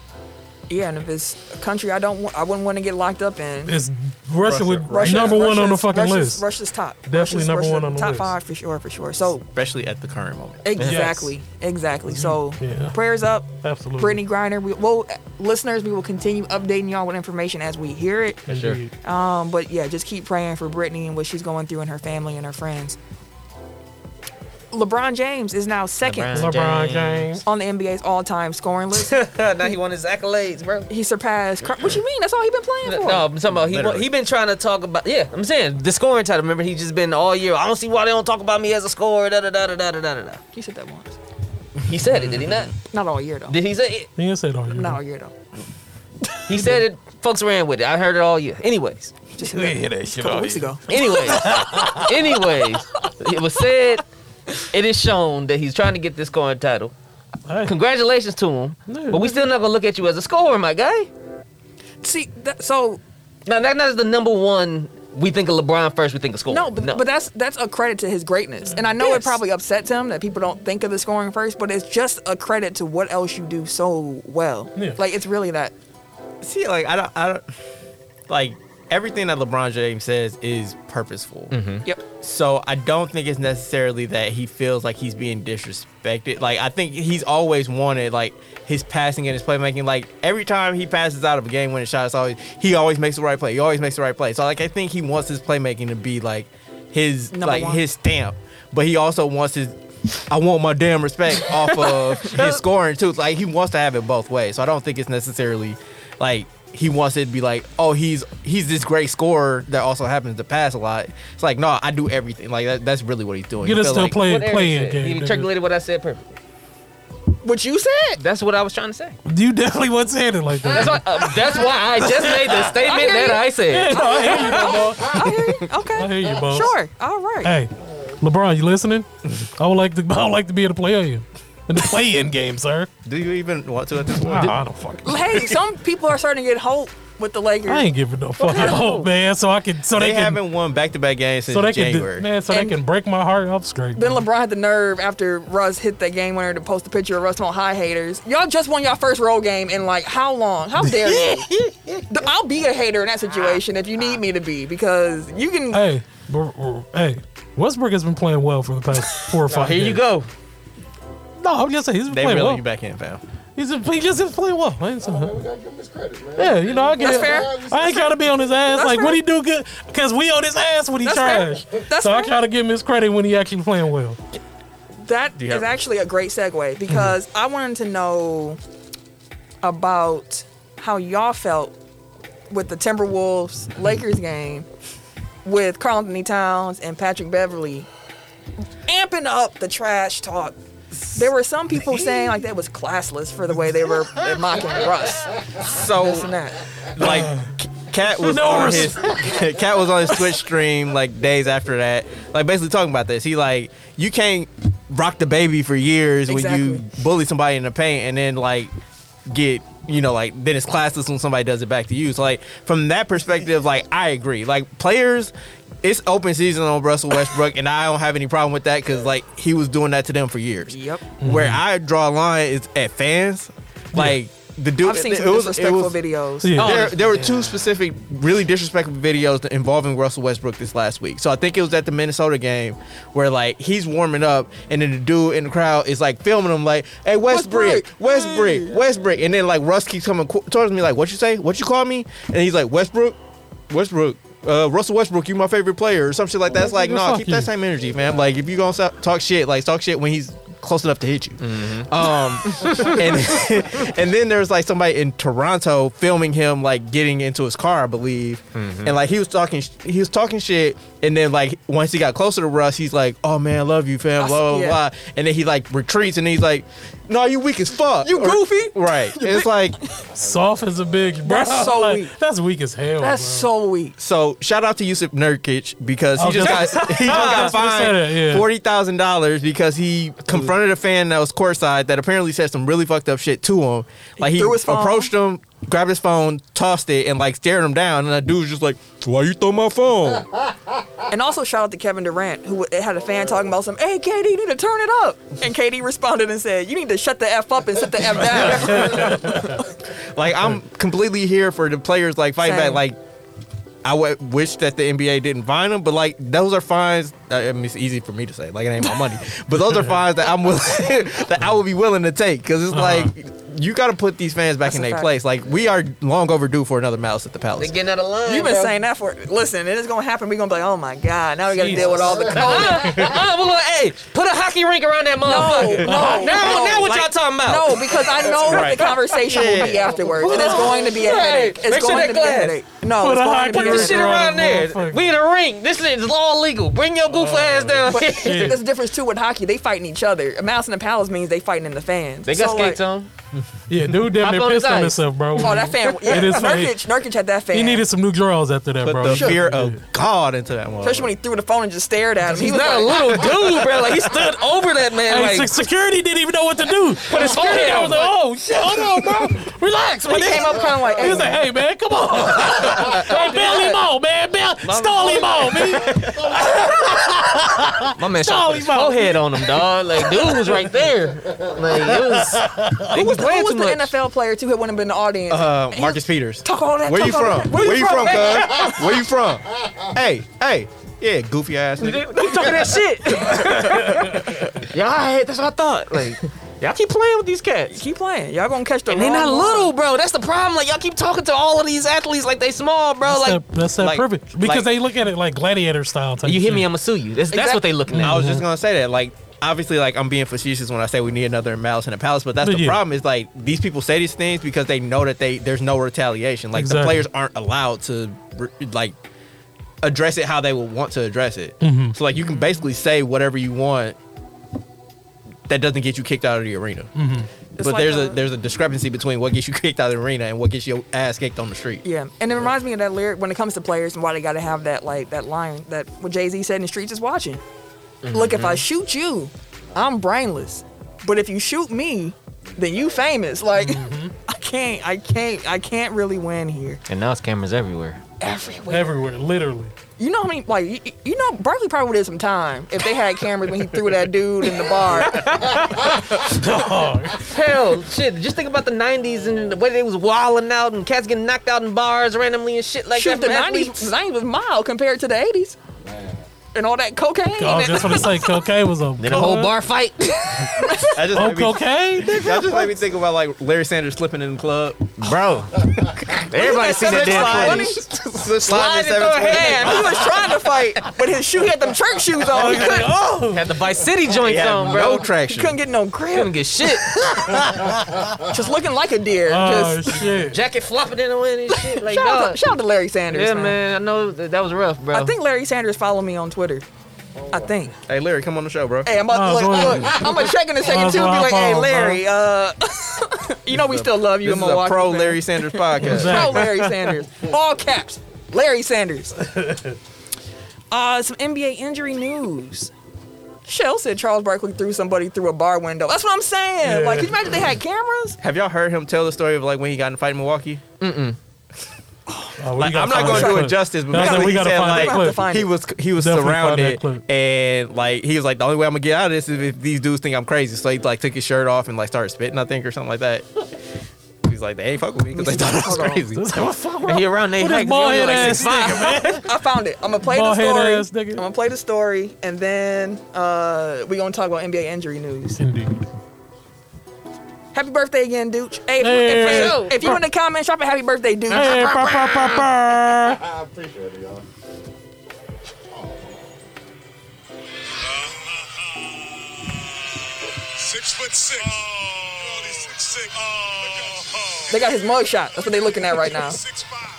[SPEAKER 1] Yeah, and if it's a country I don't, want, I wouldn't want to get locked up in.
[SPEAKER 3] It's Russia, with
[SPEAKER 1] Russia-
[SPEAKER 3] number one on the
[SPEAKER 1] Russia's-
[SPEAKER 3] fucking
[SPEAKER 1] Russia's-
[SPEAKER 3] list.
[SPEAKER 1] Russia's top.
[SPEAKER 3] Definitely
[SPEAKER 1] Russia's-
[SPEAKER 3] number one
[SPEAKER 1] Russia's
[SPEAKER 3] on the
[SPEAKER 1] top
[SPEAKER 3] list.
[SPEAKER 1] five for sure, for sure. So
[SPEAKER 5] Especially at the current moment.
[SPEAKER 1] Exactly. Exactly. So
[SPEAKER 3] Mm-hmm. Yeah.
[SPEAKER 1] prayers up.
[SPEAKER 3] Absolutely.
[SPEAKER 1] Brittany Griner. We will listeners, we will continue updating y'all with information as we hear it.
[SPEAKER 2] Sure.
[SPEAKER 3] Indeed.
[SPEAKER 1] Um, but yeah, just keep praying for Brittany and what she's going through and her family and her friends. LeBron James is now second
[SPEAKER 2] LeBron.
[SPEAKER 3] LeBron
[SPEAKER 2] James.
[SPEAKER 3] James.
[SPEAKER 1] on the NBA's all-time scoring
[SPEAKER 2] (laughs)
[SPEAKER 1] list.
[SPEAKER 2] (laughs) now he won his accolades, bro.
[SPEAKER 1] he surpassed. Car- what you mean? That's all he been playing for.
[SPEAKER 2] No, I'm talking about he, wa-
[SPEAKER 4] Literally.
[SPEAKER 2] he been trying to talk about yeah. I'm saying the scoring title. Remember, he just been all year. I don't see why they don't talk about me as a scorer. Da da da da da da da. da.
[SPEAKER 1] He said that once.
[SPEAKER 2] He said it, did he not?
[SPEAKER 1] Not all year though.
[SPEAKER 2] Did he say it?
[SPEAKER 3] He didn't say it all year.
[SPEAKER 1] Not all year though.
[SPEAKER 2] He said it. Folks ran with it. I heard it all year. Anyways,
[SPEAKER 1] Just a couple
[SPEAKER 4] that shit
[SPEAKER 1] weeks ago.
[SPEAKER 2] anyways, anyways, it was said. It is shown that he's trying to get this scoring title.
[SPEAKER 3] Hey,
[SPEAKER 2] Congratulations to him.
[SPEAKER 3] Yeah.
[SPEAKER 2] But we still not gonna look at you as a scorer, my guy.
[SPEAKER 1] See, that, so
[SPEAKER 2] Now that that is the number one. We think of LeBron first. We think of scoring.
[SPEAKER 1] No, but, but that's that's a credit to his greatness. And I know
[SPEAKER 2] Yes.
[SPEAKER 1] it probably upsets him that people don't think of the scoring first, but it's just a credit to what else you do so well.
[SPEAKER 3] Yeah.
[SPEAKER 1] Like it's really that.
[SPEAKER 5] See, like I don't, I don't, like
[SPEAKER 4] everything that LeBron James says is purposeful.
[SPEAKER 1] Yep.
[SPEAKER 4] So I don't think it's necessarily that he feels like he's being disrespected. Like I think he's always wanted like his passing and his playmaking. Like every time he passes out of a game winning shot, it's always he always makes the right play. He always makes the right play. So like I think he wants his playmaking to be like his
[SPEAKER 1] Number
[SPEAKER 4] like
[SPEAKER 1] one.
[SPEAKER 4] his stamp. But he also wants his I want my damn respect off
[SPEAKER 3] (laughs)
[SPEAKER 4] of his scoring too. Like he wants to have it both ways. So I don't think it's necessarily like he wants it to be like, oh, he's he's this great scorer that also happens to pass a lot. It's like, no, I do everything. Like that, that's really what he's doing.
[SPEAKER 3] You
[SPEAKER 4] I
[SPEAKER 3] just
[SPEAKER 4] feel
[SPEAKER 3] still
[SPEAKER 4] like-
[SPEAKER 3] play
[SPEAKER 2] What Aaron
[SPEAKER 3] playing
[SPEAKER 2] said.
[SPEAKER 3] game.
[SPEAKER 2] He
[SPEAKER 3] nigga.
[SPEAKER 2] articulated what I said perfectly.
[SPEAKER 1] What you said?
[SPEAKER 2] That's what I was trying to say.
[SPEAKER 3] You definitely wasn't saying it like that.
[SPEAKER 2] That's why. uh, that's why I just made the statement that I said.
[SPEAKER 3] (laughs) No,
[SPEAKER 1] (laughs)
[SPEAKER 3] I hear you, Bob.
[SPEAKER 1] I hear you.
[SPEAKER 3] I
[SPEAKER 1] Okay.
[SPEAKER 3] hear you, Bob.
[SPEAKER 1] Sure. All right.
[SPEAKER 3] Hey, LeBron, you listening? I would like to. (laughs) I would like to be able to play on you in the play-in game, sir.
[SPEAKER 4] Do you even
[SPEAKER 3] (laughs)
[SPEAKER 4] want to at this
[SPEAKER 3] Nah,
[SPEAKER 4] point?
[SPEAKER 3] I don't fucking.
[SPEAKER 1] Hey, some people are starting to get hope with the Lakers.
[SPEAKER 3] I ain't giving no fucking hope, man. So I can. So
[SPEAKER 4] They
[SPEAKER 3] they, can.
[SPEAKER 4] haven't won back to back games since
[SPEAKER 3] So they can.
[SPEAKER 4] January.
[SPEAKER 3] Do, man. So
[SPEAKER 1] And-
[SPEAKER 3] they can break my heart up straight.
[SPEAKER 1] Then LeBron had the nerve after Russ hit that game winner to post a picture of Russ on high haters. Y'all just won y'all first road game in like how long? How dare you? Th- I'll be a hater in that situation if you need me to be because you can.
[SPEAKER 3] Hey, br- br- hey, Westbrook has been playing well for the past four or five.
[SPEAKER 2] Here you
[SPEAKER 3] games.
[SPEAKER 2] go.
[SPEAKER 3] No, I'm just saying he's been
[SPEAKER 4] they
[SPEAKER 3] playing
[SPEAKER 4] really
[SPEAKER 3] well.
[SPEAKER 4] you back in, fam.
[SPEAKER 3] He's been, he just been playing well. I ain't saying
[SPEAKER 7] Man, we gotta give him his credit, man.
[SPEAKER 3] Yeah, you know, I get
[SPEAKER 1] That's
[SPEAKER 3] it.
[SPEAKER 1] fair.
[SPEAKER 3] I ain't gotta be on his ass.
[SPEAKER 1] That's
[SPEAKER 3] like,
[SPEAKER 1] fair.
[SPEAKER 3] what he do good? Because we on his ass when he
[SPEAKER 1] That's fair.
[SPEAKER 3] trash.
[SPEAKER 1] That's
[SPEAKER 3] so I
[SPEAKER 1] fair.
[SPEAKER 3] gotta give him his credit when he actually playing well.
[SPEAKER 1] That
[SPEAKER 4] Do
[SPEAKER 1] is
[SPEAKER 4] you have- Mm-hmm.
[SPEAKER 1] actually a great segue because I wanted to know about how y'all felt with the Timberwolves Lakers game with Carl Anthony Towns and Patrick Beverly amping up the trash talk. There were some people saying like that was classless for the way they were mocking Russ. This and
[SPEAKER 4] So
[SPEAKER 1] that.
[SPEAKER 4] (laughs) like Cat was
[SPEAKER 3] No
[SPEAKER 4] on his
[SPEAKER 3] res-
[SPEAKER 4] (laughs) Cat was on his Twitch stream like days after that. Like basically talking about this. He like you can't rock the baby for years when you
[SPEAKER 1] Exactly.
[SPEAKER 4] bully somebody in the paint and then like get you know like then it's classless when somebody does it back to you. So like from that perspective, like I agree. Like players. It's open season on Russell Westbrook, and I don't have any problem with that because like he was doing that to them for years.
[SPEAKER 1] Yep.
[SPEAKER 4] Where I draw a line is at fans. Like the dude,
[SPEAKER 1] I've seen
[SPEAKER 4] it
[SPEAKER 1] some
[SPEAKER 4] was- it
[SPEAKER 1] disrespectful
[SPEAKER 4] was-
[SPEAKER 1] videos.
[SPEAKER 3] Yeah.
[SPEAKER 4] there, there were two specific, really disrespectful videos involving Russell Westbrook this last week. So I think it was at the Minnesota game where like he's warming up, and then the dude in the crowd is like filming him, like, "Hey Westbrook,
[SPEAKER 1] Westbrook,
[SPEAKER 4] Westbrook, Westbrook," and then like Russ keeps coming qu- towards me, like, "What you say? What you call me?" And he's like, "Westbrook, Westbrook." Uh, Russell Westbrook, you my favorite player, or some shit like that. It's like,
[SPEAKER 3] Nigga,
[SPEAKER 4] no, nah,
[SPEAKER 3] fuck
[SPEAKER 4] keep
[SPEAKER 3] you.
[SPEAKER 4] that same energy, fam. Like, if you gonna so- talk shit, like talk shit when he's close enough to hit you.
[SPEAKER 3] Mm-hmm.
[SPEAKER 4] Um, and (laughs) and then there's like somebody in Toronto filming him like getting into his car, I believe, and like he was talking, sh- he was talking shit, and then like once he got closer to Russ, he's like, "Oh man, I love you, fam,"
[SPEAKER 1] I
[SPEAKER 4] blah
[SPEAKER 1] see-
[SPEAKER 4] blah
[SPEAKER 1] yeah.
[SPEAKER 4] blah, and then he like retreats, and he's like, "No, you weak as
[SPEAKER 1] (laughs)
[SPEAKER 4] fuck,
[SPEAKER 1] You
[SPEAKER 4] Or-
[SPEAKER 1] goofy.
[SPEAKER 4] right?" And it's like,
[SPEAKER 3] Soft as a big. Bro.
[SPEAKER 1] That's so
[SPEAKER 3] Like,
[SPEAKER 1] weak.
[SPEAKER 3] That's weak as hell.
[SPEAKER 1] That's
[SPEAKER 3] bro.
[SPEAKER 1] so weak.
[SPEAKER 4] so shout out to Yusuf Nurkic because he
[SPEAKER 3] Okay.
[SPEAKER 4] just got he just
[SPEAKER 3] I
[SPEAKER 4] got
[SPEAKER 3] was gonna say that, yeah.
[SPEAKER 4] fined forty thousand dollars because he confronted a fan that was courtside that apparently said some really fucked up shit to him. Like he
[SPEAKER 1] threw his phone.
[SPEAKER 4] approached him, grabbed his phone, tossed it, and like stared him down. And that dude was just like, "Why you throw my phone?"
[SPEAKER 1] And also shout out to Kevin Durant, who had a fan talking about some, hey, KD, you need to turn it up. And KD responded and said, you need to shut the F up and sit the F
[SPEAKER 3] (laughs)
[SPEAKER 1] down.
[SPEAKER 4] Like I'm completely here for the players like fighting
[SPEAKER 1] Same.
[SPEAKER 4] back. Like I w- wish that the NBA didn't fine them, but like those are fines. uh, I I mean, it's easy for me to say, like it ain't my (laughs) money, but those are fines that I'm willing (laughs) that I would be willing to take because it's like you got to put these fans back
[SPEAKER 1] That's
[SPEAKER 4] in
[SPEAKER 1] a
[SPEAKER 4] their
[SPEAKER 1] fact.
[SPEAKER 4] place. Like we are long overdue for another mouse at the
[SPEAKER 2] They're
[SPEAKER 4] palace.
[SPEAKER 2] getting out of line.
[SPEAKER 1] You've been
[SPEAKER 2] (laughs) bro.
[SPEAKER 1] saying that for, listen, it is going to happen. We're going to be like, oh my God, now we got to deal with all the COVID.
[SPEAKER 2] Ah, well, look, hey, put a hockey rink around that
[SPEAKER 1] No,
[SPEAKER 2] motherfucker.
[SPEAKER 1] no,
[SPEAKER 2] now,
[SPEAKER 1] no,
[SPEAKER 2] now what
[SPEAKER 1] like-
[SPEAKER 2] y'all talking about?
[SPEAKER 1] No, because I know what the conversation will be afterwards. And it's going to be a
[SPEAKER 2] Hey,
[SPEAKER 1] headache. It's
[SPEAKER 2] make sure
[SPEAKER 1] going
[SPEAKER 2] that
[SPEAKER 1] to be a
[SPEAKER 2] glass.
[SPEAKER 1] headache. No,
[SPEAKER 3] Put
[SPEAKER 1] it's
[SPEAKER 3] a
[SPEAKER 1] going to
[SPEAKER 3] hockey
[SPEAKER 1] be a
[SPEAKER 2] Put this
[SPEAKER 1] headache.
[SPEAKER 2] shit around there.
[SPEAKER 3] Motherfucker.
[SPEAKER 2] We in a ring. This is it's all legal. Bring your goof ass down
[SPEAKER 1] But
[SPEAKER 2] here.
[SPEAKER 1] there's a difference too with hockey. They fighting each other. A mouse in the palace means they fighting in the fans.
[SPEAKER 2] They got
[SPEAKER 1] So, like-
[SPEAKER 2] skates on.
[SPEAKER 3] Yeah, dude, damn
[SPEAKER 2] Hop
[SPEAKER 3] near
[SPEAKER 2] on his
[SPEAKER 3] pissed on
[SPEAKER 2] ice.
[SPEAKER 3] himself, bro.
[SPEAKER 1] Oh, that fan. Yeah,
[SPEAKER 3] (laughs) It is funny.
[SPEAKER 1] Nurkic, Nurkic had that fan.
[SPEAKER 3] He needed some new draws after that,
[SPEAKER 4] Put
[SPEAKER 3] bro.
[SPEAKER 4] the fear of God into that one.
[SPEAKER 1] Especially when he threw the phone and just stared at him. He
[SPEAKER 2] He's
[SPEAKER 1] was
[SPEAKER 2] not a
[SPEAKER 1] like,
[SPEAKER 2] little dude, bro. Like he stood over that man.
[SPEAKER 3] Hey,
[SPEAKER 2] like,
[SPEAKER 3] se- security didn't even know what to do. But
[SPEAKER 2] his
[SPEAKER 3] security
[SPEAKER 2] phone
[SPEAKER 3] guy was like, "Oh shit, hold on, bro, relax." my
[SPEAKER 1] he
[SPEAKER 3] nigga." (laughs)
[SPEAKER 1] came up kind of like,
[SPEAKER 3] He was
[SPEAKER 1] hey,
[SPEAKER 3] like, "Hey man, come on, hey, bail him out, man, bail, Stall him on, man.
[SPEAKER 2] My man shot
[SPEAKER 3] Dog,
[SPEAKER 2] put his
[SPEAKER 3] he about-
[SPEAKER 2] forehead on him, dog. Like, dude was right there. (laughs) Like, it was. Who was,
[SPEAKER 1] Who
[SPEAKER 2] playing
[SPEAKER 1] was
[SPEAKER 2] too
[SPEAKER 1] the
[SPEAKER 2] much.
[SPEAKER 1] NFL player too who wouldn't have been in the audience?
[SPEAKER 4] Uh, Marcus Peters.
[SPEAKER 1] talk all that.
[SPEAKER 4] Where
[SPEAKER 1] talk
[SPEAKER 4] you
[SPEAKER 1] all
[SPEAKER 4] from?
[SPEAKER 1] that.
[SPEAKER 4] Where you from,
[SPEAKER 1] man?
[SPEAKER 4] cuz? Where you from? Hey, hey. Yeah, goofy ass nigga.
[SPEAKER 2] Keep talking that shit. (laughs) yeah, all right, that's what I thought. Like, y'all keep playing with these cats.
[SPEAKER 1] Keep playing. Y'all gonna catch the.
[SPEAKER 2] And they're
[SPEAKER 1] wrong
[SPEAKER 2] not
[SPEAKER 1] one.
[SPEAKER 2] little, bro. That's the problem. Like, y'all keep talking to all of these athletes like they small, bro.
[SPEAKER 3] That's
[SPEAKER 2] like,
[SPEAKER 3] that, that's that
[SPEAKER 4] like-
[SPEAKER 3] perfect because
[SPEAKER 4] like-
[SPEAKER 3] they look at it like gladiator style. Type
[SPEAKER 2] you hit
[SPEAKER 3] shit.
[SPEAKER 2] me, I'ma sue you. That's, that's what they looking at.
[SPEAKER 4] I was just
[SPEAKER 3] Uh-huh.
[SPEAKER 4] gonna say that. Like, obviously, like I'm being facetious when I say we need another Malice in the Palace, but that's
[SPEAKER 3] But
[SPEAKER 4] the
[SPEAKER 3] yeah.
[SPEAKER 4] problem. Is like these people say these things because they know that they there's no retaliation. Like
[SPEAKER 3] Exactly.
[SPEAKER 4] the players aren't allowed to re- like address it how they would want to address it.
[SPEAKER 3] Mm-hmm.
[SPEAKER 4] So like you can basically say whatever you want. That doesn't get you kicked out of the arena.
[SPEAKER 3] Mm-hmm.
[SPEAKER 4] But
[SPEAKER 1] It's like
[SPEAKER 4] there's a,
[SPEAKER 1] a-
[SPEAKER 4] there's a discrepancy between what gets you (laughs) kicked out of the arena and what gets your ass kicked on the street.
[SPEAKER 1] Yeah, and it reminds me of that lyric when it comes to players and why they got to have that like that line that what Jay Z said in the streets is watching. Look,
[SPEAKER 4] Mm-hmm.
[SPEAKER 1] if I shoot you, I'm brainless, but if you shoot me, then you famous. Like
[SPEAKER 4] Mm-hmm.
[SPEAKER 1] (laughs) I can't, I can't, I can't really win here.
[SPEAKER 2] and now it's cameras everywhere.
[SPEAKER 1] Everywhere,
[SPEAKER 3] everywhere, literally.
[SPEAKER 1] you know how many like you, you know Barkley probably would have some time if they had cameras when he threw that dude in the bar.
[SPEAKER 3] Dog.
[SPEAKER 2] Hell, shit. Just think about the '90s and the way they was wilding out and cats getting knocked out in bars randomly and shit like
[SPEAKER 1] Shoot,
[SPEAKER 2] that.
[SPEAKER 1] the
[SPEAKER 2] from
[SPEAKER 1] nineties
[SPEAKER 2] athletes.
[SPEAKER 1] nineties was mild compared to the eighties, and all that cocaine.
[SPEAKER 3] I was just gonna say cocaine was a
[SPEAKER 2] Then a whole bar fight.
[SPEAKER 4] I just
[SPEAKER 3] Oh,
[SPEAKER 4] made me-
[SPEAKER 3] cocaine. nigga?
[SPEAKER 4] Y'all just made me think about like Larry Sanders slipping in the club.
[SPEAKER 2] Bro. Everybody seen that damn
[SPEAKER 4] Sliding.
[SPEAKER 2] footage.
[SPEAKER 4] (laughs) Sliding
[SPEAKER 2] and go
[SPEAKER 4] 720.
[SPEAKER 1] Damn, he was trying to fight, but his shoe he had them church shoes on. He couldn't,
[SPEAKER 3] oh.
[SPEAKER 2] Had the Vice City joints
[SPEAKER 4] Yeah,
[SPEAKER 2] on, bro.
[SPEAKER 4] no
[SPEAKER 1] he
[SPEAKER 4] traction.
[SPEAKER 1] couldn't get no
[SPEAKER 2] Couldn't
[SPEAKER 1] grip.
[SPEAKER 2] get shit.
[SPEAKER 1] Just looking like a deer.
[SPEAKER 3] Oh
[SPEAKER 1] just
[SPEAKER 2] (laughs)
[SPEAKER 3] shit.
[SPEAKER 2] Jacket flopping in the wind and shit. Like,
[SPEAKER 1] shout, out
[SPEAKER 2] dog.
[SPEAKER 1] to, shout out to Larry Sanders.
[SPEAKER 2] Yeah, man. I know that, that was rough, bro.
[SPEAKER 1] I think Larry Sanders followed me on Twitter.
[SPEAKER 4] Oh,
[SPEAKER 1] I think.
[SPEAKER 4] Hey, Larry, come on the show, bro.
[SPEAKER 1] Hey, I'm about
[SPEAKER 3] Oh,
[SPEAKER 1] to
[SPEAKER 3] go
[SPEAKER 1] look,
[SPEAKER 3] ahead.
[SPEAKER 1] look, I'm gonna check in a
[SPEAKER 3] Might
[SPEAKER 1] second
[SPEAKER 3] as
[SPEAKER 1] too. and Be
[SPEAKER 3] well
[SPEAKER 1] like, hey,
[SPEAKER 3] hop on,
[SPEAKER 1] Larry. Uh, (laughs) you know we still love you
[SPEAKER 4] This
[SPEAKER 1] in
[SPEAKER 4] is a
[SPEAKER 1] Milwaukee.
[SPEAKER 4] pro
[SPEAKER 1] man. (laughs)
[SPEAKER 4] Larry Sanders podcast.
[SPEAKER 3] Exactly.
[SPEAKER 1] Pro Larry Sanders.
[SPEAKER 3] (laughs)
[SPEAKER 1] All caps. Larry Sanders. Uh, some NBA injury news. Shell said Charles Barkley threw somebody through a bar window. That's what I'm saying.
[SPEAKER 3] Yeah.
[SPEAKER 1] Like, can you imagine they had cameras?
[SPEAKER 4] Have y'all heard him tell the story of like when he got in a fight in Milwaukee?
[SPEAKER 3] Oh, we
[SPEAKER 4] Like,
[SPEAKER 3] gotta
[SPEAKER 4] I'm not
[SPEAKER 3] find
[SPEAKER 4] going
[SPEAKER 3] that
[SPEAKER 4] to do
[SPEAKER 3] clip. (laughs)
[SPEAKER 4] it justice, but
[SPEAKER 3] That's
[SPEAKER 4] basically
[SPEAKER 3] it, we
[SPEAKER 4] he
[SPEAKER 3] gotta
[SPEAKER 4] said
[SPEAKER 3] find that
[SPEAKER 4] like
[SPEAKER 1] clip. We'll have to find
[SPEAKER 4] he
[SPEAKER 1] it.
[SPEAKER 4] was he was
[SPEAKER 3] Definitely find that
[SPEAKER 4] surrounded
[SPEAKER 3] clip.
[SPEAKER 4] and like he was like the only way I'm gonna get out of this is if these dudes think I'm crazy. So he like took his shirt off and like started spitting, I think, or something like that. He's like, they ain't fuck with me because they thought I was
[SPEAKER 1] Hold on.
[SPEAKER 4] crazy.
[SPEAKER 3] This- what the fuck, bro?
[SPEAKER 2] And he around they
[SPEAKER 3] What
[SPEAKER 2] hiked,
[SPEAKER 3] this
[SPEAKER 2] he only
[SPEAKER 3] bald head
[SPEAKER 2] like
[SPEAKER 3] ass
[SPEAKER 2] 6'5".
[SPEAKER 3] nigga, man?
[SPEAKER 1] I found it. I'm gonna play the
[SPEAKER 3] Bald head
[SPEAKER 1] story.
[SPEAKER 3] ass nigga.
[SPEAKER 1] I'm gonna play the story, and then uh, we gonna talk about NBA injury news.
[SPEAKER 3] Indeed.
[SPEAKER 1] Happy birthday again, Dooch. Hey, if,
[SPEAKER 3] Hey.
[SPEAKER 1] if- if, you in the comment, drop a happy birthday, Dooch.
[SPEAKER 3] Hey, pa, pa, pa, pa.
[SPEAKER 7] I appreciate it, y'all.
[SPEAKER 6] Six foot six. Oh. All these six six. Oh.
[SPEAKER 1] They got his mug shot. That's what they looking at right now.
[SPEAKER 6] Six five.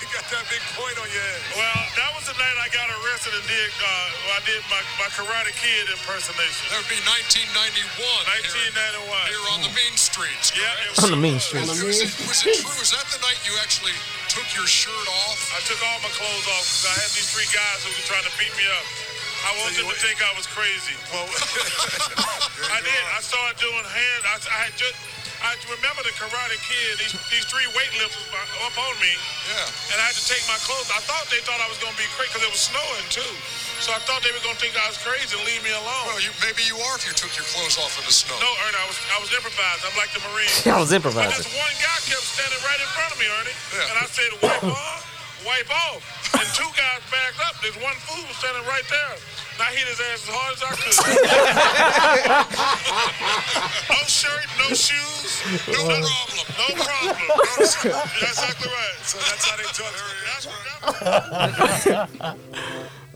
[SPEAKER 6] You got that big point on your head. Well, that was the night I got arrested and did uh, I did my, my Karate Kid impersonation.
[SPEAKER 7] That would be 1991. here-
[SPEAKER 6] 1991.
[SPEAKER 7] Here on the mean streets. correct?
[SPEAKER 6] Yeah,
[SPEAKER 2] On the mean street.
[SPEAKER 7] Was it, was it true? Is that the night you actually took your shirt off?
[SPEAKER 6] I took all my clothes off because I had these three guys who were trying to beat me up. I wanted them to think (laughs) I was crazy.
[SPEAKER 7] (laughs)
[SPEAKER 6] Well, I did. I started doing hand. I, I had just. I remember the Karate Kid. These these three weightlifters were up on me,
[SPEAKER 7] Yeah.
[SPEAKER 6] and I had to take my clothes. I thought they thought I was gonna be crazy because it was snowing too. So I thought they were gonna think I was crazy and leave me
[SPEAKER 7] Well,
[SPEAKER 6] alone.
[SPEAKER 7] you, maybe you are if you took your clothes off in the snow.
[SPEAKER 6] No, Ernie, I was I was improvising. I'm like the Marine.
[SPEAKER 2] (laughs) I was
[SPEAKER 6] But this
[SPEAKER 2] improvising.
[SPEAKER 6] one guy kept standing right in front of me, Ernie.
[SPEAKER 7] Yeah.
[SPEAKER 6] And I said, wipe on, wipe off. And two guys backed up. This one fool was standing right there. And I hit his ass as hard as I could. (laughs) no shirt, no shoes, no problem. No problem. That's exactly right. So that's how they talk. That's what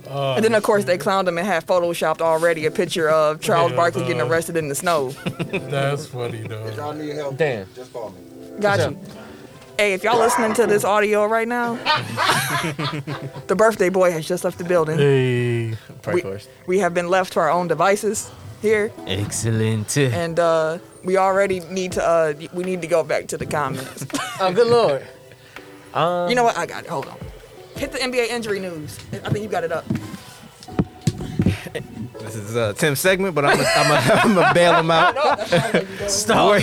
[SPEAKER 1] And then, of course, they clowned him and had photoshopped already a picture of Charles Barkley getting arrested in the snow.
[SPEAKER 3] That's funny, though.
[SPEAKER 7] Y'all need help?
[SPEAKER 2] Damn.
[SPEAKER 7] Just call me.
[SPEAKER 1] Got you. Hey, if y'all listening to this audio right now, the birthday boy has just left the building.
[SPEAKER 3] Hey.
[SPEAKER 1] We, we have been left to our own devices here,
[SPEAKER 2] Excellent.
[SPEAKER 1] and uh, we already need to uh, we need to go back to the comments.
[SPEAKER 2] (laughs) Oh, good lord.
[SPEAKER 1] you know what? I got it. Hold on. Hit the NBA injury news. I think you got it up.
[SPEAKER 4] This is uh, Tim's segment, but I'm gonna (laughs) I'm gonna- I'm gonna bail him out.
[SPEAKER 5] Stop.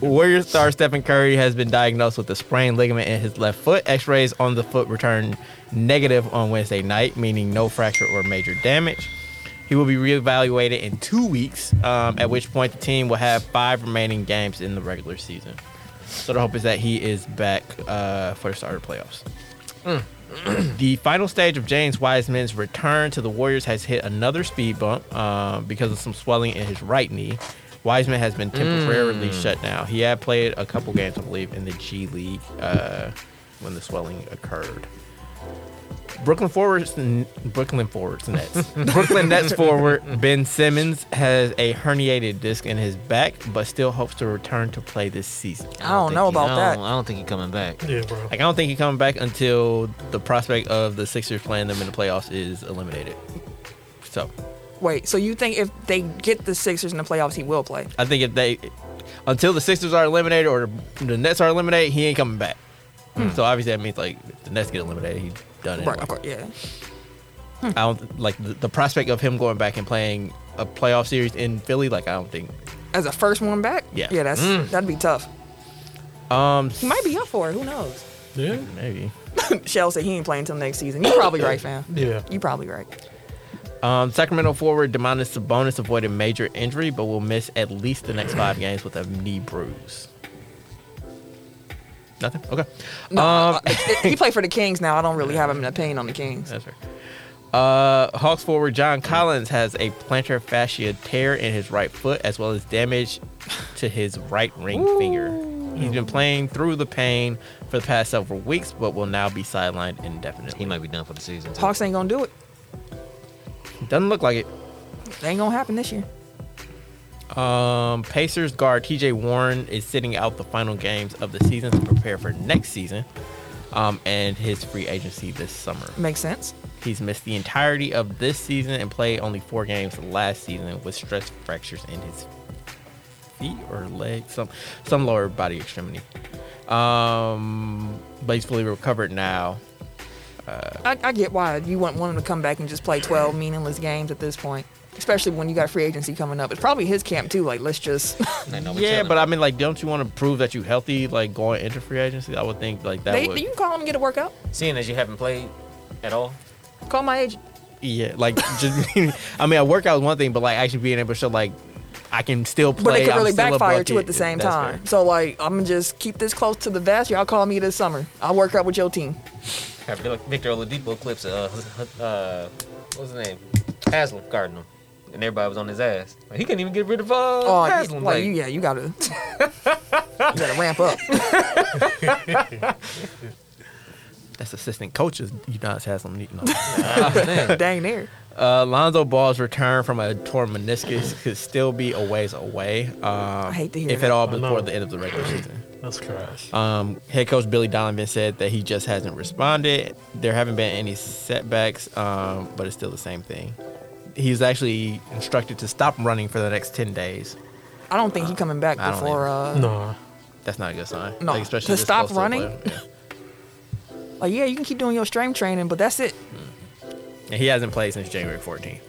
[SPEAKER 4] (laughs) Warrior star Stephen Curry has been diagnosed with a sprained ligament in his left foot. X-rays on the foot returned negative on Wednesday night, meaning no fracture or major damage. He will be reevaluated in two weeks, um, at which point the team will have five remaining games in the regular season. So the hope is that he is back uh, for the start of the playoffs. the final stage of James Wiseman's return to the Warriors has hit another speed bump uh, because of some swelling in his right knee. Wiseman has been temporarily shut down. He had played a couple games, I believe, in the G League uh, when the swelling occurred. Brooklyn forwards, Brooklyn forwards Nets. Brooklyn Nets forward Ben Simmons has a herniated disc in his back, but still hopes to return to play this season.
[SPEAKER 1] I don't know about
[SPEAKER 2] I
[SPEAKER 1] that.
[SPEAKER 2] don't, I don't think he's coming back.
[SPEAKER 3] Yeah, bro.
[SPEAKER 4] Like I don't think he coming back until the prospect of the Sixers playing them in the playoffs is eliminated. So
[SPEAKER 1] Wait, so you think if they get the Sixers in the playoffs, he will play?
[SPEAKER 4] I think if they until the Sixers are eliminated or the Nets are eliminated, he ain't coming back. So obviously that means like if the Nets get eliminated, he's done anyway.
[SPEAKER 1] Hmm. Right, of course, yeah.
[SPEAKER 4] I don't like the, the prospect of him going back and playing a playoff series in Philly. Like I don't think.
[SPEAKER 1] As a first one back?
[SPEAKER 4] Yeah. Mm.
[SPEAKER 1] Yeah, that's that'd be tough.
[SPEAKER 4] Um,
[SPEAKER 1] He might be up for it. Who knows?
[SPEAKER 3] Yeah.
[SPEAKER 4] maybe.
[SPEAKER 1] Shell said he ain't playing until next season. You probably right, fam.
[SPEAKER 3] Yeah.
[SPEAKER 1] You probably right.
[SPEAKER 4] Um, Sacramento forward Demonis Sabonis avoided major injury, but will miss at least the
[SPEAKER 1] (sighs)
[SPEAKER 4] next five games with a knee bruise. Nothing. Okay. um,
[SPEAKER 1] Uh,
[SPEAKER 4] (laughs)
[SPEAKER 1] he played for the Kings now. I don't really have him an opinion on the Kings.
[SPEAKER 4] That's fair. Uh, Hawks forward John Collins has a plantar fascia tear in his right foot, as well as damage to his right ring finger. He's been playing through the pain for the past several weeks, but will now be sidelined
[SPEAKER 2] He
[SPEAKER 4] indefinitely.
[SPEAKER 2] might be done for the season. Too.
[SPEAKER 1] Hawks ain't gonna do it.
[SPEAKER 4] Doesn't look like it.
[SPEAKER 1] They ain't gonna happen this year.
[SPEAKER 4] Um, Pacers guard TJ Warren is sitting out the final games of the season to prepare for next season um, and his free agency this summer.
[SPEAKER 1] Makes sense.
[SPEAKER 4] He's missed the entirety of this season and played only four games last season with stress fractures in his feet or leg, some some lower body extremity. Um, but he's fully recovered now.
[SPEAKER 1] I, I get why you wouldn't want him to come back and just play 12 meaningless games at this point, especially when you got free agency coming up. It's probably his camp too. Like, let's just
[SPEAKER 2] They know we
[SPEAKER 4] Yeah,
[SPEAKER 2] chilling.
[SPEAKER 4] but I mean, like, don't you want to prove that you healthy, like going into free agency? I would think like that
[SPEAKER 1] they,
[SPEAKER 4] would.
[SPEAKER 1] you can call him and get a workout.
[SPEAKER 2] seeing as you haven't played at all,
[SPEAKER 1] Call my agent.
[SPEAKER 4] Yeah, like just (laughs) meaning- I mean, a workout is one thing, but like actually being able to show like I can still play.
[SPEAKER 1] But it could
[SPEAKER 4] I'm
[SPEAKER 1] really
[SPEAKER 4] still a
[SPEAKER 1] backfire too
[SPEAKER 4] bucket,
[SPEAKER 1] at the same
[SPEAKER 4] that's fair.
[SPEAKER 1] time. So like, I'm gonna just keep this close to the vest. Y'all call me this summer. I'll work out with your team.
[SPEAKER 2] have Victor Oladipo clips. Uh, (laughs) uh, what's his name? Haslam Cardinal, and everybody was on his ass. Like, he couldn't even get rid of uh,
[SPEAKER 1] Oh, yeah,
[SPEAKER 2] Haslam.
[SPEAKER 1] like,
[SPEAKER 2] like-
[SPEAKER 1] you, yeah, you
[SPEAKER 4] (laughs)
[SPEAKER 1] gotta, you gotta ramp up.
[SPEAKER 4] That's assistant coaches. Udonis Haslam. need-
[SPEAKER 1] (laughs)
[SPEAKER 4] No.
[SPEAKER 1] Dang near.
[SPEAKER 4] Uh, Lonzo Ball's return from a torn meniscus could still be a ways away. Um, I
[SPEAKER 1] hate to hear
[SPEAKER 4] if
[SPEAKER 1] that.
[SPEAKER 4] at all
[SPEAKER 3] I know.
[SPEAKER 4] before the end of the regular season.
[SPEAKER 3] That's trash.
[SPEAKER 4] Um, head coach Billy Donovan said that he just hasn't responded. There haven't been any setbacks, um, but it's still the same thing. He's actually instructed to stop running for the next ten days.
[SPEAKER 1] I don't think he coming back
[SPEAKER 4] I don't
[SPEAKER 1] before. Uh,
[SPEAKER 3] Nah.
[SPEAKER 4] That's not a good sign.
[SPEAKER 1] No,
[SPEAKER 4] Like, especially
[SPEAKER 1] to
[SPEAKER 4] this
[SPEAKER 1] stop
[SPEAKER 4] close the
[SPEAKER 1] running?
[SPEAKER 4] playoff. Yeah.
[SPEAKER 1] Like, yeah, you can keep doing your strength training, but that's it.
[SPEAKER 4] And he hasn't played since January 14th.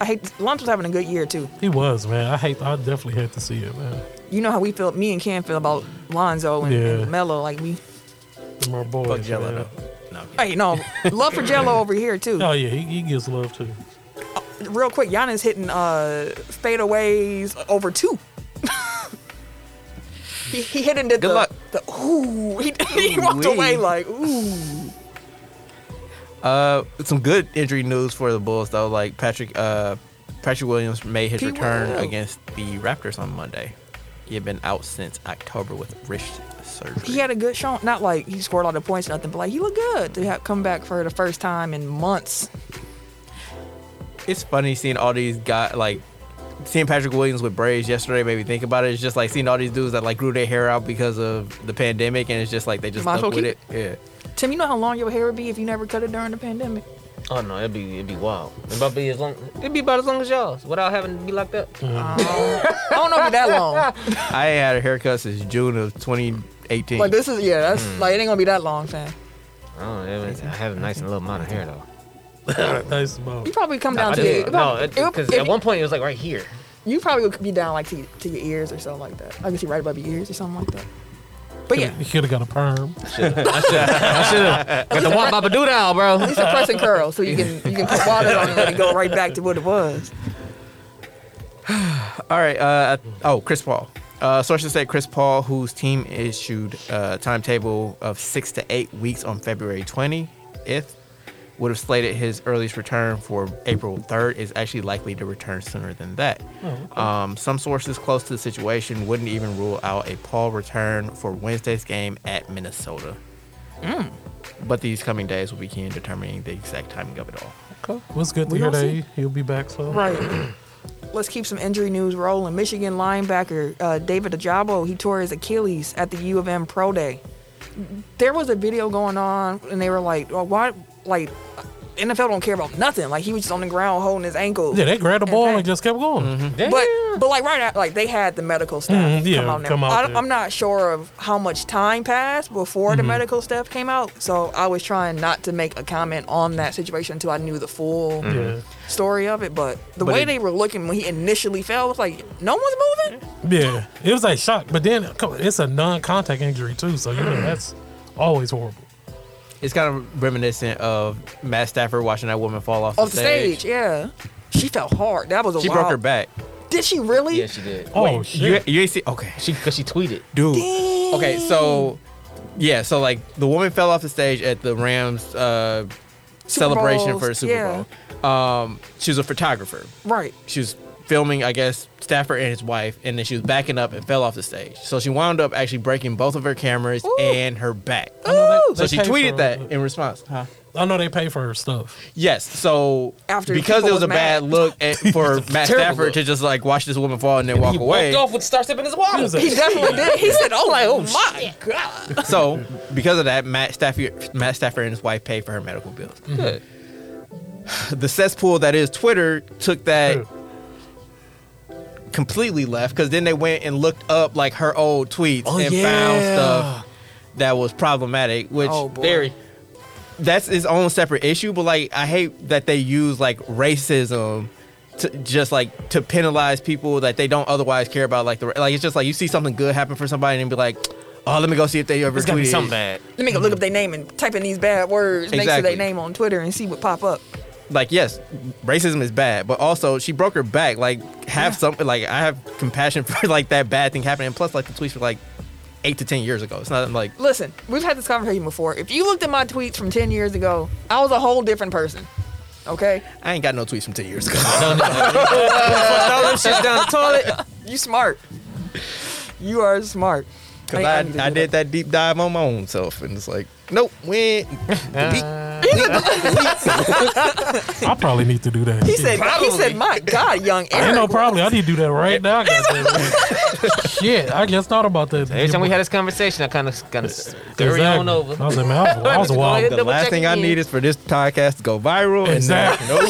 [SPEAKER 1] I hate. Lonzo's having a good year too.
[SPEAKER 3] He was, man. I hate I definitely hate to see it, man.
[SPEAKER 1] You know how we feel. Me and Cam feel about Lonzo and,
[SPEAKER 3] Yeah.
[SPEAKER 1] and Melo. Like we.
[SPEAKER 3] Them our boys.
[SPEAKER 4] Fuck Jello.
[SPEAKER 3] man.
[SPEAKER 4] though. No, I'm kidding.
[SPEAKER 1] Hey, no, love for Jello over here too.
[SPEAKER 3] Oh yeah, he, he gives love too.
[SPEAKER 1] Real quick, Giannis hitting uh fadeaways over two. (laughs) he, he hit into
[SPEAKER 4] Good
[SPEAKER 1] the,
[SPEAKER 4] luck.
[SPEAKER 1] the ooh. (laughs) He, he walked
[SPEAKER 4] Ooh-wee.
[SPEAKER 1] away like ooh.
[SPEAKER 4] Uh, some good injury news for the Bulls though. Like Patrick, uh, Patrick Williams made his
[SPEAKER 1] He
[SPEAKER 4] return
[SPEAKER 1] will.
[SPEAKER 4] against the Raptors on Monday. He had been out since October with wrist surgery.
[SPEAKER 1] He had a good show. Not like he scored all the points, nothing, but like he looked good to have come back for the first time in months.
[SPEAKER 4] it's funny seeing all these guys like seeing Patrick Williams with braids yesterday made me think about it. It's just like seeing all these dudes that like grew their hair out because of the pandemic, and it's just like they just
[SPEAKER 1] Might as
[SPEAKER 4] stuck
[SPEAKER 1] well
[SPEAKER 4] with it.
[SPEAKER 1] keep
[SPEAKER 4] Yeah.
[SPEAKER 1] Tim, you know how long your hair would be if you never cut it during the
[SPEAKER 2] (laughs)
[SPEAKER 1] pandemic?
[SPEAKER 2] Oh no, it'd be it'd be wild. It'd about be as long. It'd be about as long as y'all's without having to be locked up.
[SPEAKER 1] Um, I don't know if it's that long.
[SPEAKER 4] I ain't had a haircut since June of 2018.
[SPEAKER 1] Like
[SPEAKER 2] Mm.
[SPEAKER 1] this is yeah, that's like it ain't gonna be that long, fam.
[SPEAKER 2] I don't know. it was- I have a nice little amount of hair though.
[SPEAKER 3] Nice ball.
[SPEAKER 1] You probably come down
[SPEAKER 2] I
[SPEAKER 1] to your,
[SPEAKER 2] did.
[SPEAKER 1] Oh, it
[SPEAKER 2] No,
[SPEAKER 1] probably- it-
[SPEAKER 2] because
[SPEAKER 1] it-
[SPEAKER 2] at one point it was like right here.
[SPEAKER 1] you probably would be down like to, to your ears or something like that. I can see right above your ears or something like that. But yeah,
[SPEAKER 3] You could have got a perm.
[SPEAKER 2] Got the want Baba Doo down,
[SPEAKER 1] at
[SPEAKER 2] bro.
[SPEAKER 1] least a pressing curl, so you can you can put water on it and let it go right back to what it was.
[SPEAKER 4] All right. Uh, oh, Chris Paul. Uh, sources say Chris Paul, whose team issued a timetable of six to eight weeks on February 20th, would have slated his earliest return for April 3rd, is actually likely to return sooner than that.
[SPEAKER 1] Oh,
[SPEAKER 4] um, some sources close to the situation wouldn't even rule out a Paul return for Wednesday's game at Minnesota.
[SPEAKER 1] Hmm.
[SPEAKER 4] But these coming days will be key in determining the exact timing of it all.
[SPEAKER 3] It was good to
[SPEAKER 1] We
[SPEAKER 3] hear
[SPEAKER 1] don't
[SPEAKER 3] that
[SPEAKER 1] see-
[SPEAKER 3] he- he'll be back soon.
[SPEAKER 1] Right. Let's keep some injury news rolling. Michigan linebacker uh, David Ajabo he tore his Achilles at the U of M Pro Day. There was a video going on, and they were like, well, "Why? Like, NFL don't care about nothing. Like he was just on the ground holding his ankle."
[SPEAKER 3] Yeah, they grabbed the ball
[SPEAKER 1] Okay.
[SPEAKER 3] and just kept going.
[SPEAKER 1] But but like right out, like they had the medical staff
[SPEAKER 3] Mhm, yeah,
[SPEAKER 1] come out. Now.
[SPEAKER 3] come out
[SPEAKER 1] I,
[SPEAKER 3] there. Mm-hmm.
[SPEAKER 1] I'm not sure of how much time passed before the medical staff came out, so I was trying not to make a comment on that situation until I knew the full
[SPEAKER 3] Yeah.
[SPEAKER 1] story of it. But the
[SPEAKER 5] But
[SPEAKER 1] way
[SPEAKER 5] it-
[SPEAKER 1] they were looking when he initially fell was like no one's moving.
[SPEAKER 3] Yeah, it was like shock, but then come- it's a non-contact injury too, so you know that's always horrible.
[SPEAKER 4] It's kind of reminiscent of Matt Stafford watching that woman fall off,
[SPEAKER 1] Off the stage, yeah. She fell hard. That was a
[SPEAKER 4] She
[SPEAKER 1] wild-
[SPEAKER 4] broke her back.
[SPEAKER 1] Did she really?
[SPEAKER 2] Yeah, she did.
[SPEAKER 3] Oh
[SPEAKER 4] You,
[SPEAKER 3] shit!
[SPEAKER 4] you ain't see? Okay,
[SPEAKER 2] She because she tweeted.
[SPEAKER 4] dude. Okay, so yeah, so like the woman fell off the stage at the Rams uh, celebration for the
[SPEAKER 1] Bowls,
[SPEAKER 4] Super
[SPEAKER 1] yeah.
[SPEAKER 4] Bowl. Um, she was a photographer.
[SPEAKER 1] Right.
[SPEAKER 4] She was filming, I guess, Stafford and his wife, and then she was backing up and fell off the stage. So she wound up actually breaking both of her cameras
[SPEAKER 1] Ooh.
[SPEAKER 4] and her back.
[SPEAKER 3] I know they-
[SPEAKER 4] So
[SPEAKER 3] they
[SPEAKER 4] she
[SPEAKER 3] pay for
[SPEAKER 4] tweeted that
[SPEAKER 3] her-
[SPEAKER 4] in response. Huh?
[SPEAKER 3] I know they pay for her stuff.
[SPEAKER 4] Yes. So
[SPEAKER 1] After
[SPEAKER 4] because
[SPEAKER 1] people
[SPEAKER 4] it
[SPEAKER 1] was
[SPEAKER 4] was a bad
[SPEAKER 1] mad. (laughs)
[SPEAKER 4] look at, for Matt
[SPEAKER 2] Terrible
[SPEAKER 4] Stafford
[SPEAKER 2] look.
[SPEAKER 4] to just like watch this woman fall and then walk
[SPEAKER 2] he
[SPEAKER 4] away.
[SPEAKER 2] walked off with star sipping his water.
[SPEAKER 3] He
[SPEAKER 1] He definitely did. He said, "Oh like, oh my god."
[SPEAKER 4] So because of that, Matt Stafford, Matt Stafford and his wife paid for her medical bills.
[SPEAKER 2] Good.
[SPEAKER 4] The cesspool that is Twitter took that
[SPEAKER 3] True.
[SPEAKER 4] completely left because then they went and looked up like her old tweets
[SPEAKER 2] Oh,
[SPEAKER 4] and found
[SPEAKER 2] yeah.
[SPEAKER 4] stuff that was problematic, which
[SPEAKER 1] Oh, boy.
[SPEAKER 2] Very.
[SPEAKER 4] that's its own separate issue. But like, I hate that they use like racism. To just like to penalize people that they don't otherwise care about, like the like it's just like you see something good happen for somebody and be like, oh, let me go see if they ever
[SPEAKER 2] It's gotta
[SPEAKER 4] tweeted
[SPEAKER 2] be
[SPEAKER 4] it."
[SPEAKER 2] something bad.
[SPEAKER 1] Let me go look up their name and type in these bad words next to
[SPEAKER 4] Exactly.
[SPEAKER 1] their name on Twitter and see what pop up.
[SPEAKER 4] like yes, racism is bad, but also she broke her back. Like have something like I have compassion (laughs) for like that bad thing happening. And plus, like the tweets were like eight to ten years ago. It's not like
[SPEAKER 1] Listen, we've had this conversation before. If you looked at my tweets from 10 years ago, I was a whole different person. Okay?
[SPEAKER 4] I ain't got no tweets from ten years ago. (laughs)
[SPEAKER 2] Throw them shits down the toilet.
[SPEAKER 1] You smart. You are smart.
[SPEAKER 4] Cause
[SPEAKER 1] I- I
[SPEAKER 4] I,
[SPEAKER 1] need to
[SPEAKER 4] I,
[SPEAKER 1] do
[SPEAKER 4] did that deep dive on my own self, and it's like nope, we ain't.
[SPEAKER 3] I probably need to do that.
[SPEAKER 1] He said, he said,
[SPEAKER 2] Probably.
[SPEAKER 1] my God, young Eric.
[SPEAKER 3] "Ain't no problem. I need to do that right now." goddamn.
[SPEAKER 1] (laughs)
[SPEAKER 3] Shit, I just thought about that.
[SPEAKER 2] Every time we had this conversation, I kind of kind of scurry
[SPEAKER 3] Exactly.
[SPEAKER 2] on
[SPEAKER 3] I
[SPEAKER 2] over.
[SPEAKER 3] was like, man,
[SPEAKER 2] (laughs)
[SPEAKER 3] I was, I was
[SPEAKER 2] Go ahead.
[SPEAKER 3] wild.
[SPEAKER 4] The
[SPEAKER 2] Double
[SPEAKER 4] last
[SPEAKER 2] check
[SPEAKER 4] thing I
[SPEAKER 2] again.
[SPEAKER 4] need is for this podcast to go viral. and uh, now-
[SPEAKER 3] Exactly. No
[SPEAKER 2] Oh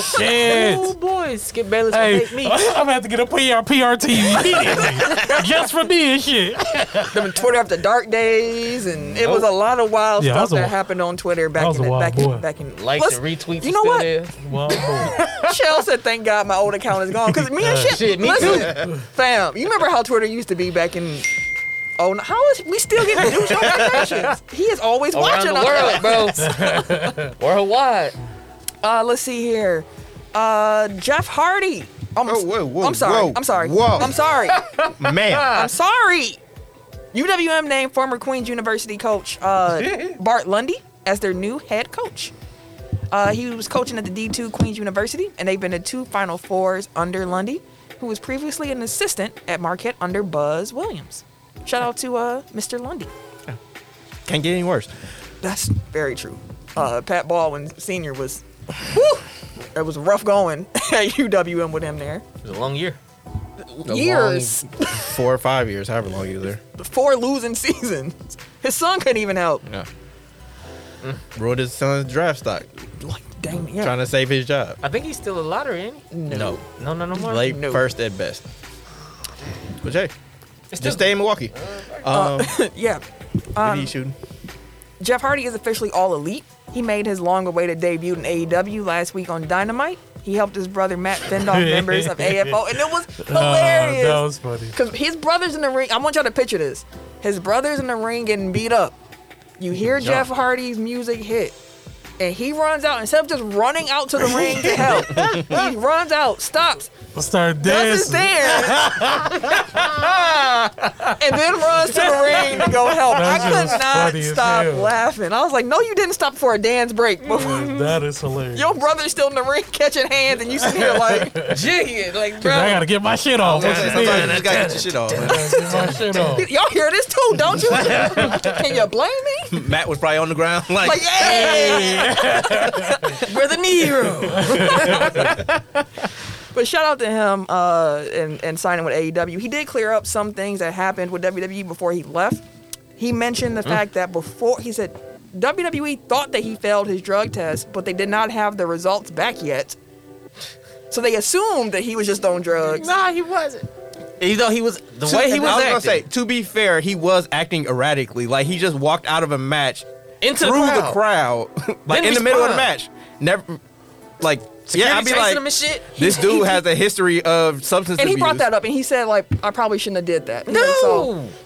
[SPEAKER 3] shit.
[SPEAKER 2] boy, Skip Bayless will
[SPEAKER 3] Hey,
[SPEAKER 2] take
[SPEAKER 3] (laughs) I'm
[SPEAKER 2] me.
[SPEAKER 3] gonna have to get a PR,
[SPEAKER 1] (laughs)
[SPEAKER 3] PRT immediately E just for this shit.
[SPEAKER 1] Them Twitter after dark days, and it was a lot of wild
[SPEAKER 3] Yeah, I
[SPEAKER 1] stuff
[SPEAKER 3] was a
[SPEAKER 1] that
[SPEAKER 3] wi-
[SPEAKER 1] happened on Twitter
[SPEAKER 3] I
[SPEAKER 1] back
[SPEAKER 3] was
[SPEAKER 1] in
[SPEAKER 3] a
[SPEAKER 1] the
[SPEAKER 3] wild
[SPEAKER 1] back
[SPEAKER 3] boy.
[SPEAKER 1] in back in
[SPEAKER 2] Likes
[SPEAKER 1] Let's-
[SPEAKER 2] and retweets.
[SPEAKER 1] You know
[SPEAKER 2] still
[SPEAKER 1] what?
[SPEAKER 2] There.
[SPEAKER 3] Well,
[SPEAKER 1] Shell said, "Thank God my old account is gone." Because me and shit,
[SPEAKER 2] Uh, Shit, me
[SPEAKER 1] listen, fam, you remember how Twitter used to be back in? Oh, no, how is we still getting
[SPEAKER 2] (laughs)
[SPEAKER 1] news notifications? He is always
[SPEAKER 2] Around
[SPEAKER 1] watching
[SPEAKER 2] the
[SPEAKER 1] us.
[SPEAKER 2] world, (laughs) bro. Worldwide.
[SPEAKER 1] Uh, let's see here. Uh, Jeff Hardy. I'm,
[SPEAKER 4] Whoa, Oh, whoa, whoa,
[SPEAKER 1] I'm sorry.
[SPEAKER 4] whoa,
[SPEAKER 1] I'm sorry.
[SPEAKER 4] whoa.
[SPEAKER 1] I'm sorry.
[SPEAKER 4] (laughs) man,
[SPEAKER 1] I'm sorry. UWM named former Queens University coach uh, Bart Lundy as their new head coach. Uh, he was coaching at the D2 Queens University, and they've been to two Final Fours under Lundy, who was previously an assistant at Marquette under Buzz Williams. Shout out to uh, Mr. Lundy.
[SPEAKER 4] can't get any worse.
[SPEAKER 1] That's very true. Uh, Pat Baldwin Sr. was, whew, it was rough going (laughs) at UWM with him there.
[SPEAKER 2] It was a long year.
[SPEAKER 1] (laughs)
[SPEAKER 4] The
[SPEAKER 1] Years.
[SPEAKER 4] long (laughs) four or five years, however long he was there.
[SPEAKER 1] Four losing (laughs) seasons. His son couldn't even help.
[SPEAKER 4] Yeah, ruined Mm. his son's draft stock,
[SPEAKER 1] Like, dang, yeah.
[SPEAKER 4] trying to save his job.
[SPEAKER 2] I think he's still a lottery, ain't he?
[SPEAKER 4] No.
[SPEAKER 2] No, no, no more.
[SPEAKER 4] Late
[SPEAKER 1] No.
[SPEAKER 4] first at best. But hey,
[SPEAKER 2] It's
[SPEAKER 4] just
[SPEAKER 2] still- Uh,
[SPEAKER 4] stay in Milwaukee. Um,
[SPEAKER 1] yeah. (laughs) Um,
[SPEAKER 4] what are you shooting?
[SPEAKER 1] Jeff Hardy is officially all elite. He made his long-awaited debut in AEW last week on Dynamite. He helped his brother Matt fend
[SPEAKER 3] (laughs)
[SPEAKER 1] off members of AFO, and it was hilarious.
[SPEAKER 3] Oh, that was funny.
[SPEAKER 1] Because his brother's in the ring. I want y'all to picture this. His brother's in the ring getting beat up. You hear Jeff Hardy's music hit. And he runs out. Instead of just running out to the ring to
[SPEAKER 3] (laughs)
[SPEAKER 1] help, he runs out, stops,
[SPEAKER 3] I started
[SPEAKER 1] does his
[SPEAKER 3] dancing.
[SPEAKER 1] dance, and then runs to the ring to go help.
[SPEAKER 3] That shit was
[SPEAKER 1] I
[SPEAKER 3] funny
[SPEAKER 1] could
[SPEAKER 3] as
[SPEAKER 1] not stop
[SPEAKER 3] hell. Mm.
[SPEAKER 1] laughing. I was like, no, you didn't stop for a dance break. Before.
[SPEAKER 3] That is hilarious.
[SPEAKER 1] Your brother's still in the ring catching hands, and you sit here like,
[SPEAKER 3] (laughs)
[SPEAKER 1] jigging. Like, bro.
[SPEAKER 3] I gotta get my shit off. What's this
[SPEAKER 4] Sometimes you
[SPEAKER 3] thing?
[SPEAKER 4] just gotta get your shit off. man.
[SPEAKER 3] Get my
[SPEAKER 1] (laughs)
[SPEAKER 3] shit off.
[SPEAKER 1] Y'all hear this too, don't
[SPEAKER 3] (laughs)
[SPEAKER 1] you? Can you blame me?
[SPEAKER 4] Matt was probably on the ground. (laughs) Like,
[SPEAKER 1] Like, hey, (laughs) we're the Nero. (laughs) but shout out to him uh, and, and signing with AEW. He did clear up some things that happened with WWE before he left. He mentioned the fact that before he said WWE thought that he failed his drug test, but they did not have the results back yet. So they assumed that he was just on drugs.
[SPEAKER 2] Nah, he wasn't. Even though he was the
[SPEAKER 4] To-
[SPEAKER 2] way he was,
[SPEAKER 4] I was
[SPEAKER 2] acting,
[SPEAKER 4] gonna say, to be fair, he was acting erratically. Like he just walked out of a match
[SPEAKER 2] into
[SPEAKER 4] through
[SPEAKER 2] the
[SPEAKER 4] the crowd, (laughs) like
[SPEAKER 2] Didn't
[SPEAKER 4] in the middle of the match.
[SPEAKER 2] respond.
[SPEAKER 4] Never, like, yeah, I'd be
[SPEAKER 2] chasing
[SPEAKER 4] like,
[SPEAKER 2] him and shit. (laughs)
[SPEAKER 4] this dude has a history of substance
[SPEAKER 1] and he
[SPEAKER 4] abuse.
[SPEAKER 1] brought that up and he said like i probably shouldn't have did that He was like,
[SPEAKER 2] No.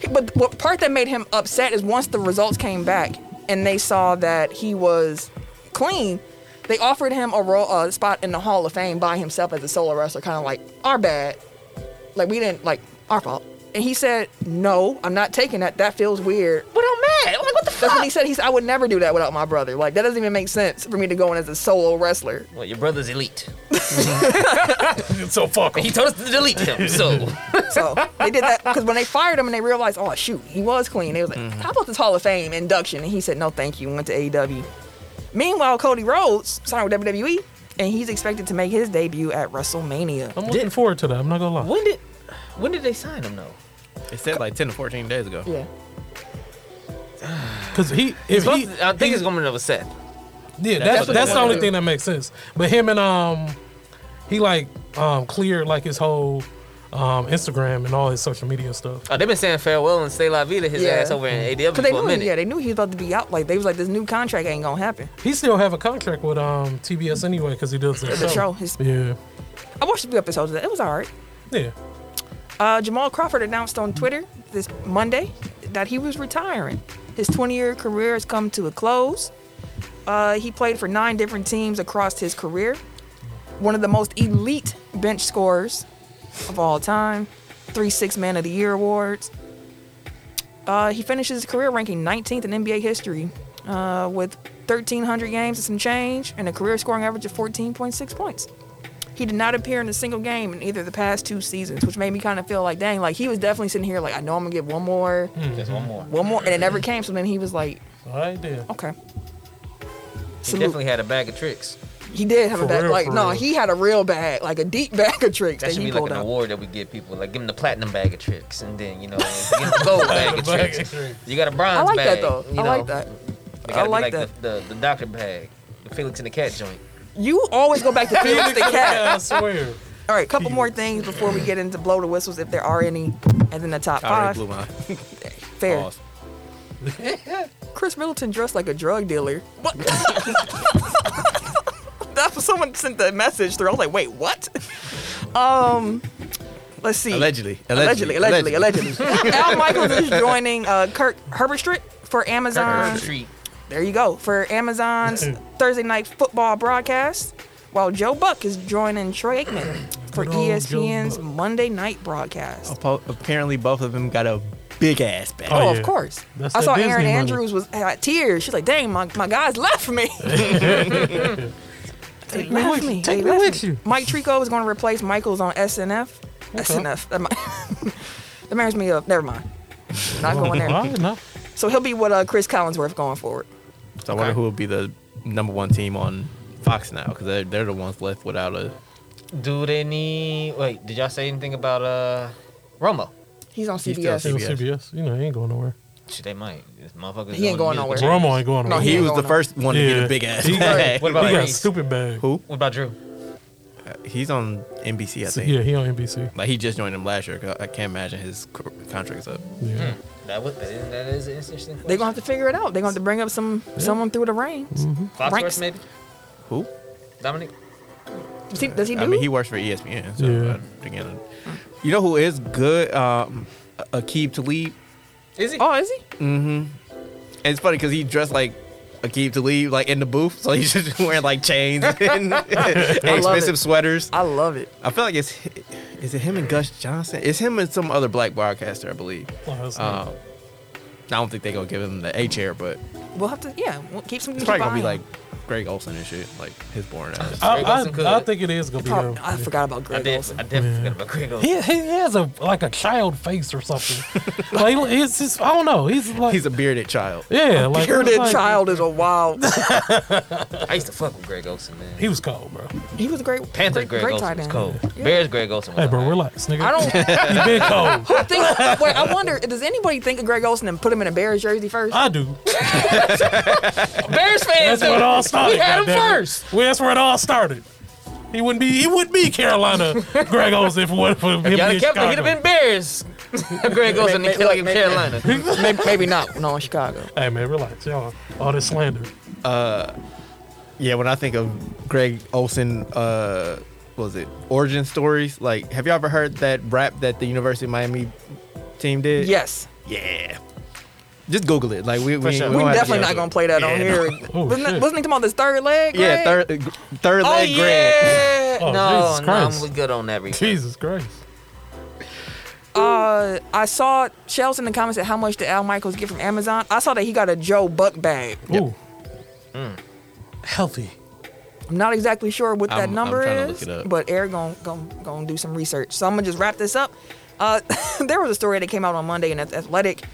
[SPEAKER 1] so, but what part that made him upset is once the results came back and they saw that he was clean they offered him a role, uh, spot in the hall of fame by himself as a solo wrestler kind of like our bad like we didn't like our fault and he said no i'm not taking that that feels weird
[SPEAKER 2] But I'm mad. I'm like, what the
[SPEAKER 1] that's
[SPEAKER 2] fuck?
[SPEAKER 1] what he said. He said, I would never do that without my brother. Like, that doesn't even make sense for me to go in as a solo wrestler.
[SPEAKER 2] Well, your brother's elite.
[SPEAKER 3] So fuck
[SPEAKER 2] He
[SPEAKER 3] him.
[SPEAKER 2] told us to delete him, so
[SPEAKER 1] So they did that because when they fired him and they realized, oh shoot, he was clean. They was like,
[SPEAKER 2] Mm-hmm.
[SPEAKER 1] how about this Hall of Fame induction? And he said, no, thank you. Went to AEW. Meanwhile, Cody Rhodes signed with WWE, and he's expected to make his debut at WrestleMania.
[SPEAKER 2] Oh,
[SPEAKER 3] I'm looking forward to that. I'm not gonna lie.
[SPEAKER 2] (laughs) when did when did they sign him though?
[SPEAKER 4] It said like ten to fourteen days ago.
[SPEAKER 1] Yeah,
[SPEAKER 3] Cause he, if he,
[SPEAKER 2] Supposed to- I think
[SPEAKER 3] he-
[SPEAKER 2] it's gonna be with Seth.
[SPEAKER 3] yeah, that's
[SPEAKER 2] what
[SPEAKER 3] that's
[SPEAKER 2] they
[SPEAKER 3] the
[SPEAKER 2] wanna
[SPEAKER 3] only
[SPEAKER 1] do.
[SPEAKER 3] thing that makes sense. But him and um, he like um cleared like his whole um Instagram and all his social media stuff.
[SPEAKER 2] Oh, they've been saying farewell and stay la vida his
[SPEAKER 1] Yeah.
[SPEAKER 2] ass over in AW for
[SPEAKER 1] because they
[SPEAKER 2] a
[SPEAKER 1] knew,
[SPEAKER 2] minute.
[SPEAKER 1] yeah, they knew he was about to be out. Like they was like, this new contract ain't gonna happen.
[SPEAKER 3] He still have a contract with um TBS anyway because he does that
[SPEAKER 1] The show,
[SPEAKER 3] show.
[SPEAKER 1] his,
[SPEAKER 3] Yeah,
[SPEAKER 1] I watched a few episodes of that. It was alright.
[SPEAKER 3] yeah.
[SPEAKER 1] Uh, Jamal Crawford announced on Twitter this Monday that he was retiring. His 20 year career has come to a close. Uh, he played for nine different teams across his career. One of the most elite bench scorers of all time. Three Six Man of the Year awards. Uh, he finishes his career ranking 19th in NBA history uh, with 1,300 games and some change and a career scoring average of 14.6 points he did not appear in a single game in either of the past two seasons, which made me kind of feel like, dang, like he was definitely sitting here like, I know I'm gonna get one more,
[SPEAKER 2] Just one more.
[SPEAKER 1] one more, and it never came. So then he was like,
[SPEAKER 3] All right, then.
[SPEAKER 1] okay.
[SPEAKER 2] He
[SPEAKER 1] Salute.
[SPEAKER 2] definitely had a bag of tricks.
[SPEAKER 1] He did have a
[SPEAKER 3] For
[SPEAKER 1] bag,
[SPEAKER 3] real,
[SPEAKER 1] like
[SPEAKER 3] for
[SPEAKER 1] no,
[SPEAKER 3] real.
[SPEAKER 1] he had a real bag, like a deep (laughs) bag of tricks that,
[SPEAKER 2] That should
[SPEAKER 1] he
[SPEAKER 2] be like
[SPEAKER 1] pulled
[SPEAKER 2] an
[SPEAKER 1] out.
[SPEAKER 2] award that we give people. Like give them the platinum bag of tricks, and then you know, give them the (laughs) gold bag of
[SPEAKER 3] Bag of
[SPEAKER 2] tricks.
[SPEAKER 3] tricks.
[SPEAKER 2] You got a bronze
[SPEAKER 1] I like
[SPEAKER 2] bag.
[SPEAKER 1] that though.
[SPEAKER 2] You
[SPEAKER 1] I
[SPEAKER 2] know?
[SPEAKER 1] like that.
[SPEAKER 2] They gotta
[SPEAKER 1] I
[SPEAKER 2] be
[SPEAKER 1] like
[SPEAKER 2] like
[SPEAKER 1] that.
[SPEAKER 2] The, the the doctor bag, the Felix and the cat joint.
[SPEAKER 1] You always go
[SPEAKER 2] (laughs)
[SPEAKER 1] back to Felix the cat.
[SPEAKER 3] Yeah, I swear.
[SPEAKER 1] All right, couple more things before we get into blow the whistles, if there are any, and then the top
[SPEAKER 4] I already
[SPEAKER 1] five.
[SPEAKER 4] blew mine.
[SPEAKER 1] Fair.
[SPEAKER 4] Pause.
[SPEAKER 1] Chris Middleton dressed like a drug dealer. What? (laughs) That's what someone sent the message through. I was like, wait, what? Um, let's see.
[SPEAKER 4] Allegedly,
[SPEAKER 1] allegedly, allegedly, allegedly. (laughs) Al Michaels is joining uh, Kirk Herbstreit for Amazon.
[SPEAKER 2] Street.
[SPEAKER 1] There you go for
[SPEAKER 3] (laughs)
[SPEAKER 1] Amazon's Thursday night football broadcast. While Joe Buck is joining Troy Aikman for E
[SPEAKER 3] Good old Joe
[SPEAKER 1] ESPN's
[SPEAKER 3] Buck.
[SPEAKER 1] Monday night broadcast.
[SPEAKER 4] Appo- Apparently, both of them got a big ass back.
[SPEAKER 3] Oh,
[SPEAKER 1] Oh,
[SPEAKER 3] yeah.
[SPEAKER 1] of course.
[SPEAKER 3] That's
[SPEAKER 1] I
[SPEAKER 3] that
[SPEAKER 1] saw
[SPEAKER 3] Disney
[SPEAKER 1] Aaron
[SPEAKER 3] money.
[SPEAKER 1] Andrews was had tears. She's like, "Dang, my, my guys left
[SPEAKER 3] (laughs)
[SPEAKER 1] me. they
[SPEAKER 3] me
[SPEAKER 1] left
[SPEAKER 3] with you.
[SPEAKER 1] me.
[SPEAKER 3] Take
[SPEAKER 1] They
[SPEAKER 3] me
[SPEAKER 1] left
[SPEAKER 3] with you.
[SPEAKER 1] Mike Trico is going to replace Michaels on SNF. SNF. That, might, (laughs) that marries me up. Never mind. Not going there.
[SPEAKER 3] All right, no.
[SPEAKER 1] So he'll be with uh, Chris Collinsworth going forward.
[SPEAKER 4] So I wonder who will be the number one team on Fox now because they're, they're the ones left without a.
[SPEAKER 2] Do they need? Wait, did y'all say anything about uh Romo?
[SPEAKER 1] He's on
[SPEAKER 4] He's
[SPEAKER 1] CBS.
[SPEAKER 3] It was
[SPEAKER 4] CBS.
[SPEAKER 3] CBS. You know, he ain't going nowhere.
[SPEAKER 2] Shit, they might. This motherfucker's
[SPEAKER 1] He ain't
[SPEAKER 2] doing
[SPEAKER 1] going
[SPEAKER 2] music
[SPEAKER 1] nowhere.
[SPEAKER 2] with
[SPEAKER 3] Romo ain't going
[SPEAKER 1] No,
[SPEAKER 3] nowhere.
[SPEAKER 1] he-
[SPEAKER 4] He
[SPEAKER 1] ain't
[SPEAKER 4] was the
[SPEAKER 1] going
[SPEAKER 4] first one to get
[SPEAKER 3] Yeah.
[SPEAKER 4] a big ass
[SPEAKER 3] He-
[SPEAKER 4] bag.
[SPEAKER 2] What
[SPEAKER 3] he
[SPEAKER 2] about
[SPEAKER 3] got a
[SPEAKER 2] Reese?
[SPEAKER 3] stupid bag.
[SPEAKER 4] Who?
[SPEAKER 2] What about Drew?
[SPEAKER 4] he's on NBC, I
[SPEAKER 3] So,
[SPEAKER 4] think.
[SPEAKER 3] yeah, he on NBC.
[SPEAKER 4] Like he just joined him last year. 'cause I can't imagine his co- contract's up.
[SPEAKER 3] Yeah.
[SPEAKER 1] Hmm.
[SPEAKER 2] That, would, that is- that is an interesting.
[SPEAKER 1] They're gonna have to figure it out. They're gonna have to bring up some someone through the ranks.
[SPEAKER 3] Mm-hmm.
[SPEAKER 2] Foxworth
[SPEAKER 1] ranks.
[SPEAKER 2] maybe
[SPEAKER 4] Who?
[SPEAKER 2] Dominic.
[SPEAKER 1] Does he, does he do?
[SPEAKER 4] I mean, he works for E ESPN. So
[SPEAKER 3] Yeah.
[SPEAKER 4] I- again, you know who is good? Um, Akib Talib.
[SPEAKER 2] Is he?
[SPEAKER 1] oh, is he?
[SPEAKER 4] And it's funny because he dressed like Akib Talib, like in the booth. So he's (laughs) just wearing like chains (laughs) and, expensive sweaters.
[SPEAKER 1] I love it.
[SPEAKER 4] I feel like it's is it him and Gus Johnson? It's him and some other black broadcaster, I believe.
[SPEAKER 3] Oh, that's
[SPEAKER 4] Um, I don't think they're gonna give him the A chair, but
[SPEAKER 1] We'll have to. Yeah, we'll keep some.
[SPEAKER 4] it's
[SPEAKER 1] keep
[SPEAKER 4] probably
[SPEAKER 1] an
[SPEAKER 4] gonna be
[SPEAKER 1] eye on
[SPEAKER 4] like
[SPEAKER 1] it.
[SPEAKER 4] Greg Olson and shit, like his born ass.
[SPEAKER 3] I,
[SPEAKER 2] Greg Olsen
[SPEAKER 3] I, I
[SPEAKER 2] could.
[SPEAKER 3] think it is gonna be
[SPEAKER 1] Prob-
[SPEAKER 3] him.
[SPEAKER 1] I forgot about
[SPEAKER 2] I
[SPEAKER 1] Greg
[SPEAKER 2] did.
[SPEAKER 1] Olsen.
[SPEAKER 2] I definitely
[SPEAKER 3] Yeah.
[SPEAKER 2] forgot about Greg Olson.
[SPEAKER 3] He, he has a like a child face or
[SPEAKER 4] (laughs)
[SPEAKER 3] something. like it's just I don't know. He's like
[SPEAKER 4] He's a bearded child.
[SPEAKER 3] yeah, like
[SPEAKER 1] Hearing
[SPEAKER 3] it's
[SPEAKER 1] that
[SPEAKER 3] like-
[SPEAKER 1] child is a wild.
[SPEAKER 2] I used to fuck with Greg Olson, man.
[SPEAKER 3] He was cold, bro.
[SPEAKER 1] (laughs) He was a great
[SPEAKER 2] Panthers
[SPEAKER 1] great,
[SPEAKER 2] Greg
[SPEAKER 1] great
[SPEAKER 2] Olson
[SPEAKER 1] tight
[SPEAKER 2] was
[SPEAKER 1] end.
[SPEAKER 2] cold. Bears Greg Olson was
[SPEAKER 3] Hey, bro,
[SPEAKER 2] alright.
[SPEAKER 3] relax, nigga.
[SPEAKER 1] I
[SPEAKER 4] (laughs)
[SPEAKER 1] don't
[SPEAKER 3] You been cold.
[SPEAKER 1] think. Wait, I wonder. Does anybody think of Greg Olson and put him in a Bears jersey first?
[SPEAKER 4] (laughs)
[SPEAKER 2] (laughs)
[SPEAKER 3] I do.
[SPEAKER 2] Bears fans.
[SPEAKER 3] That's where it all started.
[SPEAKER 2] We had him
[SPEAKER 3] goddamn it.
[SPEAKER 2] first.
[SPEAKER 3] Well, that's where it all started. He wouldn't be. He would be Carolina
[SPEAKER 2] (laughs)
[SPEAKER 3] Greg Olsen if it wasn't for him
[SPEAKER 2] Y'all
[SPEAKER 3] being
[SPEAKER 2] have kept him. He'd have
[SPEAKER 3] Chicago.
[SPEAKER 2] been Bears. (laughs) Greg Olson and like in Carolina.
[SPEAKER 1] maybe, maybe not. No, in Chicago.
[SPEAKER 3] Hey man, relax, y'all. All this slander.
[SPEAKER 4] Yeah, when I think of Greg Olson, uh, what was it origin stories? Like, have you ever heard that rap that the University of Miami team did?
[SPEAKER 1] Yes,
[SPEAKER 4] yeah. Just Google it. Like, we we,
[SPEAKER 5] sure.
[SPEAKER 4] don't
[SPEAKER 1] we're
[SPEAKER 4] have to
[SPEAKER 1] definitely
[SPEAKER 4] get
[SPEAKER 1] not
[SPEAKER 4] into
[SPEAKER 1] gonna play that on
[SPEAKER 4] Yeah,
[SPEAKER 1] here. (laughs)
[SPEAKER 3] Oh,
[SPEAKER 1] wasn't,
[SPEAKER 3] shit.
[SPEAKER 1] it, wasn't he talking about this third leg?
[SPEAKER 4] it. Yeah,
[SPEAKER 1] Greg?
[SPEAKER 4] third third
[SPEAKER 2] Oh
[SPEAKER 4] leg grant.
[SPEAKER 2] yeah.
[SPEAKER 4] (laughs)
[SPEAKER 3] Oh,
[SPEAKER 2] no,
[SPEAKER 3] Jesus
[SPEAKER 2] no,
[SPEAKER 3] Christ.
[SPEAKER 2] I'm good on that. refund.
[SPEAKER 3] Jesus Christ.
[SPEAKER 1] Uh, I saw Shells in the comments said how much did Al Michaels get from Amazon. I saw that he got a Joe Buck bag.
[SPEAKER 3] Ooh. Healthy.
[SPEAKER 1] I'm not exactly sure what that
[SPEAKER 4] I'm- I'm
[SPEAKER 1] number
[SPEAKER 4] trying to
[SPEAKER 1] is,
[SPEAKER 4] look it up.
[SPEAKER 1] but Eric gonna, gonna, gonna do some research. So I'm gonna just wrap this up. Uh, (laughs) there was a story that came out on Monday in Ath- Athletic,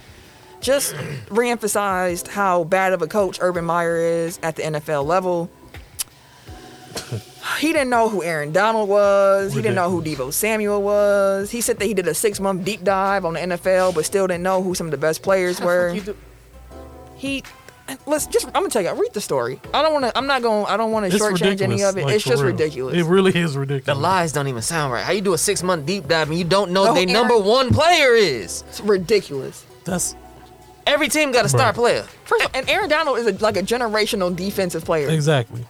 [SPEAKER 1] just (clears throat) reemphasized how bad of a coach Urban Meyer is at the NFL
[SPEAKER 4] (laughs)
[SPEAKER 1] level. He didn't know who Aaron Donald was. He didn't know who Debo Samuel was. He said that he did a six month deep dive on the NFL, but still didn't know who some of the best players were he let's just i'm gonna tell you read the story i don't want to i'm not going to i don't want to
[SPEAKER 3] It's
[SPEAKER 1] shortchange any
[SPEAKER 3] ridiculous,
[SPEAKER 1] of it
[SPEAKER 3] like,
[SPEAKER 1] it's
[SPEAKER 3] for
[SPEAKER 1] just
[SPEAKER 3] real.
[SPEAKER 1] ridiculous
[SPEAKER 3] It really is
[SPEAKER 2] The
[SPEAKER 3] ridiculous.
[SPEAKER 2] lies don't even sound right. How you do a six month deep dive and you don't know
[SPEAKER 1] Oh,
[SPEAKER 2] they
[SPEAKER 1] Aaron-
[SPEAKER 2] number one player is?
[SPEAKER 1] it's ridiculous
[SPEAKER 3] That's
[SPEAKER 2] Every team got a star
[SPEAKER 3] Bruh.
[SPEAKER 2] player.
[SPEAKER 1] first of all, and aaron donald is a, like a generational defensive player
[SPEAKER 3] exactly.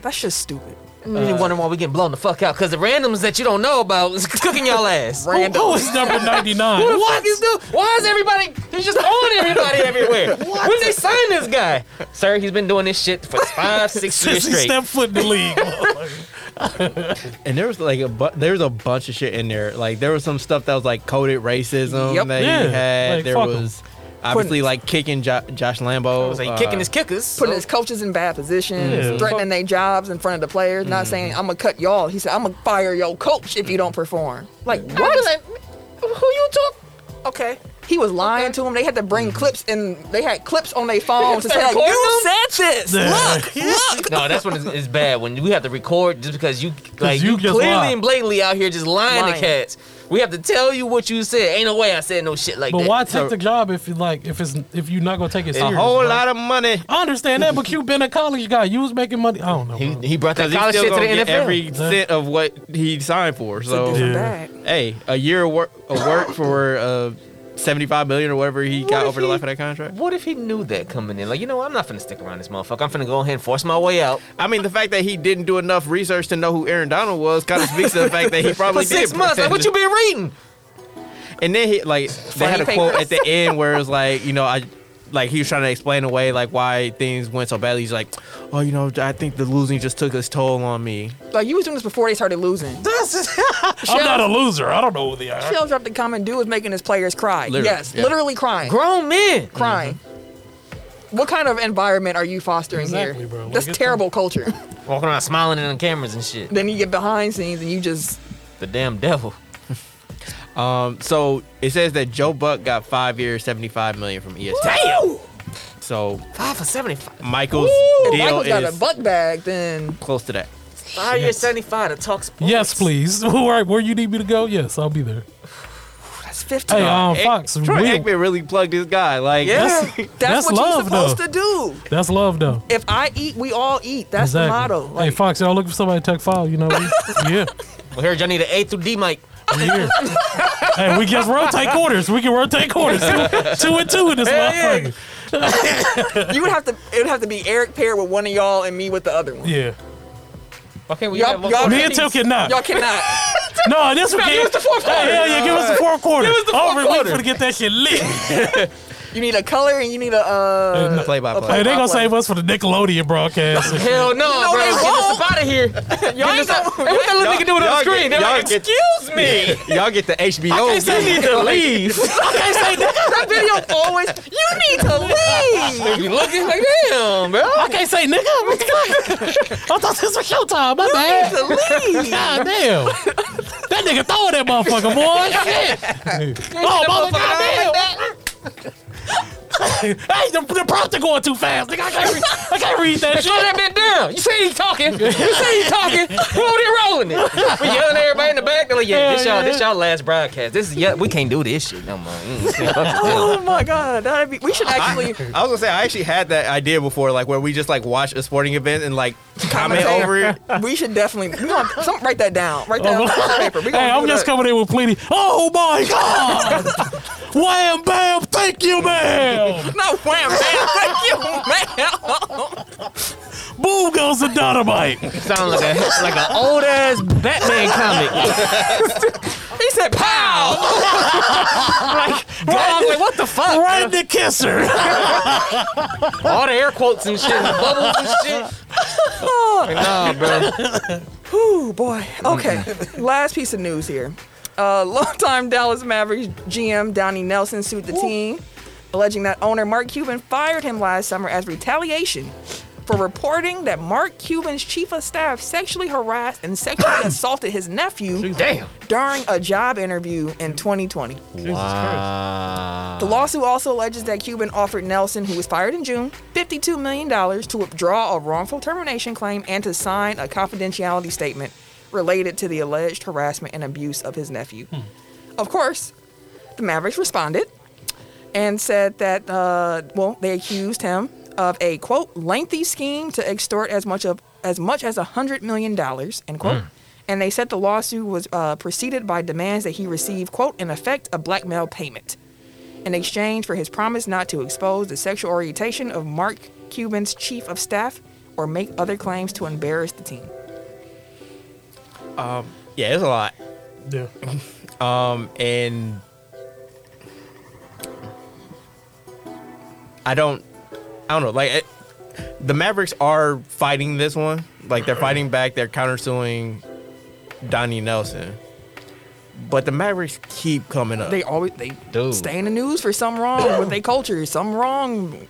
[SPEAKER 1] that's just stupid
[SPEAKER 2] And you wondering why we getting blown the fuck out because the randoms that you don't know about is (laughs) cooking y'all ass.
[SPEAKER 3] Who,
[SPEAKER 1] random
[SPEAKER 3] who is (laughs) number ninety nine?
[SPEAKER 2] What is the? Why is everybody? He's just on everybody (laughs) everywhere. When they sign this guy, sir, he's been doing this shit (laughs) for five, six years
[SPEAKER 3] Since he
[SPEAKER 2] straight.
[SPEAKER 3] stepped foot in the league.
[SPEAKER 4] And there was like a bu- there was a bunch of shit in there. Like there was some stuff that was like coded racism
[SPEAKER 1] Yep.
[SPEAKER 4] that
[SPEAKER 3] Yeah,
[SPEAKER 4] he had.
[SPEAKER 3] like,
[SPEAKER 4] there
[SPEAKER 3] fuck 'em.
[SPEAKER 4] was obviously like kicking jo- Josh Lambo.
[SPEAKER 2] So he
[SPEAKER 4] uh,
[SPEAKER 2] kicking his kickers.
[SPEAKER 1] putting
[SPEAKER 2] so-
[SPEAKER 1] his coaches in bad positions
[SPEAKER 3] Yeah.
[SPEAKER 1] threatening their jobs in front of the players not saying i'm gonna cut y'all he said i'm gonna fire your coach if you don't perform like
[SPEAKER 2] I'd be
[SPEAKER 1] what
[SPEAKER 2] like, who you talk?
[SPEAKER 1] okay he was lying to him. They had to bring clips, and they had clips on their phones to say, like,
[SPEAKER 2] Recording
[SPEAKER 1] "You
[SPEAKER 2] them?
[SPEAKER 1] said this. Look, look."
[SPEAKER 2] No, that's when it's, it's bad when we have to record just because you like
[SPEAKER 3] you
[SPEAKER 2] you,
[SPEAKER 3] just
[SPEAKER 2] clearly
[SPEAKER 3] lie.
[SPEAKER 2] and blatantly out here just lying, to
[SPEAKER 1] Lying.
[SPEAKER 2] cats. We have to tell you what you said. Ain't no way I said no shit like
[SPEAKER 3] but
[SPEAKER 2] that.
[SPEAKER 3] why take the job if you like if it's if you're not gonna take it
[SPEAKER 4] a
[SPEAKER 3] serious?
[SPEAKER 4] whole
[SPEAKER 3] bro?
[SPEAKER 4] lot of money.
[SPEAKER 3] I understand that, but you been a college guy. You was making money. I don't know.
[SPEAKER 2] He,
[SPEAKER 3] bro.
[SPEAKER 2] he brought that
[SPEAKER 4] Because
[SPEAKER 2] college
[SPEAKER 4] he's still
[SPEAKER 2] shit to
[SPEAKER 4] gonna
[SPEAKER 2] the
[SPEAKER 4] get
[SPEAKER 2] NFL.
[SPEAKER 4] every cent of what he signed for. So,
[SPEAKER 3] different-
[SPEAKER 1] Back.
[SPEAKER 4] hey, a year of work, of work for uh, seventy-five million or whatever he
[SPEAKER 2] What
[SPEAKER 4] got
[SPEAKER 2] if
[SPEAKER 4] over the
[SPEAKER 2] he-
[SPEAKER 4] life of that contract.
[SPEAKER 2] What if he knew that coming in? Like, you know, what? I'm not finna stick around this motherfucker. I'm finna go ahead and force my way out.
[SPEAKER 4] I mean, the fact that he didn't do enough research to know who Aaron Donald was kind of speaks to the fact that he
[SPEAKER 2] (laughs) For
[SPEAKER 4] probably
[SPEAKER 2] six
[SPEAKER 4] did.
[SPEAKER 2] months. Like, what you
[SPEAKER 4] (laughs)
[SPEAKER 2] been reading?
[SPEAKER 4] And then he like they had a
[SPEAKER 1] Funny
[SPEAKER 4] quote at
[SPEAKER 2] (laughs)
[SPEAKER 4] the end where it was like, you know, I like he was trying to explain away like why things went so badly. He's like, oh, you know, I think the losing just took its toll on me.
[SPEAKER 1] Like you was doing this before they started
[SPEAKER 3] (laughs)
[SPEAKER 1] losing. (laughs)
[SPEAKER 3] I'm not a loser. I don't know who they are.
[SPEAKER 1] Shell dropped the comment. Dude was making his players cry.
[SPEAKER 4] Literally,
[SPEAKER 1] yes,
[SPEAKER 4] yeah.
[SPEAKER 1] literally crying,
[SPEAKER 2] Grown men.
[SPEAKER 1] crying. What kind of environment are you fostering
[SPEAKER 3] Exactly,
[SPEAKER 1] here?
[SPEAKER 3] bro. Like,
[SPEAKER 1] That's
[SPEAKER 3] it's
[SPEAKER 1] terrible culture. (laughs)
[SPEAKER 2] Walking around smiling in the cameras and shit.
[SPEAKER 1] then you get behind scenes and you
[SPEAKER 3] (laughs)
[SPEAKER 1] just
[SPEAKER 2] The damn devil.
[SPEAKER 4] Um, so it says that Joe Buck got five years, seventy-five million from E ESPN.
[SPEAKER 2] Damn.
[SPEAKER 4] So
[SPEAKER 2] Five for 75.
[SPEAKER 4] Michael's
[SPEAKER 1] if
[SPEAKER 4] deal
[SPEAKER 1] Michael's
[SPEAKER 3] E
[SPEAKER 1] got a
[SPEAKER 4] is
[SPEAKER 1] buck bag. Then
[SPEAKER 4] close to that.
[SPEAKER 2] Five years, 75 to talk sports. (laughs)
[SPEAKER 3] (laughs) Yes, please. All right, where you need me to go? Yes, I'll be there.
[SPEAKER 1] It's 15.
[SPEAKER 3] Hey,
[SPEAKER 2] Oh,
[SPEAKER 3] um, Fox,
[SPEAKER 4] Troy
[SPEAKER 3] we-
[SPEAKER 4] Aikman really plugged this guy. Like,
[SPEAKER 2] Yeah.
[SPEAKER 1] that's,
[SPEAKER 3] that's
[SPEAKER 1] what
[SPEAKER 3] love,
[SPEAKER 1] you're supposed
[SPEAKER 3] though.
[SPEAKER 1] to do.
[SPEAKER 3] that's love though.
[SPEAKER 1] If I eat, we all eat. That's
[SPEAKER 3] exactly.
[SPEAKER 1] the motto.
[SPEAKER 3] hey,
[SPEAKER 1] Like,
[SPEAKER 3] Fox, y'all looking for somebody to tech file? You know, we- yeah,
[SPEAKER 2] Well, here, y'all need an A through D mic.
[SPEAKER 3] yeah. hey, we can rotate quarters. We can rotate quarters. two and two in this
[SPEAKER 2] Hey.
[SPEAKER 3] motherfucker.
[SPEAKER 1] you would have to. It would have to be Eric paired with one of y'all and me with the other one.
[SPEAKER 3] Yeah,
[SPEAKER 2] Okay, we
[SPEAKER 1] Y'all-
[SPEAKER 2] have one
[SPEAKER 1] y'all-
[SPEAKER 2] more.
[SPEAKER 3] me and Tim cannot.
[SPEAKER 1] Y'all cannot.
[SPEAKER 3] (laughs) No, this one. Give us the
[SPEAKER 1] (laughs)
[SPEAKER 3] fourth quarter. Hey, hell yeah, give us the fourth quarter. Give us
[SPEAKER 2] the fourth
[SPEAKER 3] Over,
[SPEAKER 2] quarter.
[SPEAKER 3] We finna get that shit (laughs) lit. hey,
[SPEAKER 1] you need a color and you need a. Uh,
[SPEAKER 3] no.
[SPEAKER 4] play by
[SPEAKER 3] they
[SPEAKER 4] play.
[SPEAKER 3] gonna save us for the Nickelodeon (laughs) broadcast.
[SPEAKER 2] Hell no,
[SPEAKER 1] No,
[SPEAKER 2] bro.
[SPEAKER 1] they
[SPEAKER 2] Get us
[SPEAKER 1] won't.
[SPEAKER 2] up out of
[SPEAKER 4] (laughs)
[SPEAKER 2] here.
[SPEAKER 1] y'all ain't gonna-
[SPEAKER 2] What that little nigga doing on the
[SPEAKER 4] y'all
[SPEAKER 2] screen?
[SPEAKER 4] get-
[SPEAKER 2] They're like,
[SPEAKER 4] y'all get-
[SPEAKER 2] excuse me.
[SPEAKER 4] (laughs) Y'all get the HBO.
[SPEAKER 2] need to leave.
[SPEAKER 1] I say that, that video always. You need to leave.
[SPEAKER 2] You looking like, damn, bro.
[SPEAKER 3] I can't say nigga. What the fuck? I thought this was showtime. My bad.
[SPEAKER 1] You need to leave.
[SPEAKER 3] God damn. That nigga throwing that motherfucker, (laughs) boy. Shit. oh, motherfucker, goddamn. (laughs) hey, the, the prompter going too fast. Nigga, I can't read, I can't read (laughs) that
[SPEAKER 2] Slow
[SPEAKER 3] shit.
[SPEAKER 2] that bit down. You see he talking. You see he talking. Who over there rolling it? We yelling at everybody in the back. They're like, yeah, this
[SPEAKER 3] Hell
[SPEAKER 2] y'all, this
[SPEAKER 3] yeah.
[SPEAKER 2] y'all last broadcast. This is yeah, we can't do this shit no more.
[SPEAKER 1] (laughs) Oh my god, that'd be. We should actually.
[SPEAKER 4] I was gonna say I actually had that idea before, like where we just like watch a sporting event and like comment
[SPEAKER 1] Commentate.
[SPEAKER 4] over it.
[SPEAKER 1] We should definitely. We gonna some, write that down. Write
[SPEAKER 3] Oh,
[SPEAKER 1] that down on the paper. We gonna
[SPEAKER 3] Hey,
[SPEAKER 1] do
[SPEAKER 3] I'm just
[SPEAKER 1] that.
[SPEAKER 3] coming in with plenty. Oh my god! Wham bam, thank you, ma'am!
[SPEAKER 1] (laughs) No wham bam. Thank you, man.
[SPEAKER 3] Boom goes the dynamite.
[SPEAKER 2] Sound like (laughs) a like an old ass Batman comic.
[SPEAKER 1] He said pow.
[SPEAKER 2] Bro, I'm like, what the fuck?
[SPEAKER 3] Right in the kisser.
[SPEAKER 2] All the air quotes and shit, and (laughs) the bubbles and shit. Like, nah, bro.
[SPEAKER 1] Whew, boy. Okay. Last piece of news here. Uh, longtime Dallas Mavericks GM Donnie Nelson sued the team, alleging that owner Mark Cuban fired him last summer as retaliation for reporting that Mark Cuban's chief of staff sexually harassed and sexually assaulted his nephew
[SPEAKER 2] Damn.
[SPEAKER 1] during a job interview in 2020. The lawsuit also alleges that Cuban offered Nelson, who was fired in June, $52 million to withdraw a wrongful termination claim and to sign a confidentiality statement related to the alleged harassment and abuse of his nephew. Of course, the Mavericks responded and said that, uh, well, they accused him of a quote lengthy scheme to extort as much of as much as a hundred million dollars end
[SPEAKER 4] Hmm.
[SPEAKER 1] quote. And they said the lawsuit was uh, preceded by demands that he receive quote in effect a blackmail payment in exchange for his promise not to expose the sexual orientation of Mark Cuban's chief of staff or make other claims to embarrass the team.
[SPEAKER 4] Yeah, it's a lot.
[SPEAKER 3] Yeah.
[SPEAKER 4] (laughs) Um, and I don't, I don't know. Like it, the Mavericks are fighting this one. Like they're fighting back. They're countersuing Donnie Nelson. But the Mavericks keep coming up.
[SPEAKER 1] They always they
[SPEAKER 2] Dude.
[SPEAKER 1] stay in the news for something wrong with their
[SPEAKER 4] (coughs)
[SPEAKER 1] culture, something wrong.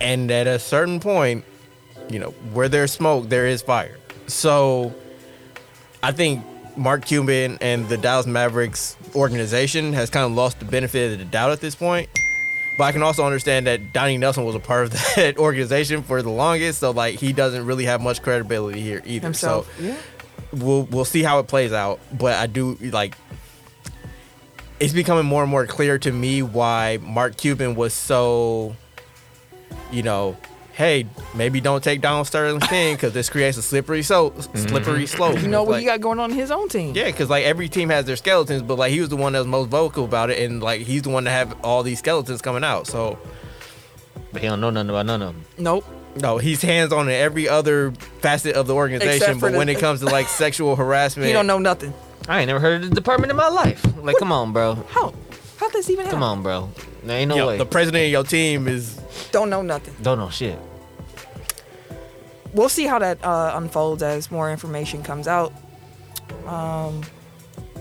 [SPEAKER 4] And at a certain point, you know, where there's smoke, there is fire. So I think Mark Cuban and the Dallas Mavericks organization has kind of lost the benefit of the doubt at this point. But I can also understand that Donnie Nelson was a part of (laughs) that organization for the longest, so like he doesn't really have much credibility here either.
[SPEAKER 1] Himself,
[SPEAKER 4] So
[SPEAKER 1] yeah.
[SPEAKER 4] we'll we'll see how it plays out. But I do like it's becoming more and more clear to me why Mark Cuban was so, you know, hey, maybe don't take Donald Sterling's thing because this creates a slippery so slippery slope.
[SPEAKER 1] You know what
[SPEAKER 4] Like,
[SPEAKER 1] he got going on in his own team.
[SPEAKER 4] Yeah, because like every team has their skeletons, but like he was the one that was most vocal about it, and like he's the one that have all these skeletons coming out. So
[SPEAKER 2] But he don't know nothing about none of them.
[SPEAKER 1] Nope.
[SPEAKER 4] no, he's hands on in every other facet of the
[SPEAKER 1] Except
[SPEAKER 4] organization,
[SPEAKER 1] for
[SPEAKER 4] but
[SPEAKER 1] the-
[SPEAKER 4] when it comes to like sexual harassment,
[SPEAKER 1] (laughs) He don't know nothing.
[SPEAKER 2] I ain't never heard of the department in my life. Like, come on, bro.
[SPEAKER 1] How? How does even happen?
[SPEAKER 2] Come on, bro. There ain't no
[SPEAKER 4] yo,
[SPEAKER 2] way.
[SPEAKER 4] the president of your team is
[SPEAKER 1] Don't know nothing.
[SPEAKER 2] don't know shit.
[SPEAKER 1] We'll see how that uh, unfolds as more information comes out. Um,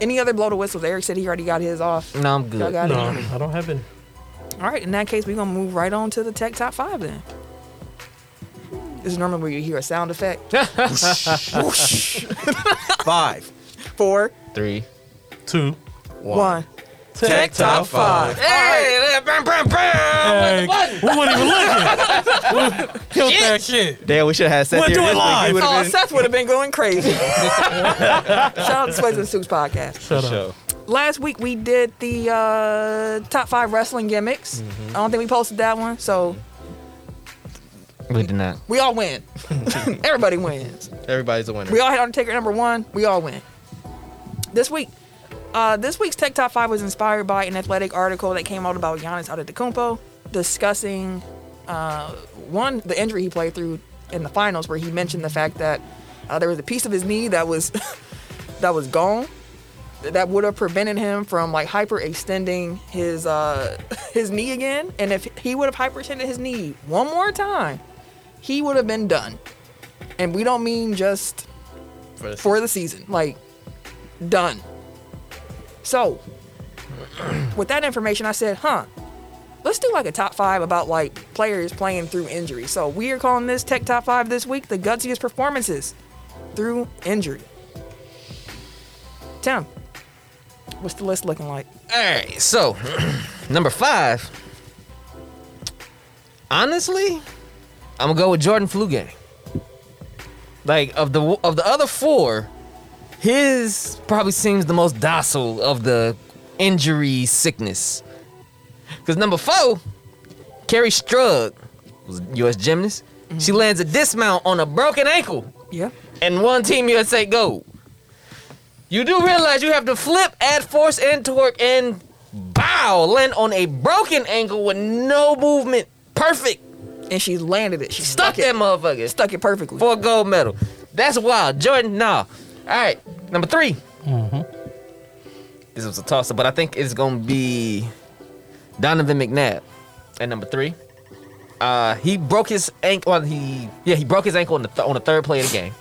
[SPEAKER 1] any other blow to whistles? Eric said he already got his off.
[SPEAKER 2] No, I'm
[SPEAKER 1] Y'all
[SPEAKER 2] good.
[SPEAKER 1] got
[SPEAKER 3] No,
[SPEAKER 1] it?
[SPEAKER 3] I (laughs) don't have any.
[SPEAKER 1] All right, in that case, we're gonna move right on to the tech top five then. This is normally where you hear a sound effect.
[SPEAKER 4] five.
[SPEAKER 1] Four,
[SPEAKER 2] Three.
[SPEAKER 3] Two.
[SPEAKER 1] one.
[SPEAKER 4] Tech top five.
[SPEAKER 2] Hey, bam, bam, bam.
[SPEAKER 3] Hey, we weren't even looking. We Killed that shit.
[SPEAKER 4] Damn, we should have said
[SPEAKER 3] We'll do it live.
[SPEAKER 2] (laughs)
[SPEAKER 1] Oh, Seth would have been going crazy. Shout out to Sweats and Suits podcast.
[SPEAKER 3] Shut up.
[SPEAKER 1] last week we did the uh, top five wrestling gimmicks.
[SPEAKER 2] Mm-hmm.
[SPEAKER 1] I don't think we posted that one, so
[SPEAKER 2] We did not.
[SPEAKER 1] we all win. (laughs) Everybody wins.
[SPEAKER 4] Everybody's a winner.
[SPEAKER 1] We all had Undertaker number one. We all win. This week, uh, this week's Tech Top Five was inspired by an athletic article that came out about Giannis Antetokounmpo discussing uh, one the injury he played through in the finals, where he mentioned the fact that uh, there was a piece of his knee that was (laughs) that was gone that would have prevented him from like hyperextending his uh, (laughs) his knee again, and if he would have hyperextended his knee one more time, he would have been done. And we don't mean just
[SPEAKER 5] For the
[SPEAKER 1] for the season. Like, done. So, with that information, I said, huh, let's do like a top five about like players playing through injury. So, we are calling this Tech Top Five this week the gutsiest performances through injury. Tim, what's the list looking like?
[SPEAKER 2] All right, so (clears throat) number five. Honestly, I'm gonna go with Jordan Flugang. Like of the of the other four, his probably seems the most docile of the injury sickness. Because number four, Carrie Strug was a U.S. gymnast. She lands a dismount on a broken ankle
[SPEAKER 1] Yeah.
[SPEAKER 2] and one Team USA gold. You do realize you have to flip, add force and torque, and bow, land on a broken ankle with no movement. Perfect.
[SPEAKER 1] And she landed it. She
[SPEAKER 2] Stuck
[SPEAKER 1] stuck it.
[SPEAKER 2] that motherfucker. Stuck
[SPEAKER 1] Stuck it perfectly.
[SPEAKER 2] for a gold medal. That's wild. Jordan, nah. All right, number 3 This was a toss up, but I think it's going to be Donovan McNabb at number three. Uh, he broke his ankle. Well, he yeah, he broke his ankle on the th- on the third play of the game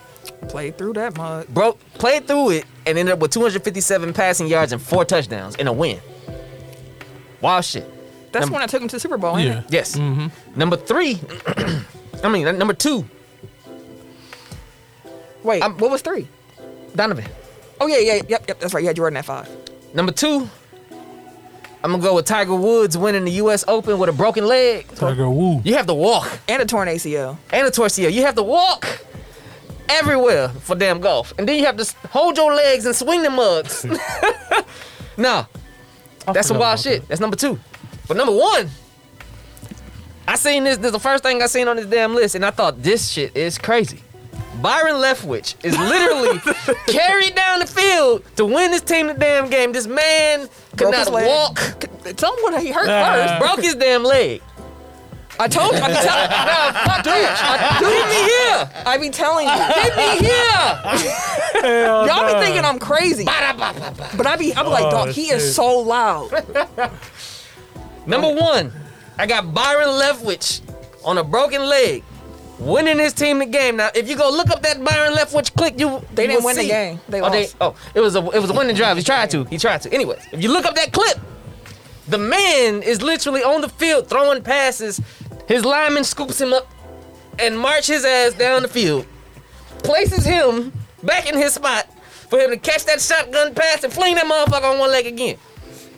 [SPEAKER 1] Played through that mug.
[SPEAKER 2] broke, played through it, and ended up with 257 passing yards and four touchdowns in a win. Wow, shit.
[SPEAKER 1] That's
[SPEAKER 2] Number-
[SPEAKER 1] when I took him to the Super Bowl, ain't
[SPEAKER 3] Yeah.
[SPEAKER 1] it?
[SPEAKER 2] Yes. Number three. (clears throat) I mean, number two.
[SPEAKER 1] Wait,
[SPEAKER 2] I'm-
[SPEAKER 1] what was three?
[SPEAKER 2] Donovan.
[SPEAKER 1] Oh, yeah, yeah, yep, yep. That's right. You had Jordan at five.
[SPEAKER 2] Number two. I'm gonna go with Tiger Woods winning the U.S. Open with a broken leg.
[SPEAKER 3] Tiger Woo.
[SPEAKER 2] You have to walk
[SPEAKER 1] And a torn ACL.
[SPEAKER 2] and a torso. You have to walk everywhere for damn golf, and then you have to s- hold your legs and swing the mugs. (laughs) nah,
[SPEAKER 3] I
[SPEAKER 2] That's some wild
[SPEAKER 3] forgot about
[SPEAKER 2] shit. That's number two. But number one, I seen this. This is the first thing I seen on this damn list, and I thought this shit is crazy. Byron Leftwich is literally carried down the field to win this team the damn game. This man could
[SPEAKER 1] Broke his
[SPEAKER 2] not
[SPEAKER 1] leg.
[SPEAKER 2] walk,
[SPEAKER 1] Tell him what he hurt
[SPEAKER 3] Ah.
[SPEAKER 1] first.
[SPEAKER 2] broke his damn leg.
[SPEAKER 1] I told you. I be telling
[SPEAKER 2] Nah, fuck that. Get me here.
[SPEAKER 1] I be telling you.
[SPEAKER 2] Get me here.
[SPEAKER 3] that. Hell
[SPEAKER 1] Y'all
[SPEAKER 3] nah.
[SPEAKER 1] be thinking I'm crazy, but I be I'm like, dog, he is
[SPEAKER 3] Oh, shit.
[SPEAKER 1] so loud.
[SPEAKER 2] Number one, I got Byron Leftwich on a broken leg. Winning his team the game. Now, if you go look up that Byron Leftwich click, you
[SPEAKER 1] They
[SPEAKER 2] you
[SPEAKER 1] didn't
[SPEAKER 2] will
[SPEAKER 1] win the
[SPEAKER 2] see-
[SPEAKER 1] game. They
[SPEAKER 2] oh,
[SPEAKER 1] lost.
[SPEAKER 2] oh, it was a it was a winning drive. He tried to. He tried to. Anyways, if you look up that clip, the man is literally on the field throwing passes. His lineman scoops him up and march his ass down the field, places him back in his spot for him to catch that shotgun pass and fling that motherfucker on one leg again.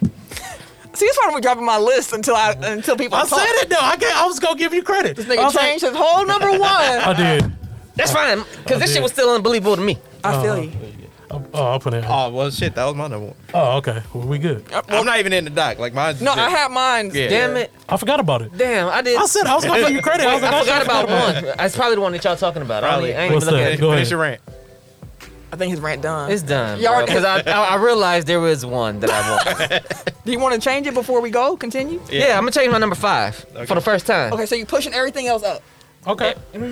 [SPEAKER 1] See, that's why I'm dropping my list until I until people.
[SPEAKER 3] I
[SPEAKER 1] talk.
[SPEAKER 3] said it though. I can't, I was gonna give you credit.
[SPEAKER 1] This nigga
[SPEAKER 3] I was like-
[SPEAKER 1] changed his whole number one. I
[SPEAKER 3] I did.
[SPEAKER 2] That's fine, cause this shit was still unbelievable to me.
[SPEAKER 1] feel you.
[SPEAKER 3] Oh, I'll put it. In.
[SPEAKER 4] Oh well, shit. That was my number one.
[SPEAKER 3] Oh, okay. Well, we good.
[SPEAKER 4] I'm not even in the doc. Like mine.
[SPEAKER 1] No, I had mine.
[SPEAKER 4] Yeah.
[SPEAKER 2] Damn it.
[SPEAKER 3] I forgot about it.
[SPEAKER 2] Damn, I did.
[SPEAKER 3] I said I was gonna give you credit. I was like,
[SPEAKER 2] I
[SPEAKER 3] I
[SPEAKER 2] forgot
[SPEAKER 3] should've
[SPEAKER 2] about one. That's probably the one that y'all talking about. Probably. I ain't
[SPEAKER 3] What's
[SPEAKER 2] even looking
[SPEAKER 3] that?
[SPEAKER 2] at it.
[SPEAKER 3] Go
[SPEAKER 4] Finish
[SPEAKER 3] ahead.
[SPEAKER 4] your rant.
[SPEAKER 1] I think his rant done.
[SPEAKER 2] It's done.
[SPEAKER 1] Y'all-
[SPEAKER 2] Because I, I, I realized there was one that I want.
[SPEAKER 1] Do you want to change it before we go? Continue.
[SPEAKER 2] yeah. I'm going to change my number five for the first time.
[SPEAKER 1] Okay, so you're pushing everything else up.
[SPEAKER 3] Okay.
[SPEAKER 2] Every,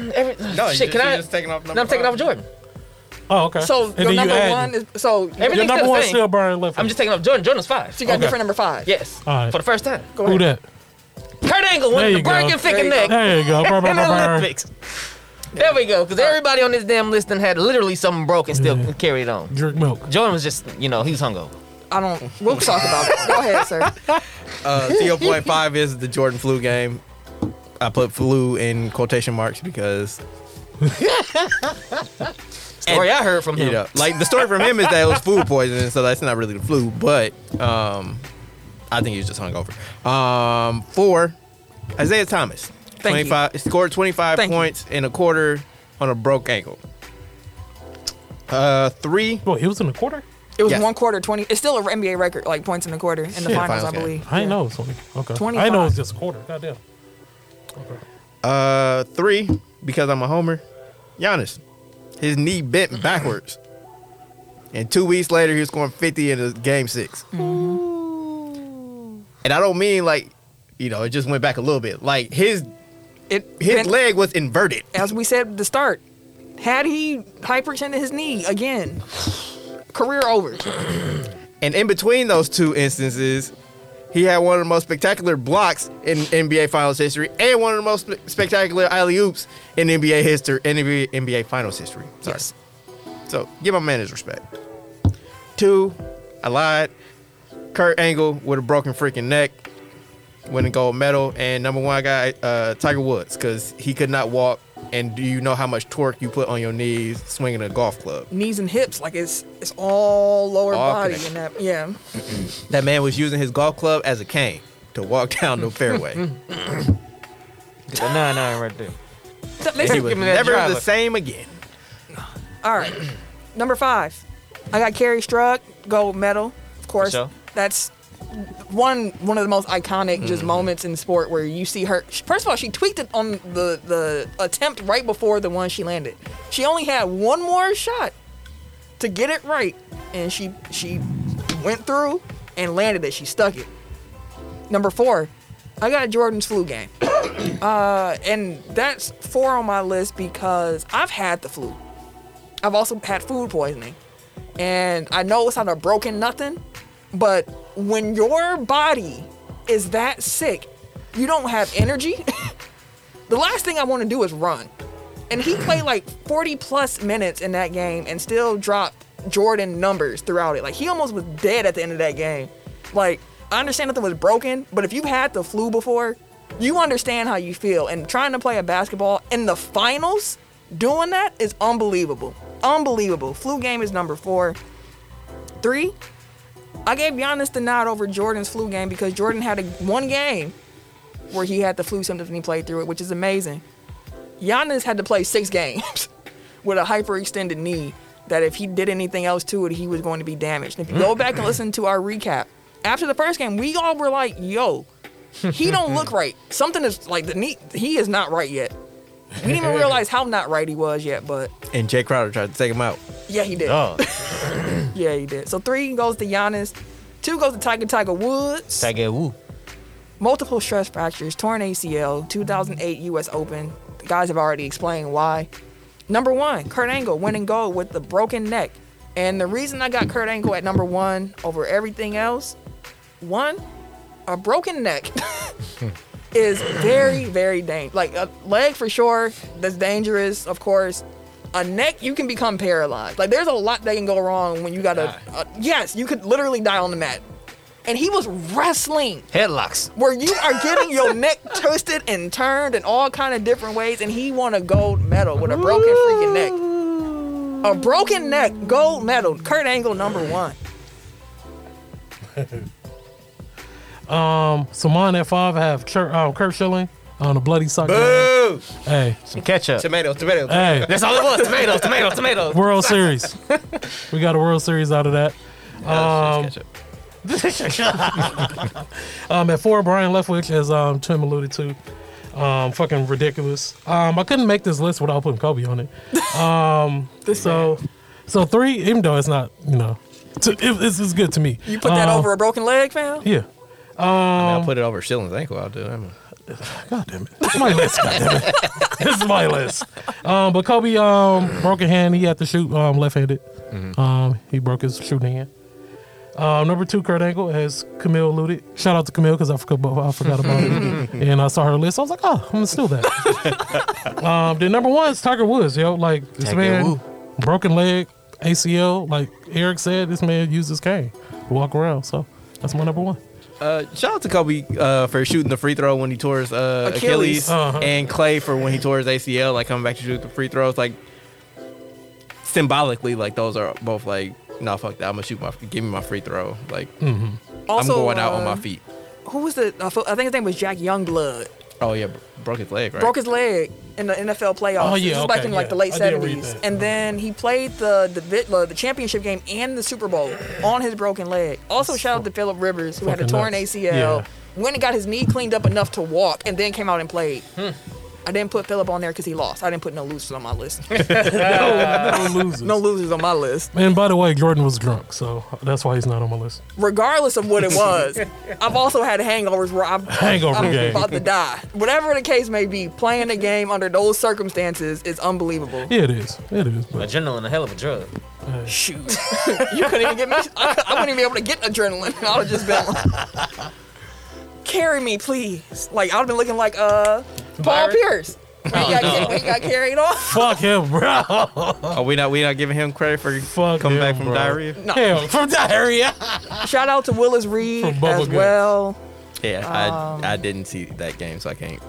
[SPEAKER 4] No,
[SPEAKER 2] shit,
[SPEAKER 4] you
[SPEAKER 2] can I?
[SPEAKER 4] just taking off number
[SPEAKER 2] no, I'm taking off Jordan.
[SPEAKER 3] Oh, okay.
[SPEAKER 1] So
[SPEAKER 3] And
[SPEAKER 1] your
[SPEAKER 3] then you
[SPEAKER 1] number
[SPEAKER 3] add-
[SPEAKER 1] one is so.
[SPEAKER 2] Everything-
[SPEAKER 3] Your
[SPEAKER 2] Everything's
[SPEAKER 3] number
[SPEAKER 2] still the
[SPEAKER 3] one
[SPEAKER 2] same.
[SPEAKER 3] still Byron left.
[SPEAKER 2] I'm just taking off Jordan. Jordan's five.
[SPEAKER 1] So you got
[SPEAKER 3] Okay.
[SPEAKER 1] different number five.
[SPEAKER 2] Yes.
[SPEAKER 3] All right.
[SPEAKER 2] For the first time.
[SPEAKER 1] Go
[SPEAKER 3] who
[SPEAKER 1] (laughs) ahead.
[SPEAKER 3] that?
[SPEAKER 2] Kurt Angle
[SPEAKER 3] There
[SPEAKER 2] winning
[SPEAKER 3] you
[SPEAKER 2] the
[SPEAKER 3] go.
[SPEAKER 2] broken
[SPEAKER 1] There
[SPEAKER 2] finger
[SPEAKER 1] you
[SPEAKER 2] neck
[SPEAKER 3] There you go. Brr, brr, brr,
[SPEAKER 2] in the
[SPEAKER 3] brr.
[SPEAKER 2] Olympics. There we go. Because everybody on this damn list done had literally something broke and still
[SPEAKER 3] Yeah.
[SPEAKER 2] carried on.
[SPEAKER 3] Drink milk.
[SPEAKER 2] Jordan was just, you know, he was hungover.
[SPEAKER 1] I don't. We'll talk about it. Go ahead, sir.
[SPEAKER 4] Uh, to your point five is the Jordan flu game. I put flu in quotation marks because
[SPEAKER 2] Story I heard from him.
[SPEAKER 4] you know, like the story from him is that it was food poisoning, so that's not really the flu. But um, I think he was just hungover. Um, four, Isaiah Thomas,
[SPEAKER 1] Thank you.
[SPEAKER 4] twenty-five scored twenty-five
[SPEAKER 1] Thank you.
[SPEAKER 4] points in a quarter on a broke ankle. Uh, three,
[SPEAKER 3] Wait, he was in the quarter.
[SPEAKER 1] It was
[SPEAKER 4] Yes.
[SPEAKER 1] one quarter, 20. It's still an NBA record, like points in the quarter in the
[SPEAKER 4] Yeah,
[SPEAKER 1] finals,
[SPEAKER 4] finals,
[SPEAKER 1] I
[SPEAKER 4] yeah.
[SPEAKER 1] believe.
[SPEAKER 3] I didn't know it was only okay. I
[SPEAKER 1] 25.
[SPEAKER 3] didn't know it was just a quarter. Goddamn. Okay.
[SPEAKER 4] Uh, three because I'm a homer. Giannis, his knee bent backwards, and two weeks later he was scoring 50 in a game 6 And I don't mean like, you know, it just went back a little bit. Like his
[SPEAKER 1] It
[SPEAKER 4] his
[SPEAKER 1] bent-
[SPEAKER 4] leg was inverted.
[SPEAKER 1] As we said at the start, had he hyperextended his knee again, career over.
[SPEAKER 4] And in between those two instances, he had one of the most spectacular blocks in NBA Finals history, and one of the most spe- spectacular alley oops in NBA history, in NBA, NBA Finals history. Sorry.
[SPEAKER 1] Yes.
[SPEAKER 4] So give my man his respect. Two, I lied. Kurt Angle with a broken freaking neck, winning gold medal, and number one guy uh, Tiger Woods because he could not walk. And do you know how much torque you put on your knees swinging a golf club?
[SPEAKER 1] Knees and hips, like it's it's all lower
[SPEAKER 4] All
[SPEAKER 1] body
[SPEAKER 4] connected.
[SPEAKER 1] in that. Yeah.
[SPEAKER 4] That man was using his golf club as a cane to walk (laughs) down the fairway.
[SPEAKER 2] Nah, nah, right there.
[SPEAKER 1] So,
[SPEAKER 4] And he
[SPEAKER 1] listen,
[SPEAKER 4] was
[SPEAKER 2] Give me that
[SPEAKER 4] never
[SPEAKER 2] driver.
[SPEAKER 4] the same again.
[SPEAKER 1] all right. (clears throat) Number five, I got Carrie Struck, gold medal, of course.
[SPEAKER 2] sure.
[SPEAKER 1] That's one one of the most iconic just moments in sport where you see her. First of all, she tweaked it on the the attempt right before the one she landed. She only had one more shot to get it right, and she she went through and landed it. She stuck it. Number four, I got Jordan's flu game. (coughs) uh, and that's four on my list because I've had the flu. I've also had food poisoning. And I know it's not a broken nothing, but when your body is that sick, you don't have energy. (laughs) the last thing I want to do is run. And he played like 40 plus minutes in that game and still dropped Jordan numbers throughout it. Like he almost was dead at the end of that game. Like I understand nothing was broken, but if you had the flu before, you understand how you feel. And trying to play a basketball in the finals, doing that is unbelievable. Unbelievable. Flu game is number four. Three, I gave Giannis the nod over Jordan's flu game because Jordan had a, one game where he had the flu symptoms and he played through it, which is amazing. Giannis had to play six games (laughs) with a hyperextended knee that if he did anything else to it, he was going to be damaged. And if you go back and listen to our recap, after the first game, we all were like, yo, he don't look right. Something is like the knee, he is not right yet. We didn't even realize how not right he was yet, but
[SPEAKER 4] And Jay Crowder tried to take him out.
[SPEAKER 1] yeah, he did.
[SPEAKER 4] Oh,
[SPEAKER 1] Yeah, he did. So three goes to Giannis, two goes to Tiger Tiger Woods.
[SPEAKER 2] Tiger Woo.
[SPEAKER 1] multiple stress fractures, torn ACL, 2008 U.S. Open. The guys have already explained why. Number one, Kurt Angle winning gold with the broken neck. And the reason I got Kurt Angle at number one over everything else, one, a broken neck (laughs) is very, very dangerous. Like a leg for sure, that's dangerous, of course. A neck, you can become paralyzed. Like there's a lot that can go wrong when you got a, a yes, you could literally die on the mat. And he was wrestling
[SPEAKER 2] Headlocks.
[SPEAKER 1] where you are getting your neck twisted and turned in all kind of different ways, and he won a gold medal with a broken freaking neck. A broken neck, gold medal. Kurt Angle number one.
[SPEAKER 3] Um, so mine at five I have Kurt, uh, Kurt Schilling on the bloody sock. guy.
[SPEAKER 4] Boo!
[SPEAKER 3] Hey,
[SPEAKER 2] Some ketchup.
[SPEAKER 4] Tomato, tomato.
[SPEAKER 3] hey,
[SPEAKER 2] That's all it was. Tomatoes, tomatoes, tomatoes. (laughs)
[SPEAKER 3] World Series. We got a World Series out of that.
[SPEAKER 2] Oh, shit,
[SPEAKER 3] (laughs) Um, at four, Brian Leftwich, as um, Tim alluded to, um, fucking ridiculous. Um, I couldn't make this list without putting Kobe on it.
[SPEAKER 2] (laughs)
[SPEAKER 3] Um, so, so three, even though it's not, you know, to, it, it's, it's good to me.
[SPEAKER 1] You put that
[SPEAKER 4] Uh,
[SPEAKER 3] Um,
[SPEAKER 1] over a broken leg, fam?
[SPEAKER 3] Yeah. Um,
[SPEAKER 4] I'll put it over Shilling's ankle. I'll do it. I'm-
[SPEAKER 3] God damn it. It's my list. God damn it. This is my list. Um, but Kobe um, broke a hand. He had to shoot um, left-handed.
[SPEAKER 4] Mm-hmm.
[SPEAKER 3] Um, he broke his shooting hand. Um, number two, Kurt Angle, as Camille alluded. Shout out to Camille because I forgot, I forgot about
[SPEAKER 4] (laughs)
[SPEAKER 3] it. and I saw her list. I was like, oh, I'm going to steal that.
[SPEAKER 4] (laughs)
[SPEAKER 3] um, then number one is Tiger Woods, yo. Like, this
[SPEAKER 4] Tiger
[SPEAKER 3] man,
[SPEAKER 4] Woo.
[SPEAKER 3] broken leg, ACL. Like Eric said, this man used his cane to walk around. So that's my number one.
[SPEAKER 4] Uh, shout out to Kobe uh, for shooting the free throw when he tore his uh, Achilles,
[SPEAKER 1] Achilles.
[SPEAKER 3] Uh-huh.
[SPEAKER 4] and Clay for when he tore his ACL, like coming back to shoot the free throws. Like symbolically, like those are both like, no, fuck that. I'm gonna shoot my, give me my free throw. Like
[SPEAKER 1] Also,
[SPEAKER 4] I'm going out on
[SPEAKER 1] uh,
[SPEAKER 4] my feet.
[SPEAKER 1] Who was the? Uh, fo- I think his name was Jack Youngblood.
[SPEAKER 5] Oh yeah, broke his leg, right?
[SPEAKER 1] broke his leg in the NFL playoffs.
[SPEAKER 3] Oh, yeah,
[SPEAKER 1] this was back
[SPEAKER 3] okay,
[SPEAKER 1] in like
[SPEAKER 3] yeah.
[SPEAKER 1] the late
[SPEAKER 3] I did read
[SPEAKER 1] seventies,
[SPEAKER 3] that.
[SPEAKER 1] and then he played the the vi- uh, the championship game and the Super Bowl on his broken leg. Also, shout out to Philip Rivers who had a
[SPEAKER 3] fucking
[SPEAKER 1] torn
[SPEAKER 3] nuts.
[SPEAKER 1] ACL,
[SPEAKER 3] Yeah.
[SPEAKER 1] went and got his knee cleaned up enough to walk, and then came out and played.
[SPEAKER 3] Hmm.
[SPEAKER 1] I didn't put Philip on there because he lost. I didn't put no losers on my list.
[SPEAKER 3] No
[SPEAKER 1] (laughs)
[SPEAKER 3] losers.
[SPEAKER 1] no losers on my list.
[SPEAKER 3] And by the way, Jordan was drunk, so that's why he's not on my list.
[SPEAKER 1] regardless of what it
[SPEAKER 3] (laughs)
[SPEAKER 1] was. I've also had hangovers where I'm,
[SPEAKER 3] Hangover
[SPEAKER 1] I'm
[SPEAKER 3] game.
[SPEAKER 1] about to die. Whatever the case may be, playing the game under those circumstances is unbelievable.
[SPEAKER 3] Yeah, it is. It is. But
[SPEAKER 2] Adrenaline, a hell of a drug.
[SPEAKER 1] Shoot. (laughs) you couldn't even get me, I, cou- I wouldn't even be able to get adrenaline. (laughs) I would have just been like, carry me, please. Like, I would have been looking like uh, Paul
[SPEAKER 5] Byron?
[SPEAKER 1] Pierce. When he, got, when he got carried off.
[SPEAKER 3] Oh, (laughs) fuck him, bro.
[SPEAKER 4] Are Oh, we not we not giving him credit for
[SPEAKER 3] Fuck
[SPEAKER 4] coming
[SPEAKER 3] him,
[SPEAKER 4] back from
[SPEAKER 3] bro.
[SPEAKER 4] diarrhea?
[SPEAKER 1] No.
[SPEAKER 3] (laughs) Hell, from diarrhea.
[SPEAKER 1] Shout out to Willis Reed
[SPEAKER 3] From Bubba
[SPEAKER 1] as
[SPEAKER 3] Guts.
[SPEAKER 1] well.
[SPEAKER 4] Yeah, I I
[SPEAKER 1] Um,
[SPEAKER 4] didn't see that game, so I can't.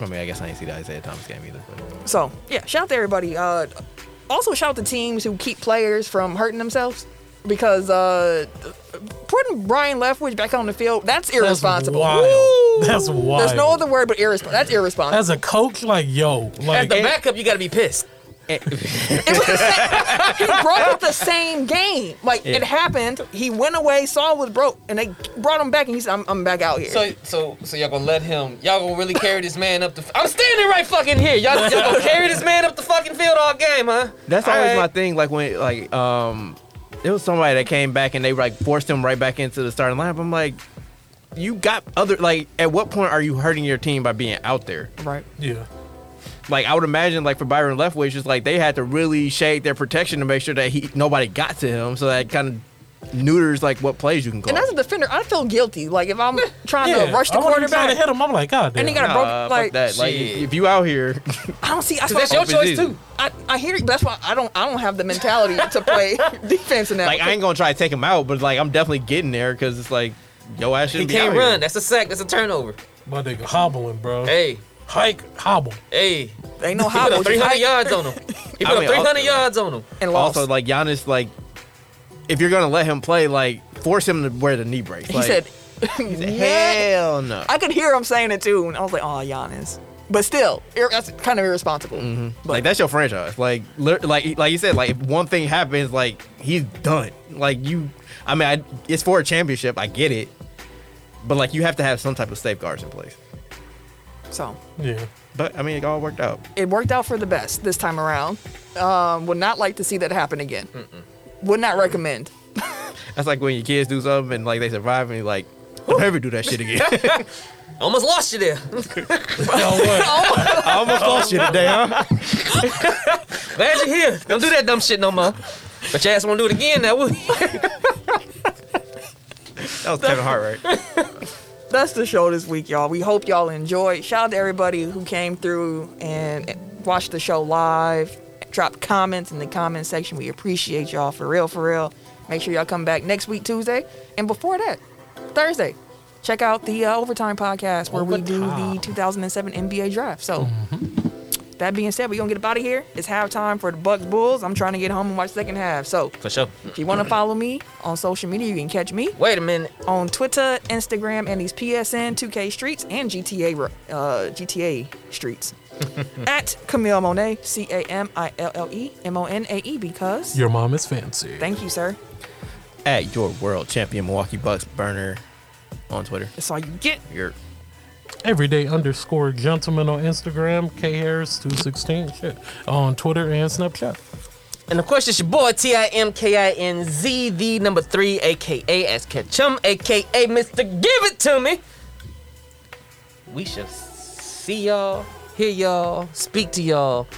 [SPEAKER 4] I mean, I guess I didn't see the Isaiah Thomas game either. But.
[SPEAKER 1] So yeah, shout out to everybody. Uh, also shout out to teams who keep players from hurting themselves because uh, putting Brian Leftwich back on the field that's
[SPEAKER 3] That's
[SPEAKER 1] irresponsible.
[SPEAKER 3] wild. That's wild.
[SPEAKER 1] There's no other word but irresponsible. That's irresponsible.
[SPEAKER 3] As a coach, like yo,
[SPEAKER 2] At
[SPEAKER 3] like
[SPEAKER 2] the backup, you gotta be pissed.
[SPEAKER 1] it was the same, he brought up the same game. Like it happened. He went away, saw it was broke, and they brought him back, and he said, "I'm, I'm back out here."
[SPEAKER 2] So, so, so y'all gonna let him? Y'all gonna really carry this man up the? F- I'm standing right fucking here. Y'all, y'all gonna carry this man up the fucking field all game, huh?
[SPEAKER 4] That's
[SPEAKER 2] All
[SPEAKER 4] always
[SPEAKER 2] right.
[SPEAKER 4] my thing. Like when like um, it was somebody that came back and they like forced him right back into the starting lineup. I'm like, you got other like. At what point are you hurting your team by being out there?
[SPEAKER 1] right.
[SPEAKER 3] yeah,
[SPEAKER 4] Like I would imagine, like for Byron Leftwich, just like they had to really shade their protection to make sure that he nobody got to him, so that kind of neuters like what plays you can call.
[SPEAKER 1] And as a defender, I feel guilty. Like if I'm trying
[SPEAKER 3] yeah.
[SPEAKER 1] to rush the
[SPEAKER 3] I wasn't even trying
[SPEAKER 1] quarterback,
[SPEAKER 3] to hit him. I'm like, god damn.
[SPEAKER 1] and he got a
[SPEAKER 4] Nah,
[SPEAKER 1] broken
[SPEAKER 4] fuck
[SPEAKER 1] like
[SPEAKER 4] that. Like
[SPEAKER 2] shit.
[SPEAKER 4] if you out here,
[SPEAKER 1] I don't see. I
[SPEAKER 2] That's your
[SPEAKER 1] suppose-
[SPEAKER 2] choice too.
[SPEAKER 1] I, I hear you. but That's why I don't I don't have the mentality to play (laughs) defense in that.
[SPEAKER 4] like I ain't gonna try to take him out, but like I'm definitely getting there because it's like yo ass
[SPEAKER 2] He
[SPEAKER 4] shouldn't be
[SPEAKER 2] can't
[SPEAKER 4] out here.
[SPEAKER 2] run. That's a sack. That's a turnover.
[SPEAKER 3] my nigga hobbling, bro.
[SPEAKER 2] Hey,
[SPEAKER 3] Hike hobble.
[SPEAKER 2] hey.
[SPEAKER 1] ain't no
[SPEAKER 2] He
[SPEAKER 1] how
[SPEAKER 2] put up 300 yards on him. He put
[SPEAKER 4] I
[SPEAKER 2] up
[SPEAKER 4] mean,
[SPEAKER 2] 300
[SPEAKER 4] also-
[SPEAKER 2] yards on him.
[SPEAKER 1] and lost.
[SPEAKER 4] Also, like Giannis, like if you're gonna let him play, like force him to wear the knee brace.
[SPEAKER 1] he
[SPEAKER 4] Like,
[SPEAKER 1] said, (laughs) "Yeah."
[SPEAKER 4] "Hell no."
[SPEAKER 1] I could hear him saying it too, and I was like, "Oh, Giannis." But still, ir- that's kind of irresponsible.
[SPEAKER 4] like that's your franchise. Like, lit- like, like you said, like if one thing happens, like he's done. Like you, I mean, I, it's for a championship. I get it, but like you have to have some type of safeguards in place.
[SPEAKER 1] So (laughs)
[SPEAKER 3] Yeah,
[SPEAKER 4] But I mean, it all worked out.
[SPEAKER 1] it worked out for the best this time around. Um, would not like to see that happen again. Would not recommend.
[SPEAKER 4] That's like when your kids do something and like they survive and you're like, don't ever do that shit again. (laughs)
[SPEAKER 2] Almost lost you there.
[SPEAKER 1] Oh.
[SPEAKER 4] I almost lost you today, huh?
[SPEAKER 2] Glad you're here. Don't do that dumb shit no more. But your ass won't do it again now, will you?
[SPEAKER 4] That was Kevin Hart, right? (laughs)
[SPEAKER 1] That's the show this week, y'all. We hope y'all enjoyed. Shout out to everybody who came through and watched the show live. Drop comments in the comment section. We appreciate y'all for real, for real. Make sure y'all come back next week, Tuesday. And before that, Thursday, check out the uh, Overtime podcast where we do the 2007 NBA draft. So, that being said, we're going to get up out of here. It's halftime for the Bucks Bulls. I'm trying to get home and watch second half. So,
[SPEAKER 2] For sure.
[SPEAKER 1] if you want to follow me on social media, you can catch me
[SPEAKER 2] Wait a minute.
[SPEAKER 1] on Twitter, Instagram, and these PSN 2K streets and GTA ro- uh, GTA streets. At Camille Monet, C A M I L L E M O N A E, because.
[SPEAKER 3] your mom is fancy.
[SPEAKER 1] Thank you, sir.
[SPEAKER 4] At your world champion Milwaukee Bucks burner on Twitter.
[SPEAKER 1] That's all you get.
[SPEAKER 4] Your
[SPEAKER 3] Everyday underscore gentleman on Instagram, K Harris two sixteen shit on Twitter and Snapchat.
[SPEAKER 2] And of course, it's your boy T I M K I N Z the number three, aka as Ketchum, aka Mr. Give It To Me. We shall see y'all, hear y'all, speak to y'all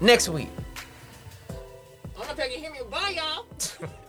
[SPEAKER 2] next week. I don't know if y'all can hear me. Bye, y'all.